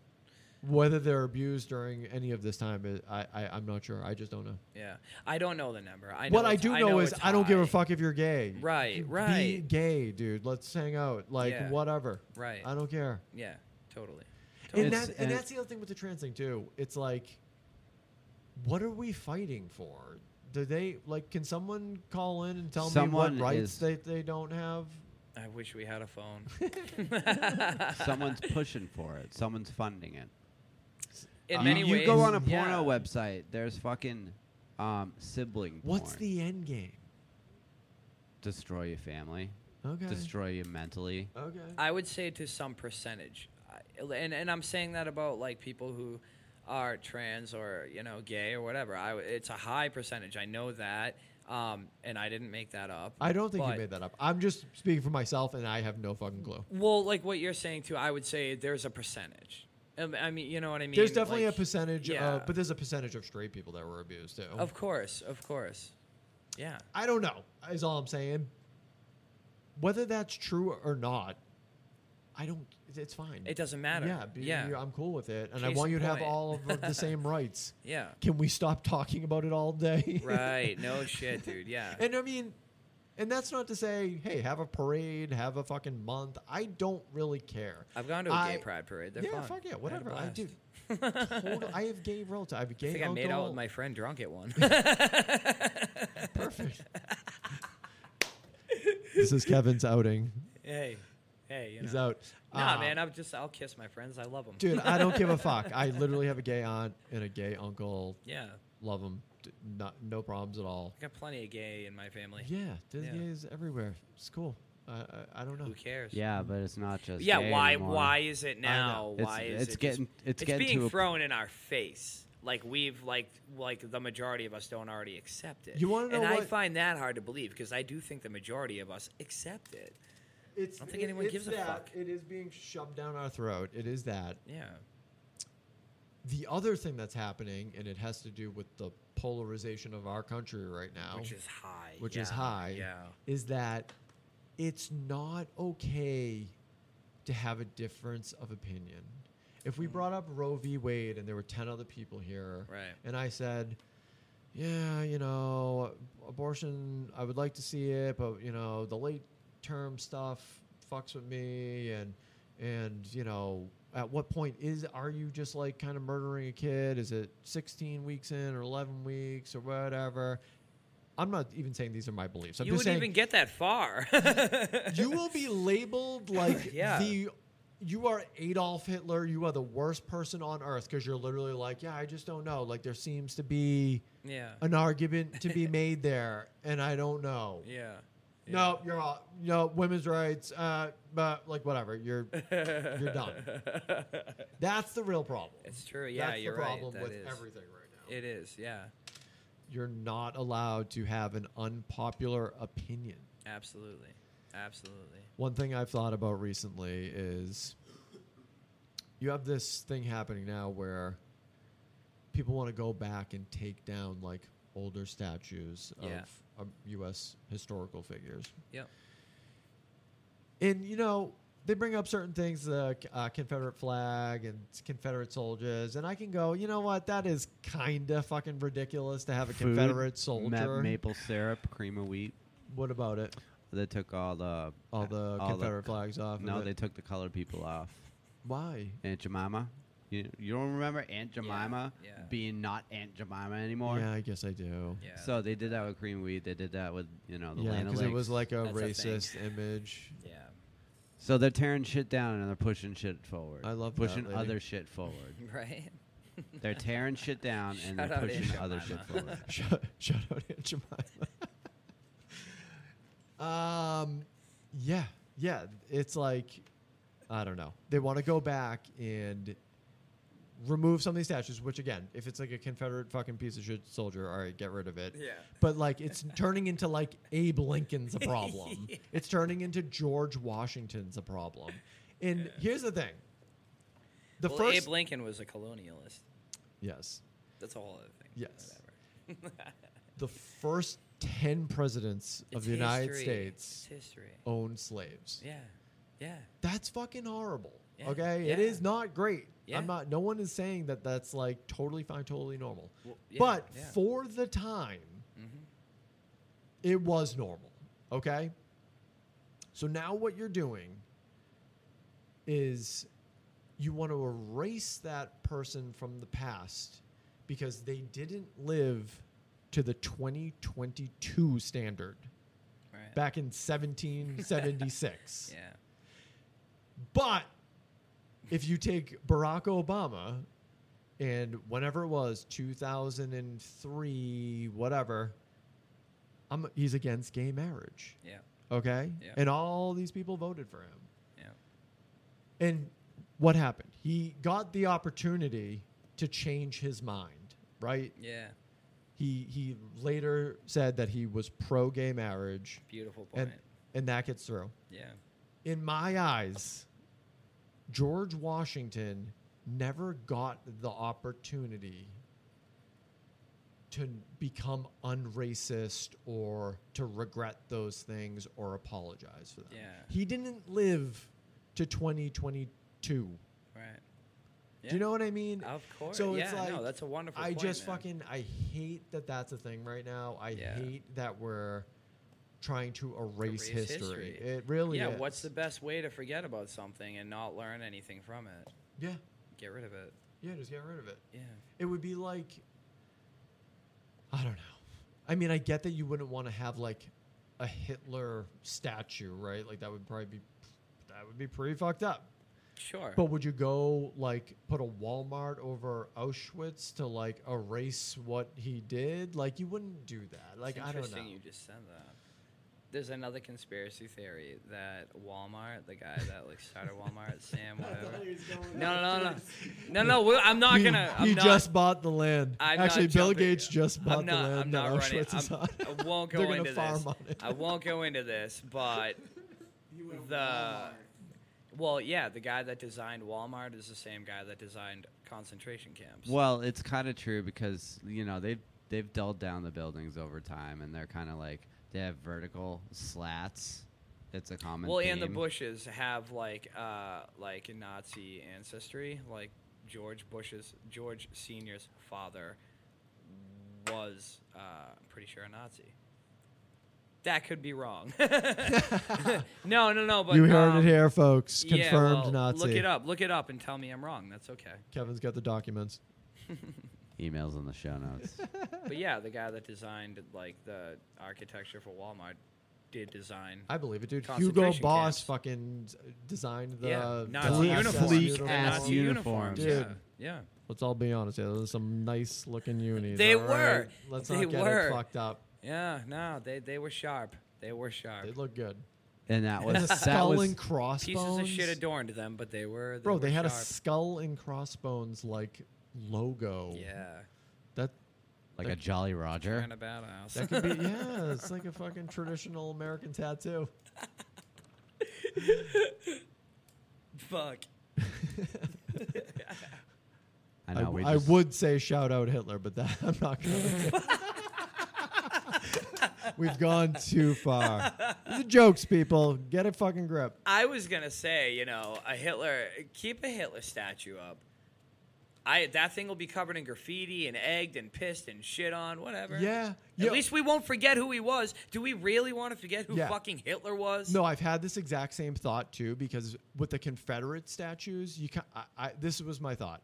whether they're abused during any of this time. I, I I'm not sure. I just don't know. Yeah, I don't know the number. I know what I it's- do know, is it's I don't give a high. fuck if you're gay. Right, Be right. gay, dude. Let's hang out. Like Yeah. whatever. Right. I don't care. Yeah, totally. And, It's- that, and, and that's the other thing with the trans thing too. It's like, what are we fighting for? Do they like? Can someone call in and tell Someone me what rights is- they, they don't have? I wish we had a phone. Someone's pushing for it. Someone's funding it. In Uh, many you ways, go on a porno yeah. website. There's fucking um, sibling. What's porn. the end game? destroy your family, Okay. destroy you mentally? okay. I would say to some percentage, I- and and I'm saying that about like people who are trans or you know gay or whatever. I w- it's a high percentage. I know that, um, and I didn't make that up. I don't think but, you made that up. I'm just speaking for myself, and I have no fucking clue. Well, like what you're saying too, I would say there's a percentage. Um, I mean, you know what I mean. there's definitely Like, a percentage, yeah. of, but there's a percentage of straight people that were abused too. Of course, of course, yeah. I don't know, is all I'm saying. Whether that's true or not, I don't. It's fine. It doesn't matter. Yeah, be, Yeah. I'm cool with it, and I Case want in you to have point. all of the same rights. Yeah. Can we stop talking about it all day? Right. No shit, dude. Yeah. and I mean, and that's not to say, hey, have a parade, have a fucking month. I don't really care. I've gone to a I- gay pride parade. They're yeah, fun. fuck I yeah, had a whatever. I blast. do. Total, I have gay relatives. I have a gay I think I uncle. made out with my friend drunk at one. Perfect. this is Kevin's outing. hey, hey, you know. He's out. Nah, Uh, man. I'm just. I'll kiss my friends. I love them. dude, I don't give a fuck. I literally have a gay aunt and a gay uncle. Yeah. Love them. not no problems at all. I got plenty of gay in my family. Yeah, there's Yeah. gays everywhere. It's cool. I I, I don't know. Who cares? Yeah, but it's not just. Yeah, gay why anymore. why is it now? It's- why is it's it just- getting- it's getting being to a- thrown in our face. Like we've like like the majority of us don't already accept it. You wanna know and I what- find that hard to believe because I do think the majority of us accept it. It's, don't think anyone gives a that. fuck. It is being shoved down our throat. It is that. Yeah. The other thing that's happening, and it has to do with the polarization of our country right now, Which is high. which is yeah, high, Yeah. is that it's not okay to have a difference of opinion. If Mm. we brought up Roe v. Wade and there were 10 other people here, Right. and I said, yeah, you know, abortion, I would like to see it, but, you know, the late term stuff fucks with me, and, and, you know, at what point is are you just like kind of murdering a kid? Is it 16 weeks in or 11 weeks or whatever? I'm not even saying these are my beliefs. I'm you just wouldn't saying even get that far. you will be labeled like Yeah. the you are Adolf Hitler. You are the worst person on earth because you're literally like, yeah, I just don't know. Like there seems to be yeah. an argument to be made there, and I don't know. Yeah. No, you're all no women's rights, uh, but like whatever. You're you're done. That's the real problem. It's true. Yeah, That's you're the problem right. That with is- everything right now. It is. Yeah. you're not allowed to have an unpopular opinion. Absolutely. Absolutely. One thing I've thought about recently is you have this thing happening now where people want to go back and take down like older statues of Yeah. um, U.S. historical figures. Yep. And, you know, they bring up certain things, the uh, Confederate flag and Confederate soldiers. And I can go, you know what? That is kind of fucking ridiculous to have a Food, Confederate ma- soldier. maple syrup, cream of wheat. what about it? They took Uh, all the All the Confederate flags off. of No, it. they took the colored people off. Why? Aunt Jemima. You, you don't remember Aunt Jemima yeah. being not Aunt Jemima anymore? yeah, I guess I do. Yeah. So they did that with cream weed. They did that with you know the Yeah, Land because it was like a That's a thing. racist image. yeah. So they're tearing shit down and they're pushing shit forward. I love that pushing lady. other shit forward. Right. they're tearing shit down and they're Shout out pushing Aunt other shit Jemima. forward. shout, shout out Aunt Jemima. um, yeah, yeah. It's like I don't know. They want to go back and remove some of these statues. Which again, if it's like a Confederate fucking piece of shit soldier, all right, get rid of it. Yeah. But like, it's turning into like Abe Lincoln's a problem. It's turning into George Washington's a problem. And here's the thing. The well, first Abe Lincoln was a colonialist. yes. That's a whole other thing. Yes. Whatever. the first 10 presidents of It's the United history. States It's history. owned slaves. Yeah. Yeah. That's fucking horrible. Yeah, Okay? It yeah. is not great. Yeah. I'm not no one is saying that that's like totally fine, totally normal. Well, yeah, but yeah. Mm-hmm. for the time it was normal. Okay? So now what you're doing is you want to erase that person from the past because they didn't live to the 2022 standard Right. back in 1776. Yeah. But if you take Barack Obama and whenever it was 2003 whatever I'm, he's against gay marriage Yeah. okay Yeah. and all these people voted for him Yeah. and what happened? He got the opportunity to change his mind, right? Yeah. He he later said that he was pro gay marriage Beautiful point. and and that gets through. yeah. In my eyes, George Washington never got the opportunity to become unracist or to regret those things or apologize for them. Yeah. He didn't live to 2022. Right. Do you know what I mean? Of course. So yeah, it's like no, that's a wonderful I point, just man. fucking I hate that that's a thing right now. I Yeah. hate that we're trying to erase, Erase history. history. It really Yeah, is. what's the best way to forget about something and not learn anything from it? yeah Get rid of it. yeah just get rid of it. Yeah. It would be like I don't know. I mean, I get that you wouldn't want to have like a Hitler statue, right? Like that would probably be that would be pretty fucked up. Sure. But would you go like put a Walmart over Auschwitz to like erase what he did? Like you wouldn't do that. Like it's I don't interesting know. you just said that. There's another conspiracy theory that Walmart, the guy that like started Walmart, Sam, whatever. No, no, no, no, no, no. we I'm not He- gonna. I'm he not, just bought the land. I'm not Actually, Bill jumping- Gates just I'm bought not- the land I'm not that running- Auschwitz is I'm- on. I won't go They're gonna into farm this. on it. I won't go into this, but the well, yeah, the guy that designed Walmart is the same guy that designed concentration camps. Well, it's kind of true because you know they've they've dulled down the buildings over time, and they're kind of like they have vertical slats. It's a common. Well, and the theme. Bushes have like uh, like Nazi ancestry. Like George Bush's George Senior's father was, uh, I'm pretty sure, a Nazi. That could be wrong. no, no, no. But you heard um, it here, folks. yeah, Confirmed well, Nazi. Look it up. Look it up and tell me I'm wrong. That's okay. Kevin's got the documents. emails in the show notes. But yeah, the guy that designed like the architecture for Walmart did design. I believe it, dude. Hugo Concentration Boss camps. fucking designed the yeah, Nazi fleet- uniforms. fleet The ass Nazi uniforms. Dude. Yeah. yeah. Let's all be honest. Yeah, those are some nice looking unis. They all right? were. Let's They not get were. it fucked up. Yeah, no, they they were sharp. They were sharp. They look good. and that And was a that skull was and crossbones. Pieces of shit adorned them, but they were they Bro, were they had a sharp. skull and crossbones like logo. yeah, That like a Jolly Roger. kind of badass. that could be yeah, it's like a fucking traditional American tattoo. Fuck. I I, know. we w- I just, would say shout out Hitler, but that I'm not gonna. We've gone too far. These are jokes, people. Get a fucking grip. I was gonna say, you know, a Hitler. Keep a Hitler statue up. I that thing will be covered in graffiti and egged and pissed and shit on, whatever. Yeah, At yeah. least we won't forget who he was. Do we really want to forget who Yeah. fucking Hitler was? No, I've had this exact same thought too because with the Confederate statues, you can I, I this was my thought.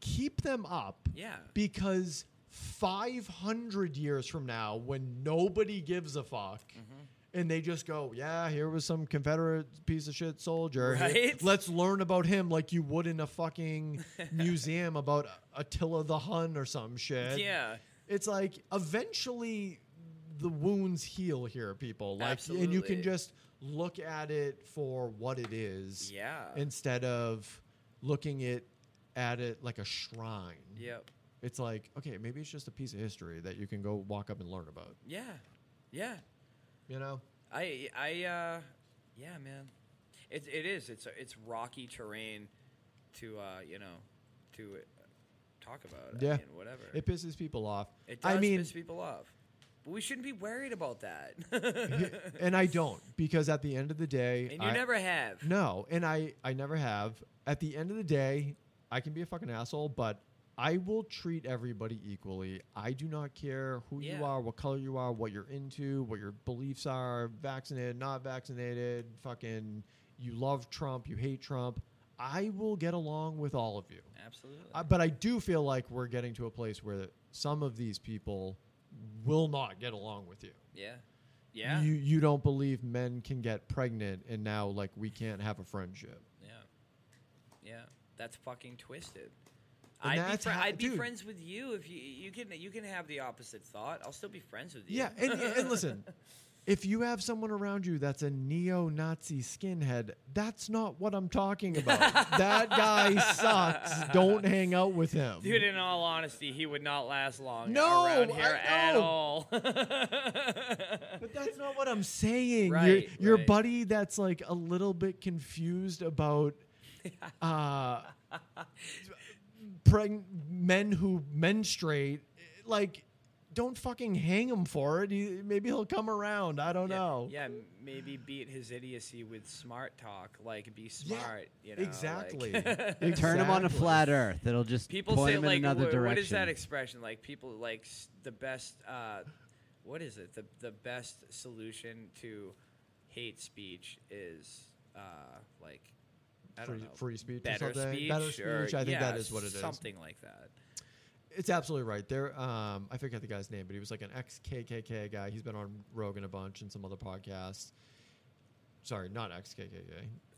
Keep them up. Yeah. Because 500 years from now when nobody gives a fuck Mm-hmm. and they just go, "Yeah, here was some Confederate piece of shit soldier. Here- Right? Let's learn about him like you would in a fucking museum about Attila the Hun or some shit." Yeah. it's like eventually the wounds heal here, people. Like, and Absolutely. you can just look at it for what it is, Yeah. instead of looking it at it like a shrine. Yep. It's like okay, maybe it's just a piece of history that you can go walk up and learn about. Yeah. Yeah. You know? I I uh yeah, man. It it is. It's it's rocky terrain to uh, you know, to uh, talk about. I Yeah. mean, whatever. It pisses people off. It does I mean, piss people off. But we shouldn't be worried about that. and I don't because at the end of the day, and you I- never have. No, and I I never have. At the end of the day, I can be a fucking asshole, but I will treat everybody equally. I do not care who Yeah. you are, what color you are, what you're into, what your beliefs are, vaccinated, not vaccinated, fucking you love Trump, you hate Trump. I will get along with all of you. Absolutely. I, but I do feel like we're getting to a place where some of these people will not get along with you yeah. Yeah. you you don't believe men can get pregnant and now like we can't have a friendship yeah. Yeah. That's fucking twisted. And I'd, be, that's fri how- I'd be dude. friends with you if you you can you can have the opposite thought. I'll still be friends with you. yeah and, and listen if you have someone around you that's a neo-nazi skinhead that's not what i'm talking about that guy sucks don't hang out with him Dude, in all honesty, he would not last long No, around here I at know. all. but that's not what i'm saying Right, your, your right. buddy that's like a little bit confused about uh preg- men who menstruate like don't fucking hang him for it he, maybe he'll come around i don't yeah, know Yeah, m- maybe beat his idiocy with smart talk. Like, be Yeah, smart. you know, like- exactly. Turn him on a Exactly. flat Earth. It'll just people point say him like, in another wh- direction. what is that expression? Like, people like s- the best. Uh, what is it? The the best solution to hate speech is uh, like. I don't Free- know. free speech or better something? speech, Better or- speech, I think yeah, that is what it is. Something like that. It's absolutely right. There, um, I forget the guy's name, but he was like an ex KKK guy. He's been on Rogan a bunch and some other podcasts. Sorry, not XKKK.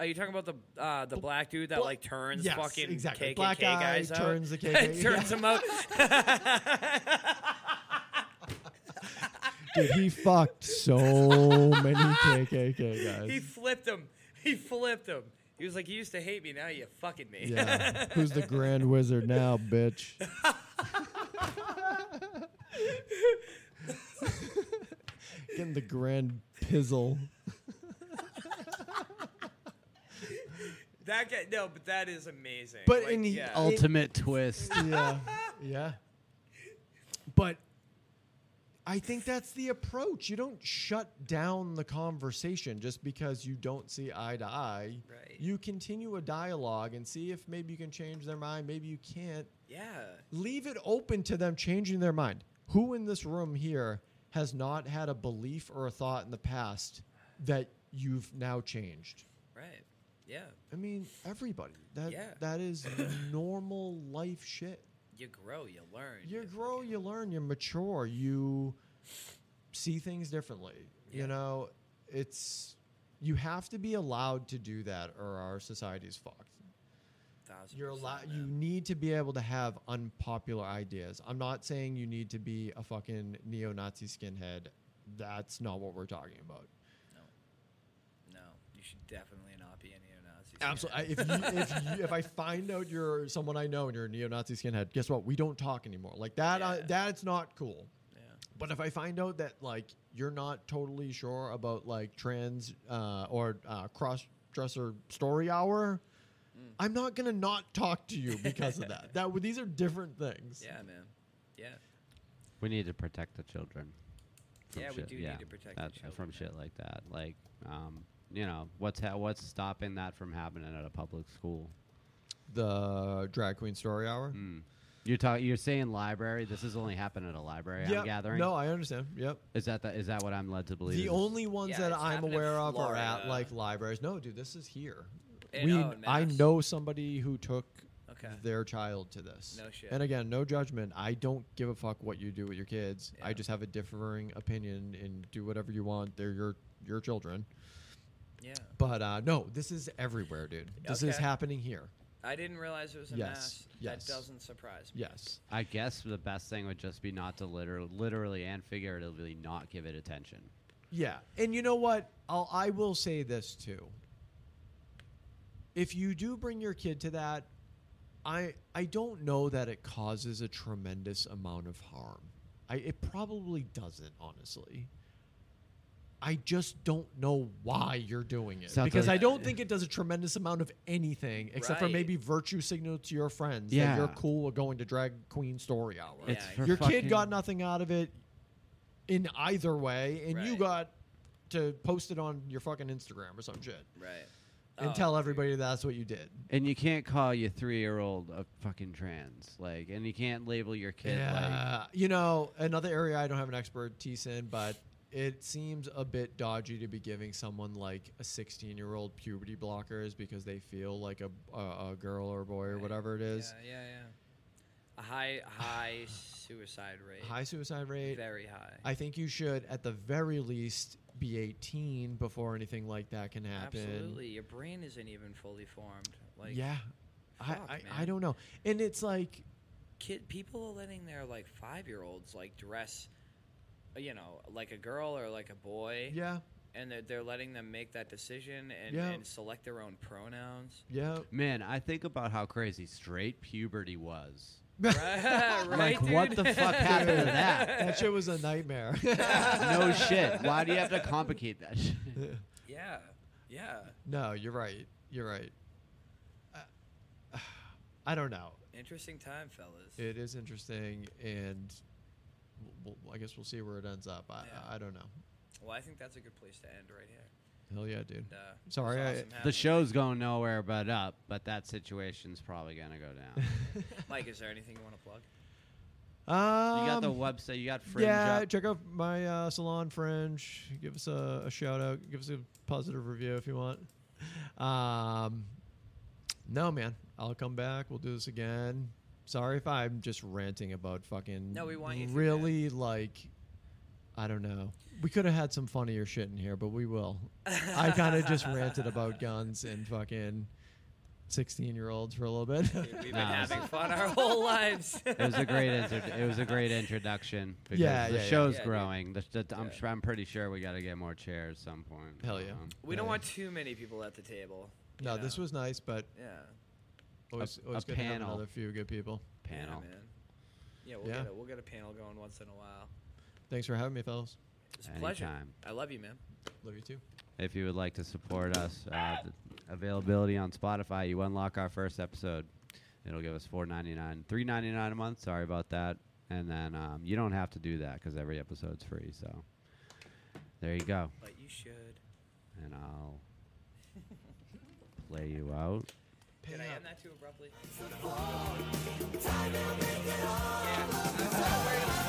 Are you talking about the uh, the black dude that Bla- like turns Yes, fucking exactly. KKK Black guy guys out? turns the KKK turns yeah. them out. Dude, he fucked so many KKK guys. he flipped him. He flipped him. He was like, "You used to hate me, now you fucking me." Yeah. Who's the grand wizard now, bitch? Getting the grand pizzle. That guy, no, but that is amazing. But Like, in the- yeah. I'll- Ultimate twist. Yeah. Yeah. But I think that's the approach. You don't shut down the conversation just because you don't see eye to eye. Right. You continue a dialogue and see if maybe you can change their mind, maybe you can't. yeah, leave it open to them changing their mind. Who in this room here has not had a belief or a thought in the past that you've now changed? right, yeah. I mean, everybody. That Yeah. that is normal life shit. You grow, you learn. You you grow, you learn, you mature, you see things differently. Yeah. You know, it's you have to be allowed to do that or our society's fucked. thousand You're allowed. percent, You man. need to be able to have unpopular ideas. I'm not saying you need to be a fucking neo-Nazi skinhead. That's not what we're talking about. No, you should definitely not be a neo-Nazi. Absolutely. I, if you, if you, if I find out you're someone I know and you're a neo-Nazi skinhead, guess what? We don't talk anymore. Like that. I, Yeah. that's not cool. Yeah. But if I find out that like you're not totally sure about like trans uh, or uh, cross-dresser story hour. I'm not gonna not talk to you because of that. That w- these are different things. Yeah, man. Yeah. We need to protect the children. from Yeah, we shit- do need to protect the that- children, from shit like that. Like, um, you know, what's ha- what's stopping that from happening at a public school? the drag queen story hour. Mm, You're talking. You're saying library. This has only happened at a library. Yep. I'm gathering. No, I understand. Yep. is that the, is that what I'm led to believe? The is- only ones Yeah, that it's I'm happened in aware of are at Florida. like libraries. No, dude, this is here. And- we, oh, in I Mass. know somebody who took Okay. their child to this. No shit. And again, no judgment. I don't give a fuck what you do with your kids. I Yeah. just have a differing opinion and do whatever you want. They're your your children. Yeah. But uh, no, this is everywhere, dude. This is Okay. happening here. I didn't realize it was a Yes, mass. yes. That doesn't surprise me. Yes. I guess the best thing would just be not to liter- literally and figuratively not give it attention. Yeah, and you know what? I'll I will say this too. If you do bring your kid to that, I I don't know that it causes a tremendous amount of harm. I it probably doesn't, honestly. I just don't know why you're doing it Sounds because like- I don't think it does a tremendous amount of anything except for Right. maybe virtue signal to your friends Yeah. that you're cool with going to drag queen story hour. Yeah, It's for your kid fucking- got nothing out of it in either way, and you Right. got to post it on your fucking Instagram or some shit Right. and Oh, tell dude. everybody that's what you did. And you can't call your three year old a fucking trans. Like, and you can't label your kid like. Uh, you know, another area I don't have an expertise in, but it seems a bit dodgy to be giving someone like a 16 year old puberty blockers because they feel like a, a, a girl or a boy or whatever it is. Yeah, yeah, yeah. A high, high suicide rate. High suicide rate. Very high. I think you should, at the very least, be 18 before anything like that can happen. Absolutely. Your brain isn't even fully formed. Like, yeah I, fuck, I, I man. don't know and it's like kid people are letting their like five year olds like dress uh, you know like a girl or like a boy yeah and they're, they're letting them make that decision and, Yeah. and select their own pronouns yeah Man, I think about how crazy straight puberty was. right, Like, what the dude? fuck happened to that? that shit was a nightmare No shit. Why do you have to complicate that shit? yeah yeah no you're right you're right I, I don't know interesting time fellas it is interesting and we'll, we'll- i guess we'll see where it ends up i, Yeah. I don't know well i think that's a good place to end right here hell yeah dude and, uh, it was Sorry, I- awesome having The you. show's going nowhere but up, but that situation's probably going to go down. mike is there anything you want to plug um, You got the website, you got Fringe yeah, up. check out my uh, salon Fringe. Give us a, a shout out. Give us a positive review if you want. Um, no, man, I'll come back. We'll do this again. Sorry if I'm just ranting about fucking. No, we want you to, really like. I don't know. we could have had some funnier shit in here, but we will. I kind of just ranted about guns and fucking sixteen-year-olds for a little bit. We've been Nah, it's- having fun our whole lives. It was a great intro- it was a great introduction because Yeah, the yeah, yeah. show's Yeah, dude. growing. The, the, I'm, Yeah. sure- I'm pretty sure we got to get more chairs at some point. Hell yeah. Um, we don't Yeah. want too many people at the table. you no, this know? was nice, but yeah. always, uh, A- always a good to have panel. another few good people. panel. Yeah, man. Yeah, we'll, Yeah. Get a, we'll get a panel going once in a while. Thanks for having me, fellas. It's a pleasure. Anytime. I love you, man. Love you too. If you would like to support us, uh, th- availability on Spotify. You unlock our first episode. It'll give us four ninety nine, three ninety nine a month. Sorry about that. And then um, you don't have to do that because every episode's free. So there you go. But you should. And I'll play you out. Did I end that too abruptly? Time to make it all. Yeah. I'm not worried about